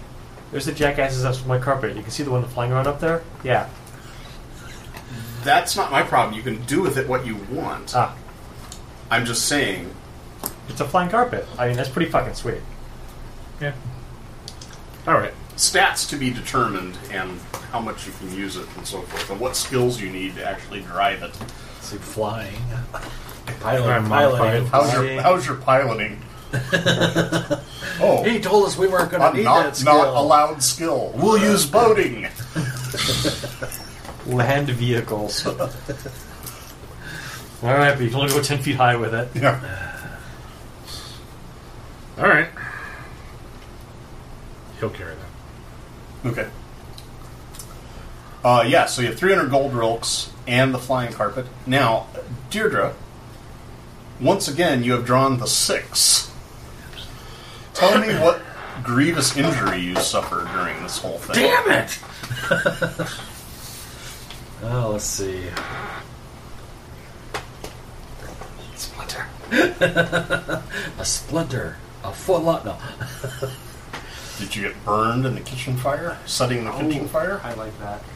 Speaker 4: there's the jackasses up my carpet. You can see the one flying around up there? Yeah.
Speaker 3: That's not my problem. You can do with it what you want.
Speaker 4: Ah.
Speaker 3: I'm just saying,
Speaker 4: It's a flying carpet. I mean, that's pretty fucking sweet.
Speaker 8: Yeah. All right.
Speaker 3: stats to be determined and how much you can use it and so forth, and what skills you need to actually drive it.
Speaker 12: See, flying. Pilot,
Speaker 8: I'm
Speaker 12: piloting.
Speaker 8: on
Speaker 3: How's your How's your piloting? oh,
Speaker 12: He told us we weren't going
Speaker 3: a
Speaker 12: to need that
Speaker 3: not
Speaker 12: skill.
Speaker 3: not allowed skill. We'll use boating.
Speaker 4: Land vehicles. All right, but you can only go 10 feet high with it.
Speaker 3: Yeah,
Speaker 8: All right. He'll carry that.
Speaker 3: Okay. Uh, yeah. So you have 300 gold rilks and the flying carpet. Now, Deirdre, once again, you have drawn the six. Tell me what grievous injury you suffered during this whole thing.
Speaker 8: it!
Speaker 12: Oh, let's see.
Speaker 6: Splinter.
Speaker 12: A splinter. A foot lot. No.
Speaker 3: Did you get burned in the kitchen fire? Setting the kitchen fire?
Speaker 4: I like that.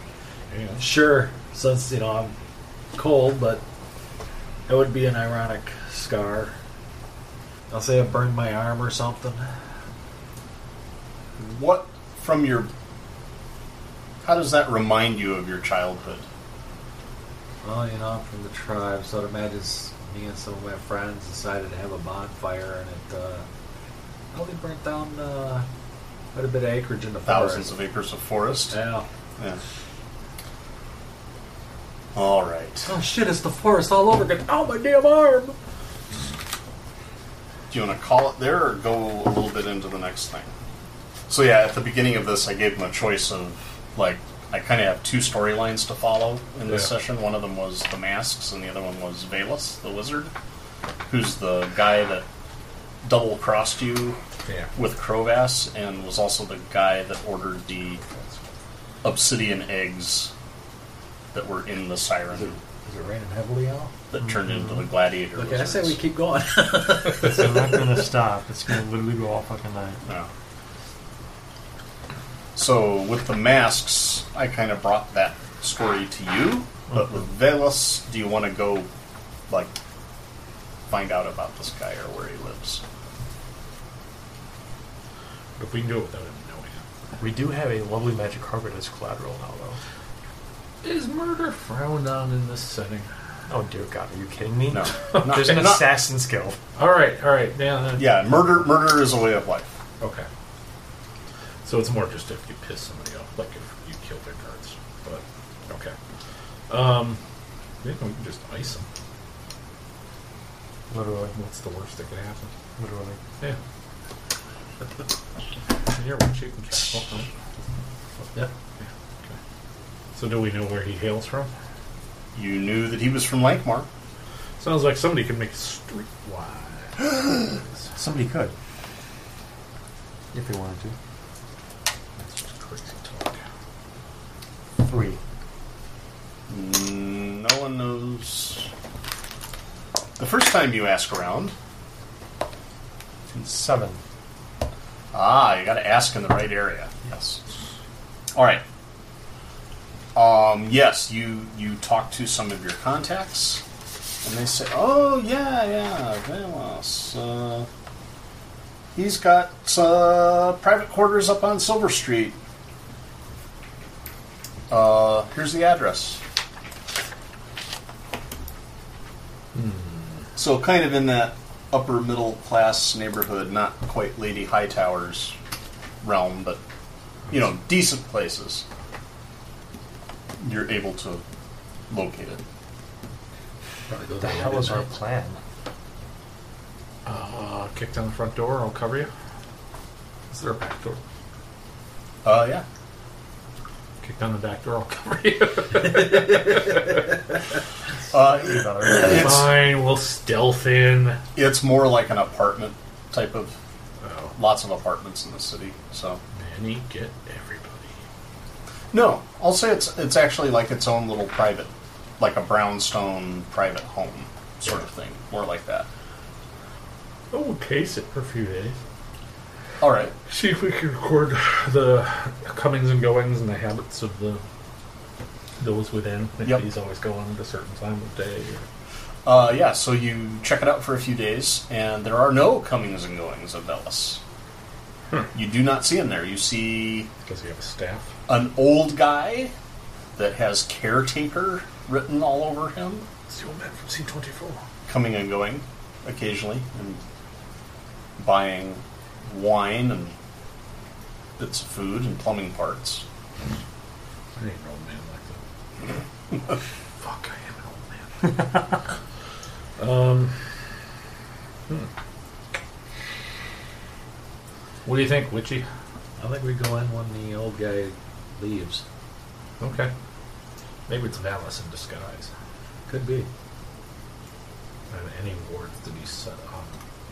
Speaker 12: Sure, since, you know, I'm cold, but that would be an ironic scar. I'll say I burned my arm or something.
Speaker 3: What from your. How does that remind you of your childhood?
Speaker 12: Well, you know, I'm from the tribe, so it imagines me and some of my friends decided to have a bonfire, and it uh, probably burnt down uh, quite a bit of acreage in the
Speaker 3: Thousands
Speaker 12: forest.
Speaker 3: of acres of forest?
Speaker 12: Yeah.
Speaker 3: Yeah. Alright.
Speaker 12: Oh shit! It's the forest all over again. Oh my damn arm!
Speaker 3: Do you want to call it there or go a little bit into the next thing? So, yeah, at the beginning of this, I gave them a choice of, like, I kind of have two storylines to follow in this
Speaker 8: Yeah.
Speaker 3: session. One of them was the masks, and the other one was Valus, the wizard, who's the guy that double crossed you
Speaker 8: Yeah.
Speaker 3: with Crovass and was also the guy that ordered the obsidian eggs that were in the
Speaker 12: Is it,
Speaker 3: siren
Speaker 12: is it raining heavily out?
Speaker 3: that turned into the gladiator.
Speaker 12: Okay, I say
Speaker 3: lizards.
Speaker 12: we keep going.
Speaker 4: It's not going to stop. It's going to literally go all fucking night.
Speaker 3: Yeah. So with the masks, I kind of brought that story to you. But with Velus, do you want to go, like, find out about this guy or where he lives?
Speaker 8: If we can do it without him knowing
Speaker 4: We do have a lovely magic carpet as collateral now, though.
Speaker 8: it. Is murder frowned on in this setting?
Speaker 4: Oh, dear God, are you kidding me?
Speaker 3: No.
Speaker 4: There's an
Speaker 3: Not-
Speaker 4: assassin's guild.
Speaker 8: All right, all right. Yeah. then-
Speaker 3: Yeah, murder. Murder is a way of life.
Speaker 8: Okay. So it's more just if you piss somebody off, like if you kill their guards. But okay, um, maybe we can just ice them.
Speaker 4: Literally,
Speaker 8: what's the worst that could happen?
Speaker 4: Literally,
Speaker 8: yeah. yeah, we're chicken castle. Huh?
Speaker 11: Yep.
Speaker 8: Yeah, okay. So do we know where he hails from?
Speaker 3: You knew that he was from Lankmar.
Speaker 8: Sounds like somebody could make a streetwise.
Speaker 4: somebody could, if they wanted
Speaker 8: That's just crazy talk.
Speaker 4: to. Three.
Speaker 3: Mm, No one knows. The first time you ask around,
Speaker 4: Seven.
Speaker 3: ah, you got to ask in the right area. Yes. All right. Um, yes, you you talk to some of your contacts, and they say, "Oh yeah, yeah, Vamos. Uh, he's got uh, private quarters up on Silver Street. Uh, here's the address." So, kind of in that upper middle class neighborhood, not quite Lady Hightower's realm, but you know, decent places. You're able to locate it.
Speaker 8: Probably
Speaker 4: What
Speaker 8: goes
Speaker 4: the
Speaker 8: away
Speaker 4: hell is our
Speaker 8: tonight.
Speaker 4: plan?
Speaker 8: Uh, kick down the front door. I'll cover you. Is there a back door?
Speaker 3: Uh, yeah.
Speaker 8: Kick down the back door. I'll cover you.
Speaker 3: Uh, it's,
Speaker 8: Fine. We'll stealth in.
Speaker 3: it's more like an apartment type of.
Speaker 8: Oh,
Speaker 3: Lots of apartments in the city, so.
Speaker 8: man, you get everybody.
Speaker 3: No, I'll say it's it's actually like its own little private, like a brownstone private home sort of thing, more like that.
Speaker 8: Oh, we'll case it for a few days.
Speaker 3: All right.
Speaker 8: See if we can record the comings and goings and the habits of the those within. If
Speaker 3: Yep.
Speaker 8: he's always going at a certain time of day. Or,
Speaker 3: Uh, yeah, so you check it out for a few days, and there are no comings and goings of Velas. You do not see him there. You see
Speaker 8: does he have a staff?
Speaker 3: an old guy that has caretaker written all over him,
Speaker 8: It's the old man from C twenty four.
Speaker 3: coming and going occasionally, and buying wine and bits of food and plumbing parts.
Speaker 8: I ain't an old man like that. Fuck, I am an old man. um, hmm. What do you think, Witchy?
Speaker 11: I think we go in when the old guy leaves.
Speaker 8: Okay. Maybe it's Valis in disguise.
Speaker 11: Could be.
Speaker 8: And any wards that he set on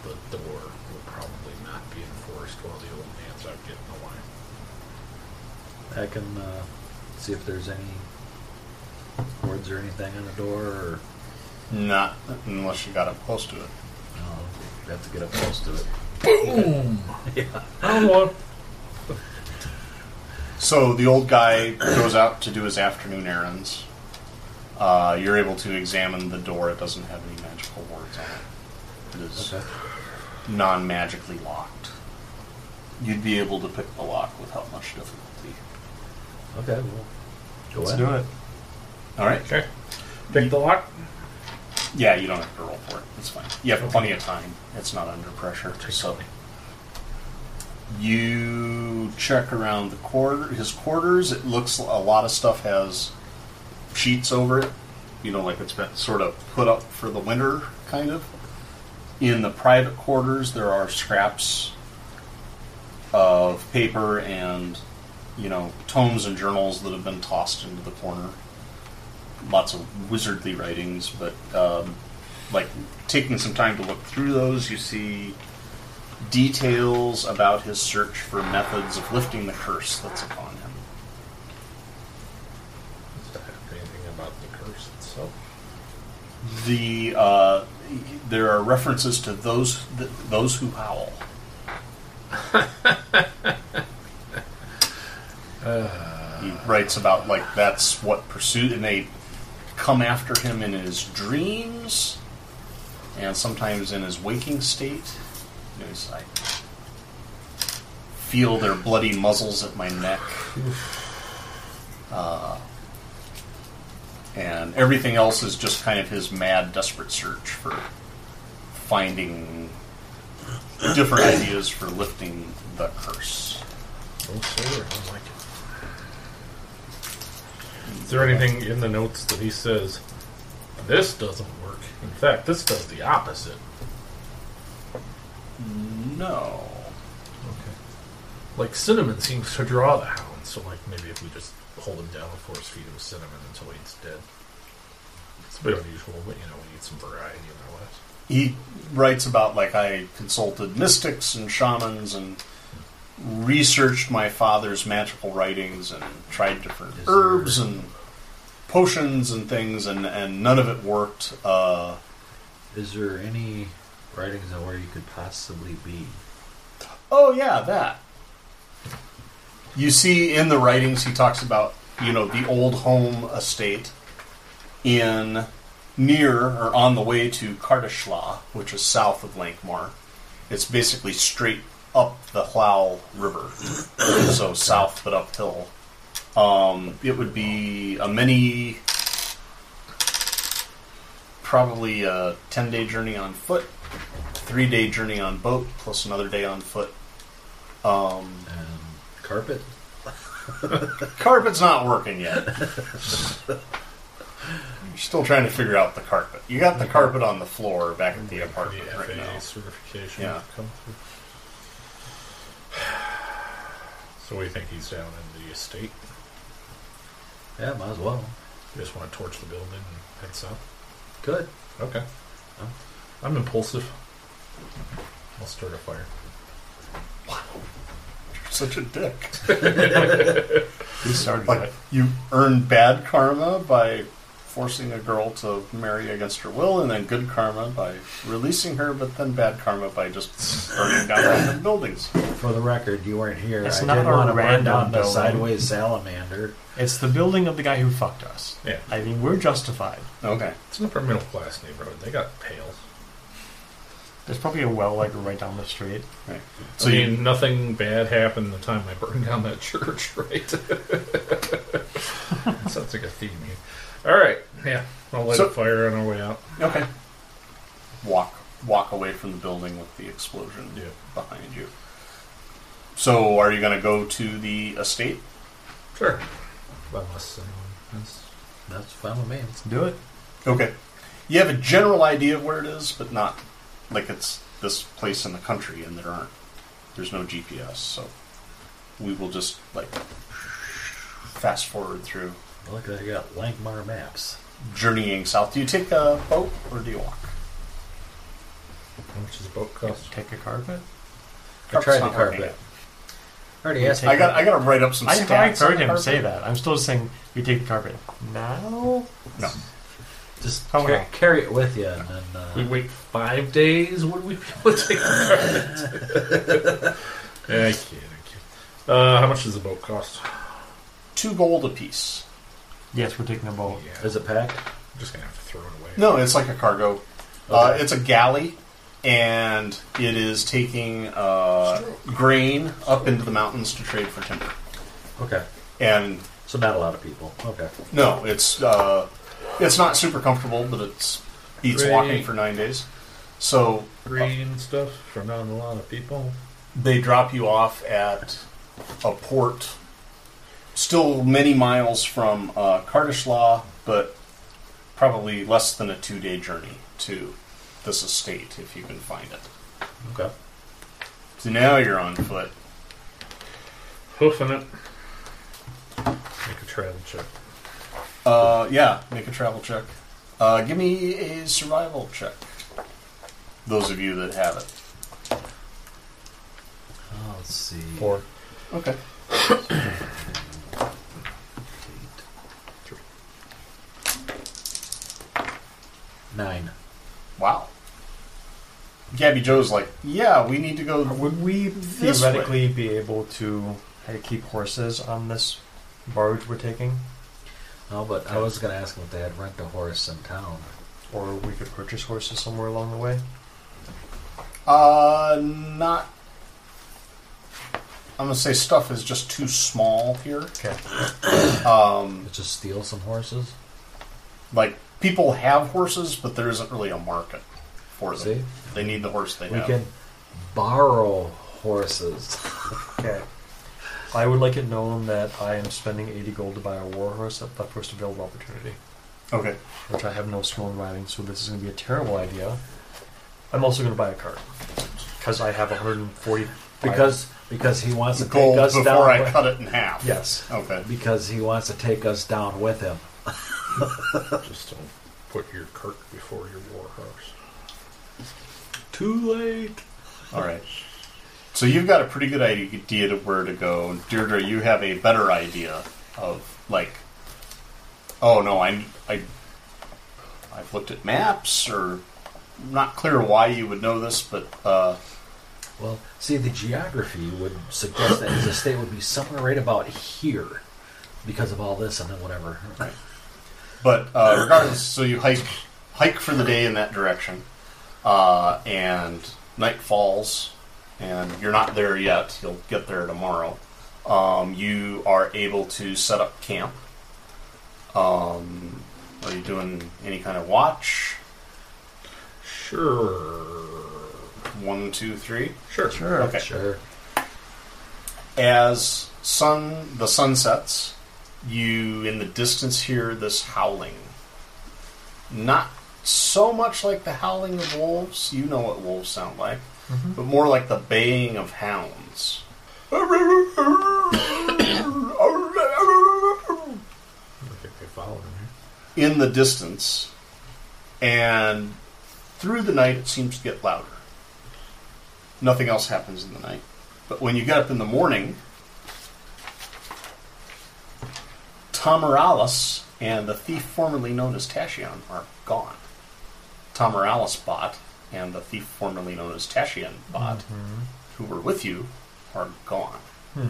Speaker 8: the door will probably not be enforced while the old man's out getting the wine.
Speaker 11: I can uh,
Speaker 12: See if there's any words or anything on the door, or
Speaker 3: Not unless you got up close to it.
Speaker 12: no, we have to get up close to it.
Speaker 8: I don't want.
Speaker 3: So the old guy goes out to do his afternoon errands. Uh, you're able to examine the door. It doesn't have any magical words on it. It is non magically locked. You'd be able to pick the lock without much difficulty.
Speaker 12: Okay, well, go
Speaker 4: Let's
Speaker 12: in.
Speaker 4: do it.
Speaker 3: All right.
Speaker 8: Okay. Pick the lock.
Speaker 3: Yeah, you don't have to roll for it. It's fine. You have plenty of time. It's not under pressure. So you check around the quarter, his quarters. It looks a lot of stuff has sheets over it. You know, like it's been sort of put up for the winter, kind of. In the private quarters, there are scraps of paper and you know tomes and journals that have been tossed into the corner lots of wizardly writings, but um, like taking some time to look through those, you see details about his search for methods of lifting the curse that's upon him.
Speaker 8: Does that have anything about the curse itself?
Speaker 3: The uh, there are references to those th- those who howl. he writes about like that's what pursued, and they come after him in his dreams, and sometimes in his waking state. You know, he's like, feel their bloody muzzles at my neck. and everything else is just kind of his mad, desperate search for finding different ideas for lifting the curse.
Speaker 5: So
Speaker 8: Oh,
Speaker 5: sober. I like it.
Speaker 8: Is there anything in the notes that he says, this doesn't work? In fact, this does the opposite. No. Okay. Like, cinnamon seems to draw the hound, so, like, maybe if we just hold him down and force feed him cinnamon until he's dead. It's a bit unusual, but, you know, we need some variety in our lives.
Speaker 3: he writes about like I consulted mystics and shamans and researched my father's magical writings and tried different herbs and potions and things and, and none of it worked. Uh,
Speaker 12: Is there any writings on where you could possibly be?
Speaker 3: oh yeah, that. You see in the writings he talks about, you know, the old home estate in near or on the way to Kardashla, which is south of Lankmar. It's basically straight up the Hlau River, so south but uphill. Um, it would be a mini, probably a 10 day journey on foot, three day journey on boat, plus another day on foot. Um,
Speaker 12: Carpet?
Speaker 3: carpet's not working yet. You're still trying to figure out the carpet. You got the carpet on the floor back at the apartment
Speaker 8: The
Speaker 3: right
Speaker 8: FAA
Speaker 3: now.
Speaker 8: certification
Speaker 3: Yeah.
Speaker 8: come through. So we think he's down in the estate.
Speaker 12: Yeah, might as well.
Speaker 8: You just want to torch the building and head south.
Speaker 12: Good.
Speaker 8: Okay. I'm impulsive. I'll start a fire.
Speaker 3: Such a dick.
Speaker 4: He started
Speaker 3: Like
Speaker 4: it.
Speaker 3: you earn bad karma by forcing a girl to marry against her will, and then good karma by releasing her, but then bad karma by just burning down random buildings.
Speaker 12: For the record, you weren't here.
Speaker 4: It's
Speaker 12: I
Speaker 4: not
Speaker 12: didn't
Speaker 4: a
Speaker 12: want to burn
Speaker 4: random
Speaker 12: down the
Speaker 4: building.
Speaker 12: sideways salamander.
Speaker 4: It's the building of the guy who fucked us.
Speaker 8: Yeah.
Speaker 4: I mean, we're justified.
Speaker 3: Okay.
Speaker 8: It's an upper middle class neighborhood. They got pails.
Speaker 4: There's probably a well like right down the street.
Speaker 3: Right.
Speaker 8: So
Speaker 3: So
Speaker 8: I
Speaker 3: you-
Speaker 8: mean, nothing bad happened the time I burned down that church, right? Sounds like a theme. here. All right, yeah, I'll light
Speaker 3: So-
Speaker 8: a fire on our way out.
Speaker 3: Okay. Walk walk away from the building with the explosion
Speaker 8: Yeah.
Speaker 3: behind you. So are you gonna go to the estate?
Speaker 8: Sure. Unless anyone has
Speaker 12: That's fine with me. It's
Speaker 4: Do it.
Speaker 3: Okay. You have a general idea of where it is, but not like it's this place in the country, and there aren't. There's no GPS, so we will just like fast forward through
Speaker 12: Look, I got Lankmar maps.
Speaker 3: journeying south. Do you take a boat or do you walk?
Speaker 8: How much does a boat cost?
Speaker 4: Take a carpet.
Speaker 12: I tried the
Speaker 3: Carpet's not working
Speaker 12: carpet. I already asked.
Speaker 3: yet. I got. I got to write up some
Speaker 4: I,
Speaker 3: stats.
Speaker 4: I heard
Speaker 3: on
Speaker 4: him
Speaker 3: carpet.
Speaker 4: say that. I'm still saying we take the carpet now.
Speaker 3: No.
Speaker 12: Just
Speaker 4: Oh,
Speaker 12: car-
Speaker 4: no.
Speaker 12: carry it with you, and then
Speaker 8: We
Speaker 12: uh,
Speaker 8: wait five days. Would we be able to take the carpet? yeah, I kid, I kid. Uh, how much does a boat cost?
Speaker 3: Two gold apiece.
Speaker 4: Yes, we're taking a bowl.
Speaker 8: Yeah,
Speaker 12: uh, is it packed?
Speaker 8: I'm just gonna have to throw it away.
Speaker 3: No, it's like a cargo. Uh, it's a galley, and it is taking uh, grain up into the mountains to trade for timber.
Speaker 12: Okay,
Speaker 3: And
Speaker 12: so not a lot of people. Okay,
Speaker 3: No, it's uh, it's not super comfortable, but it's beats
Speaker 8: Great.
Speaker 3: walking for nine days. So
Speaker 8: Green stuff for not a lot of people.
Speaker 3: they drop you off at a port, still many miles from uh, Kardashlaw, but probably less than a two-day journey to this estate if you can find it.
Speaker 12: okay.
Speaker 3: So now you're on foot.
Speaker 8: Hoofing it. Make a travel check.
Speaker 3: Uh, yeah, make a travel check. Uh, give me a survival check. Those of you that have it.
Speaker 12: Oh, let's see.
Speaker 8: Four.
Speaker 3: Okay.
Speaker 12: Nine.
Speaker 3: Wow. Gabby Joe's like, yeah, we need to go.
Speaker 4: Would we
Speaker 3: This
Speaker 4: theoretically be able to uh, keep horses on this barge we're taking,
Speaker 12: No, Oh, but I was going to ask them if they had rent a horse in town.
Speaker 4: or we could purchase horses somewhere along the way?
Speaker 3: Uh, not. I'm gonna say stuff is just too small here.
Speaker 4: Okay.
Speaker 3: Um,
Speaker 12: But just steal some horses.
Speaker 3: like people have horses, but there isn't really a market for them.
Speaker 12: See?
Speaker 3: They need the horse they
Speaker 12: We
Speaker 3: have.
Speaker 12: can borrow horses.
Speaker 4: Okay. I would like it known that I am spending 80 gold to buy a warhorse at the first available opportunity.
Speaker 3: Okay.
Speaker 4: Which I have no skill in riding, so this is going to be a terrible idea. I'm also going to buy a cart. Because I have 140.
Speaker 5: Because because he wants to
Speaker 4: Gold
Speaker 5: take us
Speaker 4: before
Speaker 5: down.
Speaker 4: I
Speaker 5: with-
Speaker 4: cut it in half. Yes.
Speaker 3: Okay.
Speaker 5: Because he wants to take us down with him.
Speaker 8: Just don't put your cart before your war horse.
Speaker 3: Too late. All right. So you've got a pretty good idea of where to go. Deirdre, you have a better idea of like, oh no, I, I, I've looked at maps, or I'm not clear why you would know this, but uh,
Speaker 5: well, see, the geography would suggest that his estate would be somewhere right about here because of all this and then whatever.
Speaker 3: Right. But uh, regardless, so you hike hike for the day in that direction, uh, and night falls, and you're not there yet. You'll get there tomorrow. Um, you are able to set up camp. Um, are you doing any kind of watch?
Speaker 8: Sure.
Speaker 3: One, two, three.
Speaker 8: Sure.
Speaker 5: Sure.
Speaker 3: Okay.
Speaker 5: Sure.
Speaker 3: As sun the sun sets, you in the distance hear this howling. Not so much like the howling of wolves, you know what wolves sound like,
Speaker 2: Mhm.
Speaker 3: but more like the baying of hounds.
Speaker 8: They follow him.
Speaker 3: in the distance, and through the night it seems to get louder. Nothing else happens in the night. But when you get up in the morning, Tamaralis and the thief formerly known as Tashion are gone. Tamaralis bot and the thief formerly known as Tashion bot,
Speaker 5: Mm-hmm.
Speaker 3: who were with you, are gone.
Speaker 4: Hmm.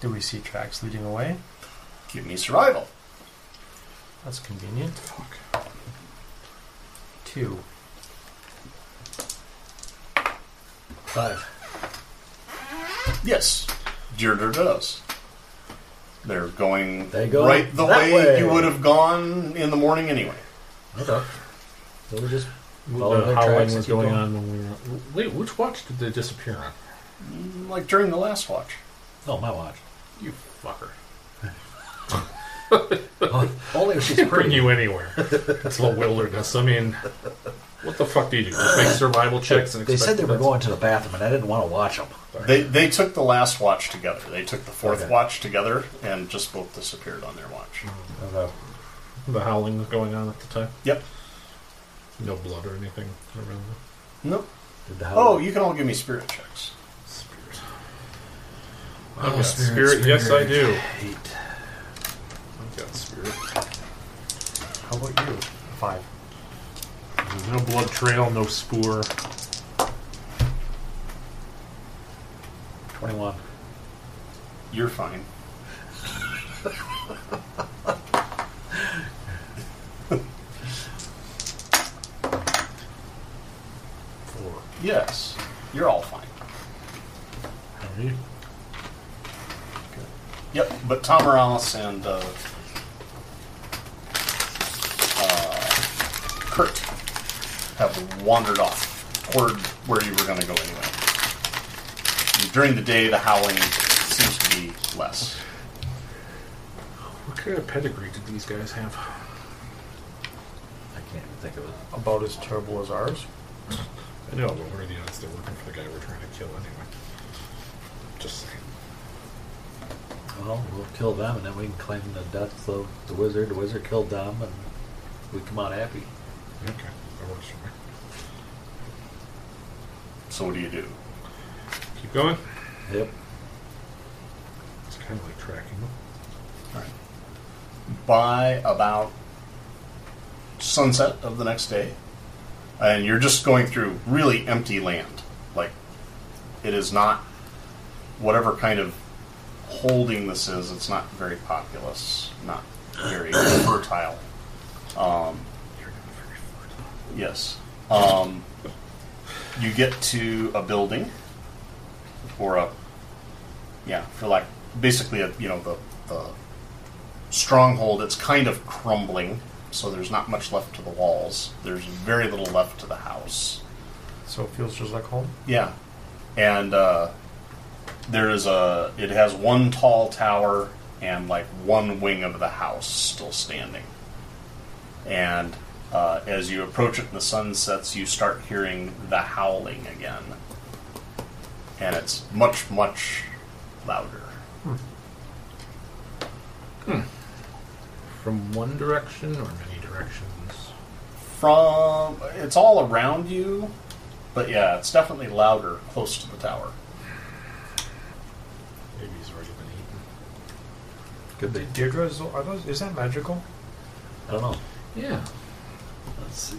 Speaker 4: Do we see tracks leading away?
Speaker 3: Give me survival.
Speaker 4: That's convenient. Two.
Speaker 5: Five.
Speaker 3: Yes, Deirdre does. They're going
Speaker 5: They go
Speaker 3: right the way,
Speaker 5: that way.
Speaker 3: you would have gone in the morning anyway.
Speaker 5: Okay. So we just follow
Speaker 8: The
Speaker 5: their
Speaker 8: howling
Speaker 5: tracks
Speaker 8: was
Speaker 5: and keep
Speaker 8: going on when we were. Wait, which watch did they disappear on?
Speaker 3: Like during the last watch.
Speaker 5: No, oh, my watch.
Speaker 8: You fucker.
Speaker 5: Oh, Only if she's
Speaker 8: Can't
Speaker 5: pretty.
Speaker 8: bring you anywhere. It's the wilderness. I mean, what the fuck do you do? Just make survival checks and
Speaker 5: They said
Speaker 8: expect
Speaker 5: they were
Speaker 8: that's-
Speaker 5: going to the bathroom, and I didn't want to watch them.
Speaker 3: They they took the last watch together. They took the fourth
Speaker 5: Okay.
Speaker 3: watch together and just both disappeared on their watch.
Speaker 8: The howling was going on at the time.
Speaker 3: Yep.
Speaker 8: No blood or anything around.
Speaker 3: Nope.
Speaker 5: Did the
Speaker 3: Oh, you can all give me spirit checks.
Speaker 8: I've
Speaker 3: Oh,
Speaker 8: got
Speaker 3: spirit,
Speaker 8: spirit. Yes, I
Speaker 3: spirit.
Speaker 8: do.
Speaker 5: Eight.
Speaker 8: I've got spirit.
Speaker 4: How about you? Five.
Speaker 8: There's no blood trail, no spoor.
Speaker 5: 21.
Speaker 3: You're fine.
Speaker 8: Four.
Speaker 3: Yes, you're all fine. Yep, but Tom Morales and uh, uh, Kurt have wandered off toward where you were going to go anyway. And during the day, the howling seems to be less.
Speaker 8: What kind of pedigree did these guys have?
Speaker 5: I can't even think of it.
Speaker 4: About as terrible as ours.
Speaker 8: I know, but what are the odds they're working for the guy we're trying to kill anyway? Just saying.
Speaker 5: Well, we'll kill them, and then we can claim the death of the wizard. The wizard killed them, and we come out happy.
Speaker 8: Okay, that works for me.
Speaker 3: So what do you do?
Speaker 8: Keep going.
Speaker 5: Yep.
Speaker 8: It's kind of like tracking them.
Speaker 3: By about sunset of the next day, and you're just going through really empty land. Like, it is not whatever kind of holding this is, it's not very populous, not very fertile. Um, yes. Um, you get to a building, or a, yeah, for like, basically, a, you know, the, the stronghold, it's kind of crumbling, so there's not much left to the walls. There's very little left to the house.
Speaker 4: So it feels just like home.
Speaker 3: Yeah. And uh, there is a. It has one tall tower and like one wing of the house still standing. And uh, as you approach it and the sun sets, you start hearing the howling again, and it's much much louder.
Speaker 8: From one direction or many directions?
Speaker 3: From it's all around you, but yeah, it's definitely louder close to the tower.
Speaker 8: Maybe he's already been eaten.
Speaker 10: Could be. Deirdre's, are those, is that magical?
Speaker 11: I don't know.
Speaker 8: Yeah.
Speaker 11: Let's see.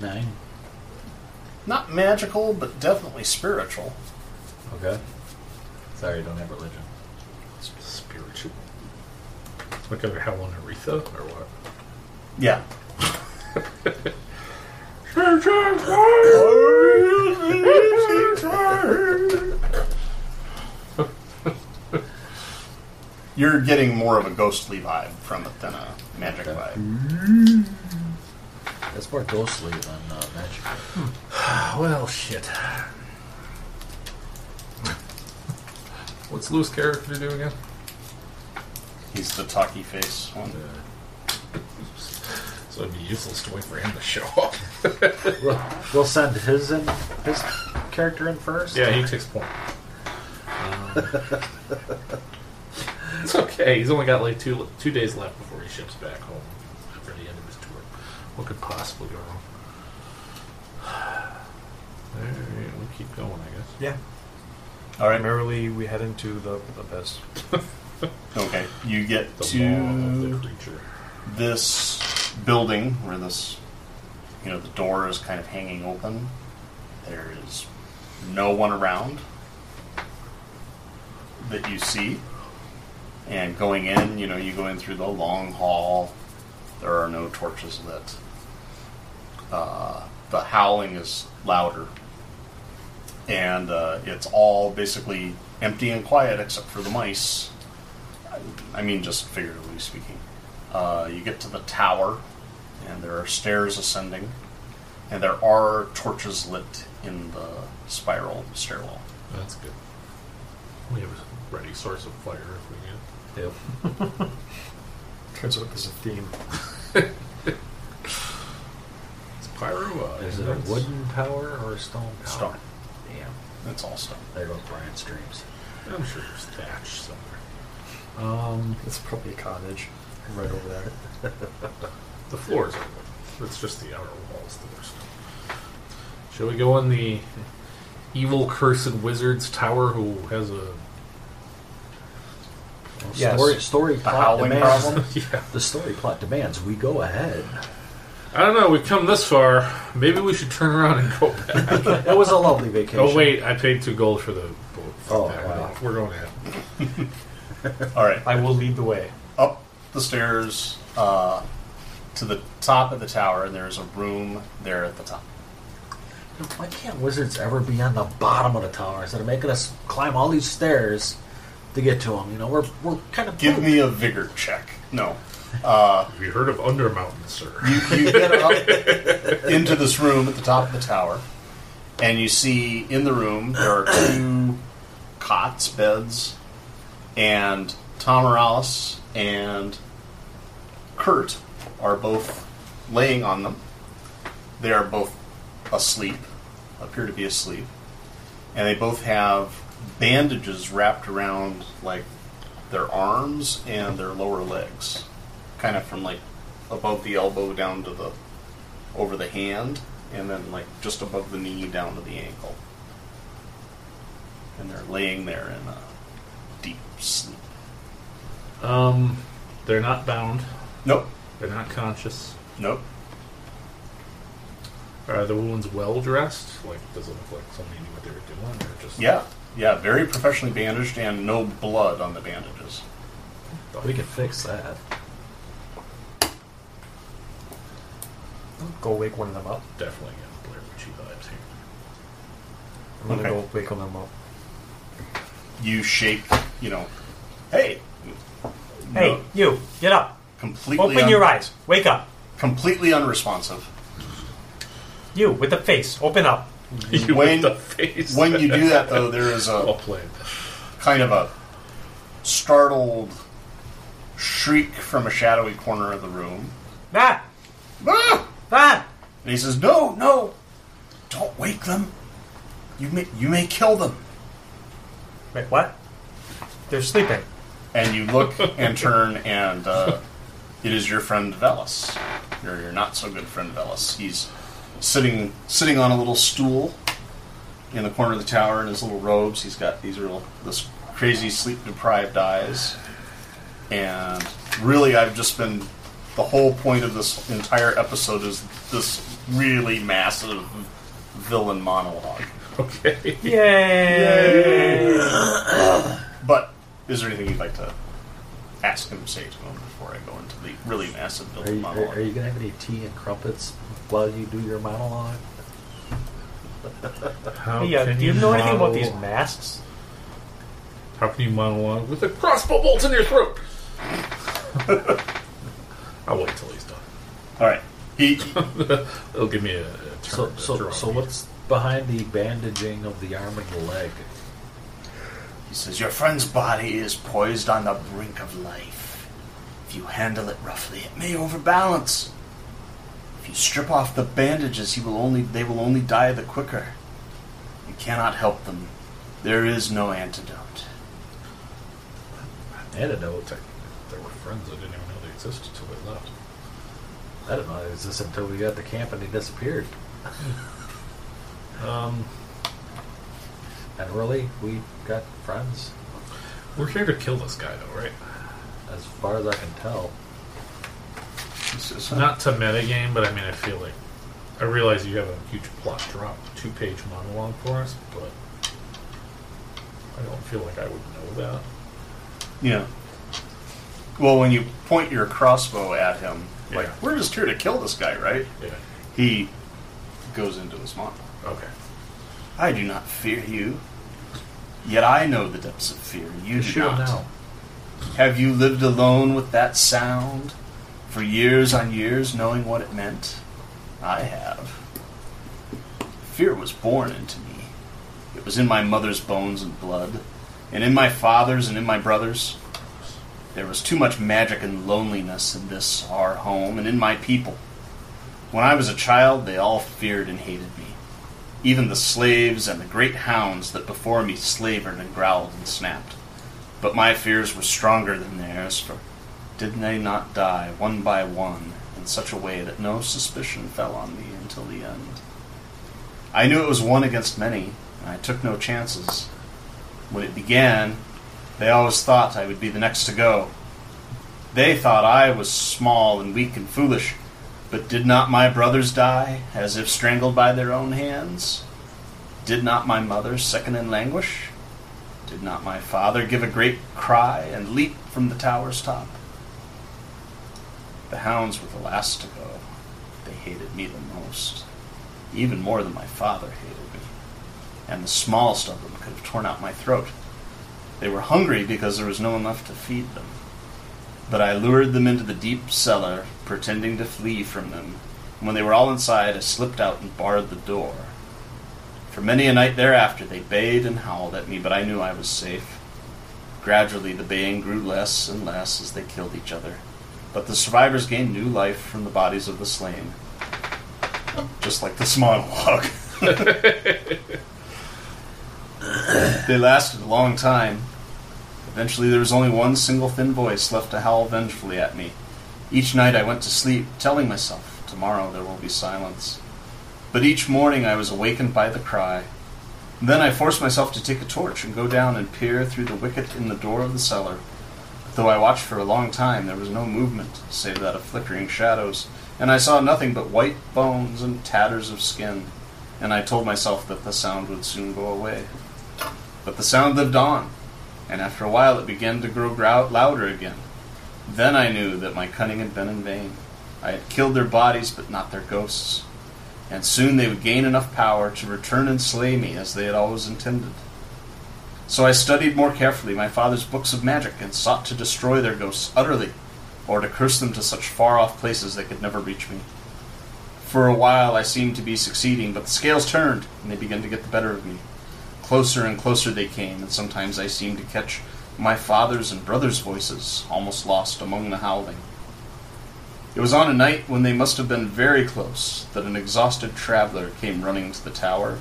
Speaker 11: Nine.
Speaker 3: Not magical, but definitely spiritual.
Speaker 11: Okay. Sorry, I don't have religion.
Speaker 8: It's spiritual. Like a hell on Aretha or what?
Speaker 3: Yeah. You're getting more of a ghostly vibe from it than a magic vibe.
Speaker 11: That's more ghostly than uh, magical.
Speaker 8: well, shit. What's Lou's character do again?
Speaker 3: He's the talky face one.
Speaker 8: So it'd be useless to wait for him to show up.
Speaker 5: We'll, we'll send his in, his character in first.
Speaker 8: yeah, he takes point. it's okay. He's only got like two two days left before he ships back home for the end of his tour. What could possibly go wrong? All right, we'll keep going, I guess.
Speaker 10: Yeah.
Speaker 3: All right.
Speaker 10: Primarily, we head into the abyss.
Speaker 3: Okay. You get
Speaker 8: The maw of
Speaker 3: to
Speaker 8: the creature.
Speaker 3: this building where this, you know, the door is kind of hanging open. There is no one around that you see. And going in, you know, you go in through the long hall. There are no torches lit. Uh, the howling is louder. And uh, it's all basically empty and quiet except for the mice. I mean, just figuratively speaking. Uh, you get to the tower, and there are stairs ascending, and there are torches lit in the spiral stairwell.
Speaker 8: That's good. We have a ready source of fire if we need it.
Speaker 11: Yep.
Speaker 10: Turns out there's a theme.
Speaker 8: It's pyro. Uh,
Speaker 11: Is it a
Speaker 8: it's-
Speaker 11: wooden power or a stone power?
Speaker 3: Stone.
Speaker 11: Damn.
Speaker 3: It's all stone.
Speaker 11: There goes Brian's dreams.
Speaker 8: I'm sure there's thatch somewhere.
Speaker 11: Um,
Speaker 10: It's probably a cottage right over there.
Speaker 8: The floors are wood. It's just the outer walls that are stone. Shall we go on the evil, cursed wizard's tower who has a.
Speaker 10: Yes.
Speaker 11: Story, story plot
Speaker 3: howling
Speaker 11: demands.
Speaker 3: problem?
Speaker 8: Yeah.
Speaker 11: The story plot demands we go ahead.
Speaker 8: I don't know, we've come this far. Maybe we should turn around and go back.
Speaker 11: It was a lovely vacation.
Speaker 8: oh, wait, I paid two gold for the boat.
Speaker 11: Oh,
Speaker 8: Fuck that.
Speaker 11: wow.
Speaker 8: We're going ahead.
Speaker 3: All right,
Speaker 10: I will lead the way.
Speaker 3: up the stairs uh, to the top of the tower, and there's a room there at the top.
Speaker 11: Why can't wizards ever be on the bottom of the tower instead of making us climb all these stairs to get to them? You know, we're, we're kind of
Speaker 3: Give
Speaker 11: pooped.
Speaker 3: me a vigor check. No.
Speaker 8: Have you heard of Undermountain, sir?
Speaker 3: You, you get up into this room at the top of the tower, and you see in the room there are two cots, beds, and Tamaralis and Kurt are both laying on them. They are both asleep, appear to be asleep, and they both have bandages wrapped around like their arms and their lower legs, kind of from like above the elbow down to the over the hand, and then like just above the knee down to the ankle. And they're laying there in a deep sleep.
Speaker 8: Um, they're not bound,
Speaker 3: Nope,
Speaker 8: they're not conscious.
Speaker 3: nope.
Speaker 8: Are the wounds well dressed? Like, does it look like somebody knew what they were doing? Or just
Speaker 3: Yeah, yeah. Very professionally bandaged, and no blood on the bandages.
Speaker 11: We can fix that.
Speaker 10: Go wake one of them up.
Speaker 8: Definitely got Blair Witchy vibes here.
Speaker 10: I'm gonna
Speaker 3: Okay.
Speaker 10: go wake one of them up.
Speaker 3: You shake, you know, hey,
Speaker 10: Hey,
Speaker 3: no,
Speaker 10: you, get up.
Speaker 3: completely.
Speaker 13: Open
Speaker 3: un-
Speaker 13: your eyes. Wake up.
Speaker 3: Completely unresponsive.
Speaker 13: You with the face. Open up.
Speaker 3: when, when you do that, though, there is
Speaker 8: Oh,
Speaker 3: a kind of a startled shriek from a shadowy corner of the room.
Speaker 13: Ah!
Speaker 3: Ah!
Speaker 13: Ah!
Speaker 3: And he says, "No, no, don't wake them. You may, you may kill them."
Speaker 13: Wait, what? They're sleeping.
Speaker 3: And you look and turn, and uh, it is your friend Velis, your your not so good friend Velis. He's sitting sitting on a little stool in the corner of the tower in his little robes. He's got these real this crazy sleep deprived eyes, and really, I've just been the whole point of this entire episode is this really massive villain monologue. Okay.
Speaker 13: Yay!
Speaker 3: but is there anything you'd like to ask him, say to him before I go into the really massive
Speaker 5: Are
Speaker 3: villain
Speaker 5: you,
Speaker 3: monologue?
Speaker 5: are, are you gonna have any tea and crumpets while you do your monologue?
Speaker 13: Hey, uh,
Speaker 8: can
Speaker 13: do you know anything about
Speaker 8: model-
Speaker 13: these masks?
Speaker 8: How can you monologue with a crossbow bolt in your throat? I'll wait till he's done.
Speaker 3: All right. He,
Speaker 8: It'll give me a, a turn
Speaker 5: So,
Speaker 8: to
Speaker 5: so,
Speaker 8: throw
Speaker 5: so
Speaker 8: me.
Speaker 5: what's behind the bandaging of the arm and the leg?
Speaker 3: He says, Your friend's body is poised on the brink of life. If you handle it roughly, it may overbalance. If you strip off the bandages, he will only they will only die the quicker. You cannot help them. There is no antidote.
Speaker 5: Antidote.
Speaker 8: There were friends that didn't even know they existed until they left.
Speaker 5: I don't know. It was just until we got to camp and he disappeared.
Speaker 8: Um,
Speaker 5: and really, we got friends.
Speaker 8: We're here to kill this guy, though, right?
Speaker 5: As far as I can tell.
Speaker 8: Not to metagame, but I mean, I feel like I realize you have a huge plot drop, two page monologue for us, but I don't feel like I would know that.
Speaker 3: Yeah. Well, when you point your crossbow at him, like we're just here to kill this guy, right?
Speaker 8: Yeah.
Speaker 3: He goes into his monologue.
Speaker 8: Okay.
Speaker 3: I do not fear you. Yet I know the depths of fear. You do
Speaker 5: Shoot him
Speaker 3: not.
Speaker 5: now.
Speaker 3: Have you lived alone with that sound for years on years, knowing what it meant? I have. Fear was born into me. It was in my mother's bones and blood, and in my father's and in my brother's. There was too much magic and loneliness in this, our home, and in my people. When I was a child, they all feared and hated me. Even the slaves and the great hounds that before me slavered and growled and snapped. But my fears were stronger than theirs, for did they not die one by one in such a way that no suspicion fell on me until the end? I knew it was one against many, and I took no chances. When it began, they always thought I would be the next to go. They thought I was small and weak and foolish, but did not my brothers die, as if strangled by their own hands? Did not my mother sicken in languish? Did not my father give a great cry and leap from the tower's top? The hounds were the last to go. They hated me the most, even more than my father hated me. And the smallest of them could have torn out my throat. They were hungry because there was no one left to feed them. But I lured them into the deep cellar, pretending to flee from them. And when they were all inside, I slipped out and barred the door. For many a night thereafter, they bayed and howled at me, but I knew I was safe. Gradually, the baying grew less and less as they killed each other, but the survivors gained new life from the bodies of the slain. Just like this monologue. they lasted a long time. Eventually, there was only one single thin voice left to howl vengefully at me. Each night I went to sleep, telling myself, Tomorrow there will be silence. But each morning I was awakened by the cry. Then I forced myself to take a torch and go down and peer through the wicket in the door of the cellar. Though I watched for a long time, there was no movement, save that of flickering shadows, and I saw nothing but white bones and tatters of skin, and I told myself that the sound would soon go away. But the sound lived on, and after a while it began to grow grou- louder again. Then I knew that my cunning had been in vain. I had killed their bodies, but not their ghosts and soon they would gain enough power to return and slay me as they had always intended. So I studied more carefully my father's books of magic and sought to destroy their ghosts utterly, or to curse them to such far off places they could never reach me. For a while I seemed to be succeeding, but the scales turned, and they began to get the better of me. Closer and closer they came, and sometimes I seemed to catch my father's and brother's voices, almost lost among the howling. It was on a night when they must have been very close that an exhausted traveler came running to the tower.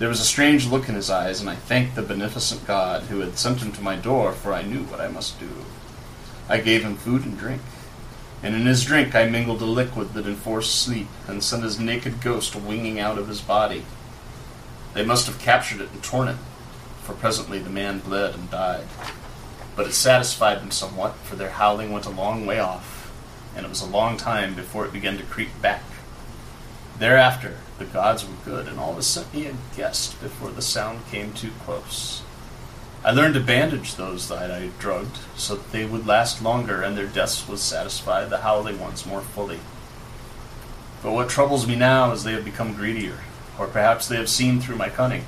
Speaker 3: There was a strange look in his eyes, and I thanked the beneficent God who had sent him to my door, for I knew what I must do. I gave him food and drink, and in his drink I mingled a liquid that enforced sleep and sent his naked ghost winging out of his body. They must have captured it and torn it, for presently the man bled and died. But it satisfied them somewhat, for their howling went a long way off, and it was a long time before it began to creep back. Thereafter, the gods were good, and all of a sudden he had guessed before the sound came too close. I learned to bandage those that I drugged so that they would last longer and their deaths would satisfy the howling ones more fully. But what troubles me now is they have become greedier, or perhaps they have seen through my cunning,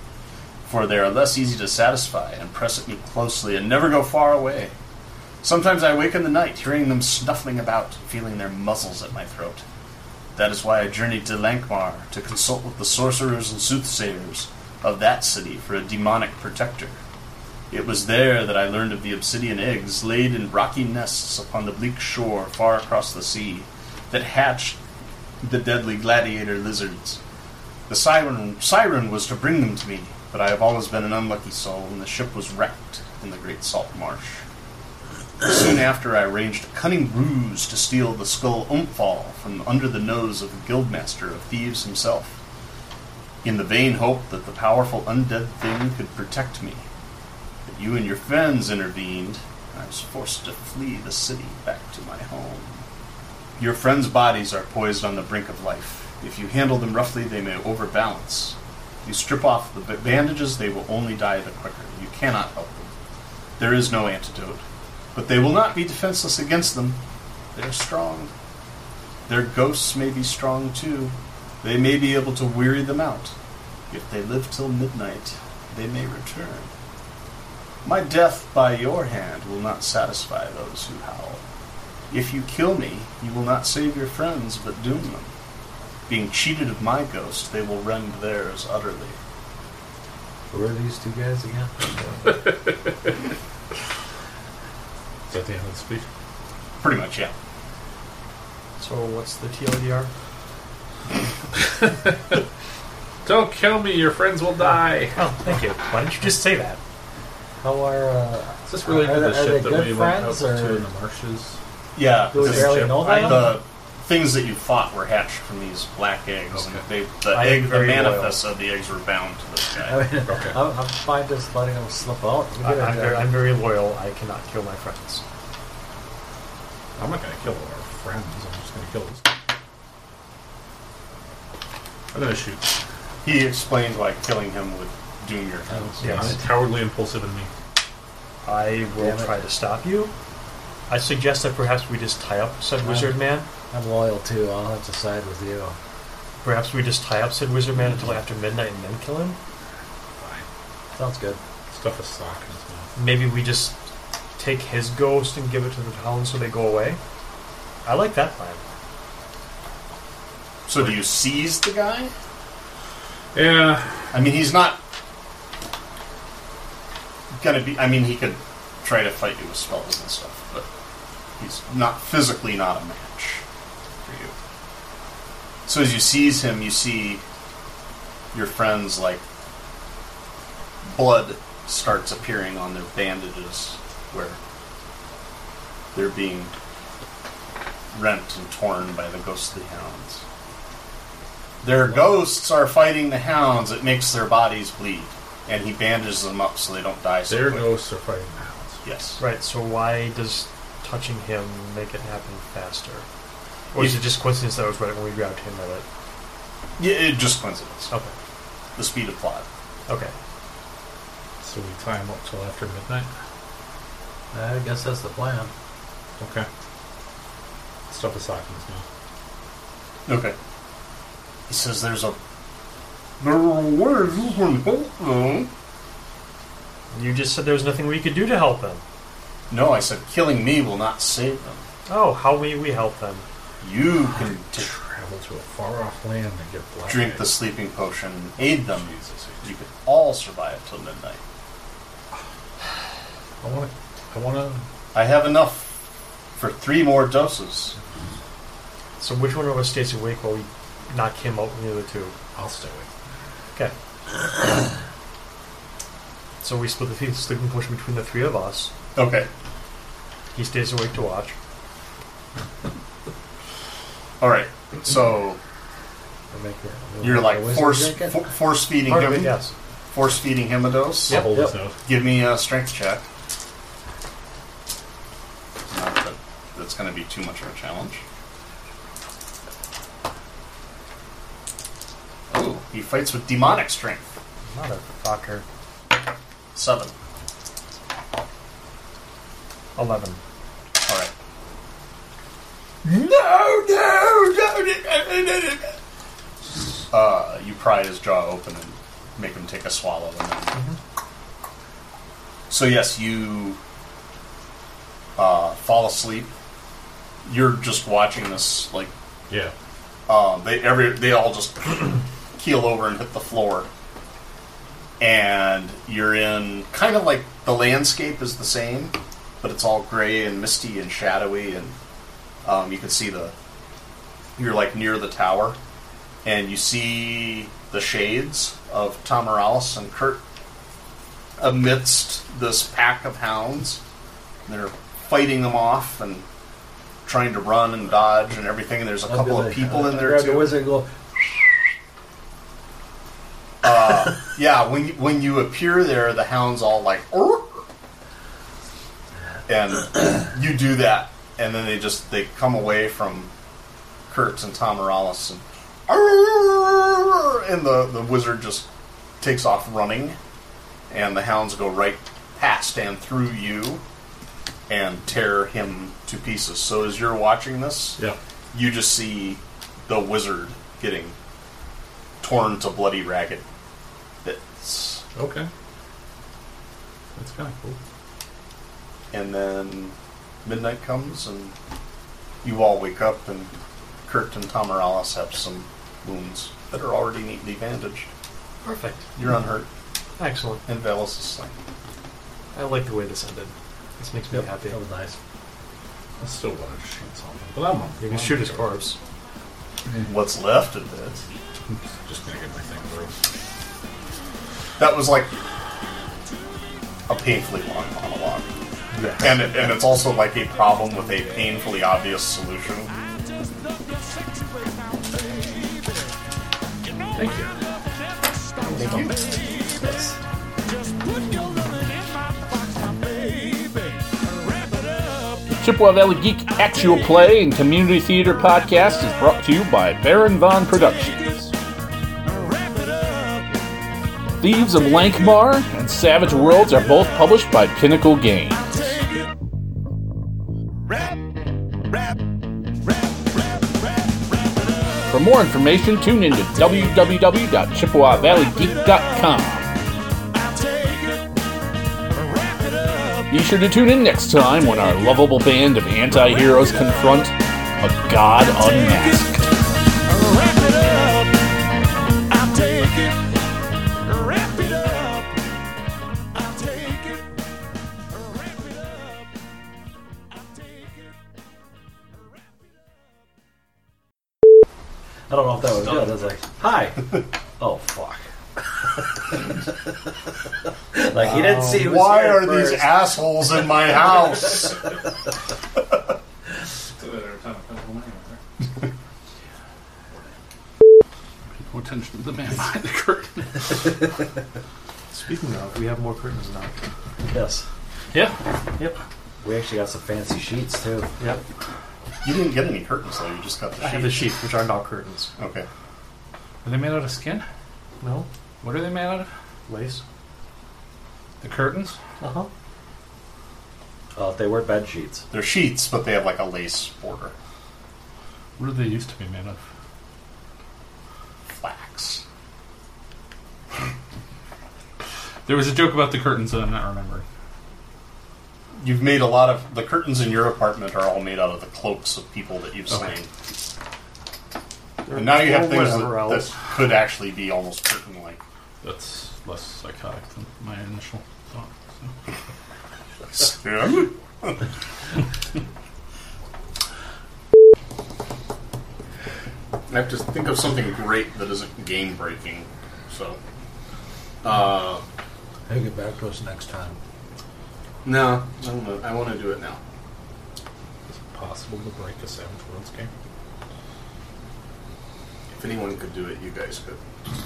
Speaker 3: for they are less easy to satisfy and press at me closely and never go far away. Sometimes I wake in the night, hearing them snuffling about, feeling their muzzles at my throat. That is why I journeyed to Lankmar to consult with the sorcerers and soothsayers of that city for a demonic protector. It was there that I learned of the obsidian eggs laid in rocky nests upon the bleak shore far across the sea that hatched the deadly gladiator lizards. The siren, siren was to bring them to me, but I have always been an unlucky soul, and the ship was wrecked in the great salt marsh. Soon after, I arranged a cunning ruse to steal the skull Umphal from under the nose of the guildmaster of thieves himself, in the vain hope that the powerful undead thing could protect me. But you and your friends intervened, and I was forced to flee the city back to my home. Your friends' bodies are poised on the brink of life. If you handle them roughly, they may overbalance. If you strip off the ba- bandages, they will only die the quicker. You cannot help them. There is no antidote. But they will not be defenseless against them. They are strong. Their ghosts may be strong too. They may be able to weary them out. If they live till midnight, they may return. My death by your hand will not satisfy those who howl. If you kill me, you will not save your friends, but doom them. Being cheated of my ghost, they will rend theirs utterly.
Speaker 5: Who are these two guys again?
Speaker 8: Is that the end of the speech?
Speaker 3: Pretty much, yeah.
Speaker 13: So what's the TLDR?
Speaker 8: Don't kill me, your friends will die.
Speaker 13: Oh, thank you. Why didn't you just say that?
Speaker 5: How are? Uh,
Speaker 8: Is this related
Speaker 5: are
Speaker 8: to
Speaker 5: they-
Speaker 8: the
Speaker 5: are
Speaker 8: ship
Speaker 5: they
Speaker 8: that
Speaker 5: good
Speaker 8: we went out
Speaker 5: friends,
Speaker 8: to
Speaker 5: or-
Speaker 8: in the marshes?
Speaker 3: Yeah,
Speaker 5: Do we
Speaker 3: this
Speaker 5: barely
Speaker 3: ship-
Speaker 5: know
Speaker 3: I-
Speaker 5: them?
Speaker 3: the things that you fought were hatched from these black eggs, and they, the,
Speaker 5: I am
Speaker 3: egg, the
Speaker 5: very loyal.
Speaker 3: manifests of the eggs were bound to this guy.
Speaker 5: I mean, I'm, I'm fine just letting them slip out. We
Speaker 13: I,
Speaker 5: get
Speaker 13: am
Speaker 5: into-
Speaker 13: very, I'm very loyal. I cannot kill my friends.
Speaker 8: I'm not going to kill all our friends. I'm just going to kill this. I'm going to shoot.
Speaker 3: He explained why killing him would doom your friends.
Speaker 13: Yes.
Speaker 8: Cowardly, impulsive in me.
Speaker 13: I will
Speaker 5: Damn it.
Speaker 13: try to stop you. I suggest that perhaps we just tie up said
Speaker 5: Wow.
Speaker 13: wizard man.
Speaker 5: I'm loyal too. I'll have to side with you.
Speaker 13: Perhaps we just tie up said wizard man until after midnight and then kill him.
Speaker 5: Sounds good.
Speaker 8: Stuff a sock in his mouth.
Speaker 13: Maybe we just take his ghost and give it to the hound so they go away. I like that plan.
Speaker 3: So do you seize the guy?
Speaker 8: Yeah.
Speaker 3: I mean, he's not gonna be. I mean, he could try to fight you with spells and stuff, but he's not physically not a match for you. So as you seize him, you see your friends like blood starts appearing on their bandages where they're being rent and torn by the ghostly hounds. Their ghosts are fighting the hounds. It makes their bodies bleed, and he bandages them up so they don't die. So
Speaker 8: Their
Speaker 3: quick.
Speaker 8: ghosts are fighting the hounds.
Speaker 3: Yes.
Speaker 13: Right, so why does touching him make it happen faster? Or is it just coincidence that I was right when we grabbed him at it?
Speaker 3: Yeah, it just coincidence.
Speaker 13: Okay.
Speaker 3: The speed of plot.
Speaker 13: Okay.
Speaker 8: So we tie him up till after midnight.
Speaker 5: I guess that's the plan.
Speaker 8: Okay. Stuff a sock in his mouth.
Speaker 3: Okay. He says there's a. There are words uh, you can help them.
Speaker 13: You just said there was nothing we could do to help him.
Speaker 3: No, I said killing me will not save them.
Speaker 13: Oh, how we we help them?
Speaker 3: You can t-
Speaker 5: travel to a far off land and get black.
Speaker 3: drink the sleeping potion, and aid them. You could all survive till midnight.
Speaker 5: I want to. I want to.
Speaker 3: I have enough for three more doses.
Speaker 13: So which one of us stays awake while we knock him out from the other two?
Speaker 5: I'll stay awake.
Speaker 13: Okay. so we split the sleeping potion between the three of us.
Speaker 3: Okay.
Speaker 13: He stays awake to watch.
Speaker 3: All right. So
Speaker 5: I make it.
Speaker 3: you're like
Speaker 5: I wasn't
Speaker 3: force
Speaker 5: drinking.
Speaker 3: for, force feeding
Speaker 13: Part of
Speaker 3: him.
Speaker 13: it, yes.
Speaker 3: Force feeding him a dose.
Speaker 8: I'll hold his
Speaker 5: Yep.
Speaker 8: nose.
Speaker 3: Give me a strength check. Not that that's going to be too much of a challenge. Oh, he fights with demonic strength.
Speaker 13: Motherfucker.
Speaker 3: Seven.
Speaker 13: Eleven.
Speaker 3: All right. No, no, no, no, no, no. Uh, you pry his jaw open and make him take a swallow. And then... So yes, you uh, fall asleep. You're just watching this, like
Speaker 8: Yeah.
Speaker 3: um, they every they all just keel over and hit the floor, and you're in kind of like the landscape is the same, but it's all gray and misty and shadowy, and um, you can see the you're like near the tower, and you see the shades of Tamaralis and Kurt amidst this pack of hounds. They're fighting them off and trying to run and dodge and everything. And there's a
Speaker 5: I'd be
Speaker 3: couple of
Speaker 5: like,
Speaker 3: people
Speaker 5: uh,
Speaker 3: in there
Speaker 5: grab The
Speaker 3: too.
Speaker 5: wizard and go.
Speaker 3: Uh, yeah, when you- when you appear there, the hounds all like, "Ork!" and you do that, and then they just they come away from Kurtz and Tomaralis, and "Arr!" and the the wizard just takes off running, and the hounds go right past and through you, and tear him to pieces. So as you're watching this,
Speaker 8: Yeah.
Speaker 3: you just see the wizard getting torn to bloody ragged bits.
Speaker 8: Okay. That's kind of cool.
Speaker 3: And then midnight comes, and you all wake up, and Kurt and Tamaralis have some wounds that are already neatly bandaged.
Speaker 13: Perfect.
Speaker 3: You're unhurt,
Speaker 13: Excellent.
Speaker 3: and Velis is like,
Speaker 13: I like the way this ended. This makes me
Speaker 5: Yep,
Speaker 13: happy.
Speaker 5: that was nice.
Speaker 8: I still want to shoot something, but I'm
Speaker 13: You can shoot his corpse.
Speaker 3: What's left of this?
Speaker 8: just gonna get my thing through.
Speaker 3: That was like a painfully long monologue. And, it, and it's also like a problem with a painfully obvious solution.
Speaker 8: Thank you.
Speaker 1: Chippewa Valley Geek Actual Play and Community Theater Podcast is brought to you by Baron Von Productions. Thieves of Lankmar and Savage Worlds are both published by Pinnacle Games. For more information, tune into www.chippewavalleygeek.com. Be sure to tune in next time when our lovable band of anti heroes confront a god unmasked.
Speaker 2: Wrap it up. I'll take it. Wrap it up. I'll take it. Wrap it up. I'll take it.
Speaker 5: I don't know if that was good. I was like, "Hi." oh fuck. like he didn't see. Who was
Speaker 3: Why
Speaker 5: here
Speaker 3: are
Speaker 5: first.
Speaker 3: these assholes in my house?
Speaker 8: No attention to the man behind the curtain.
Speaker 13: Speaking of, we have more curtains now.
Speaker 5: Yes.
Speaker 8: Yeah.
Speaker 13: Yep.
Speaker 5: We actually got some fancy sheets too.
Speaker 13: Yep.
Speaker 3: You didn't get any curtains though. You just got the
Speaker 13: I have
Speaker 3: sheet.
Speaker 13: the sheep, which are not curtains.
Speaker 3: Okay.
Speaker 8: Are they made out of skin?
Speaker 13: No?
Speaker 8: What are they made out of?
Speaker 13: Lace?
Speaker 8: The curtains?
Speaker 13: Uh huh.
Speaker 5: Uh, they were bed sheets.
Speaker 3: They're sheets, but they have like a lace border.
Speaker 8: What did they used to be made of?
Speaker 3: Flax.
Speaker 8: There was a joke about the curtains that I'm not remembering.
Speaker 3: you've made a lot of the curtains in your apartment are all made out of the cloaks of people that you've
Speaker 2: Okay.
Speaker 3: slain. And now you have
Speaker 8: Or
Speaker 3: things that,
Speaker 8: whatever else.
Speaker 3: that could actually be almost curtain like.
Speaker 8: That's less psychotic than my initial thought.
Speaker 3: Sam? I have to think of something great that isn't game breaking. So, uh,
Speaker 5: I'll get back to us next time.
Speaker 3: no, I don't know. I want to do it now.
Speaker 8: Is it possible to break a Savage Worlds game?
Speaker 3: If anyone could do it, you guys could.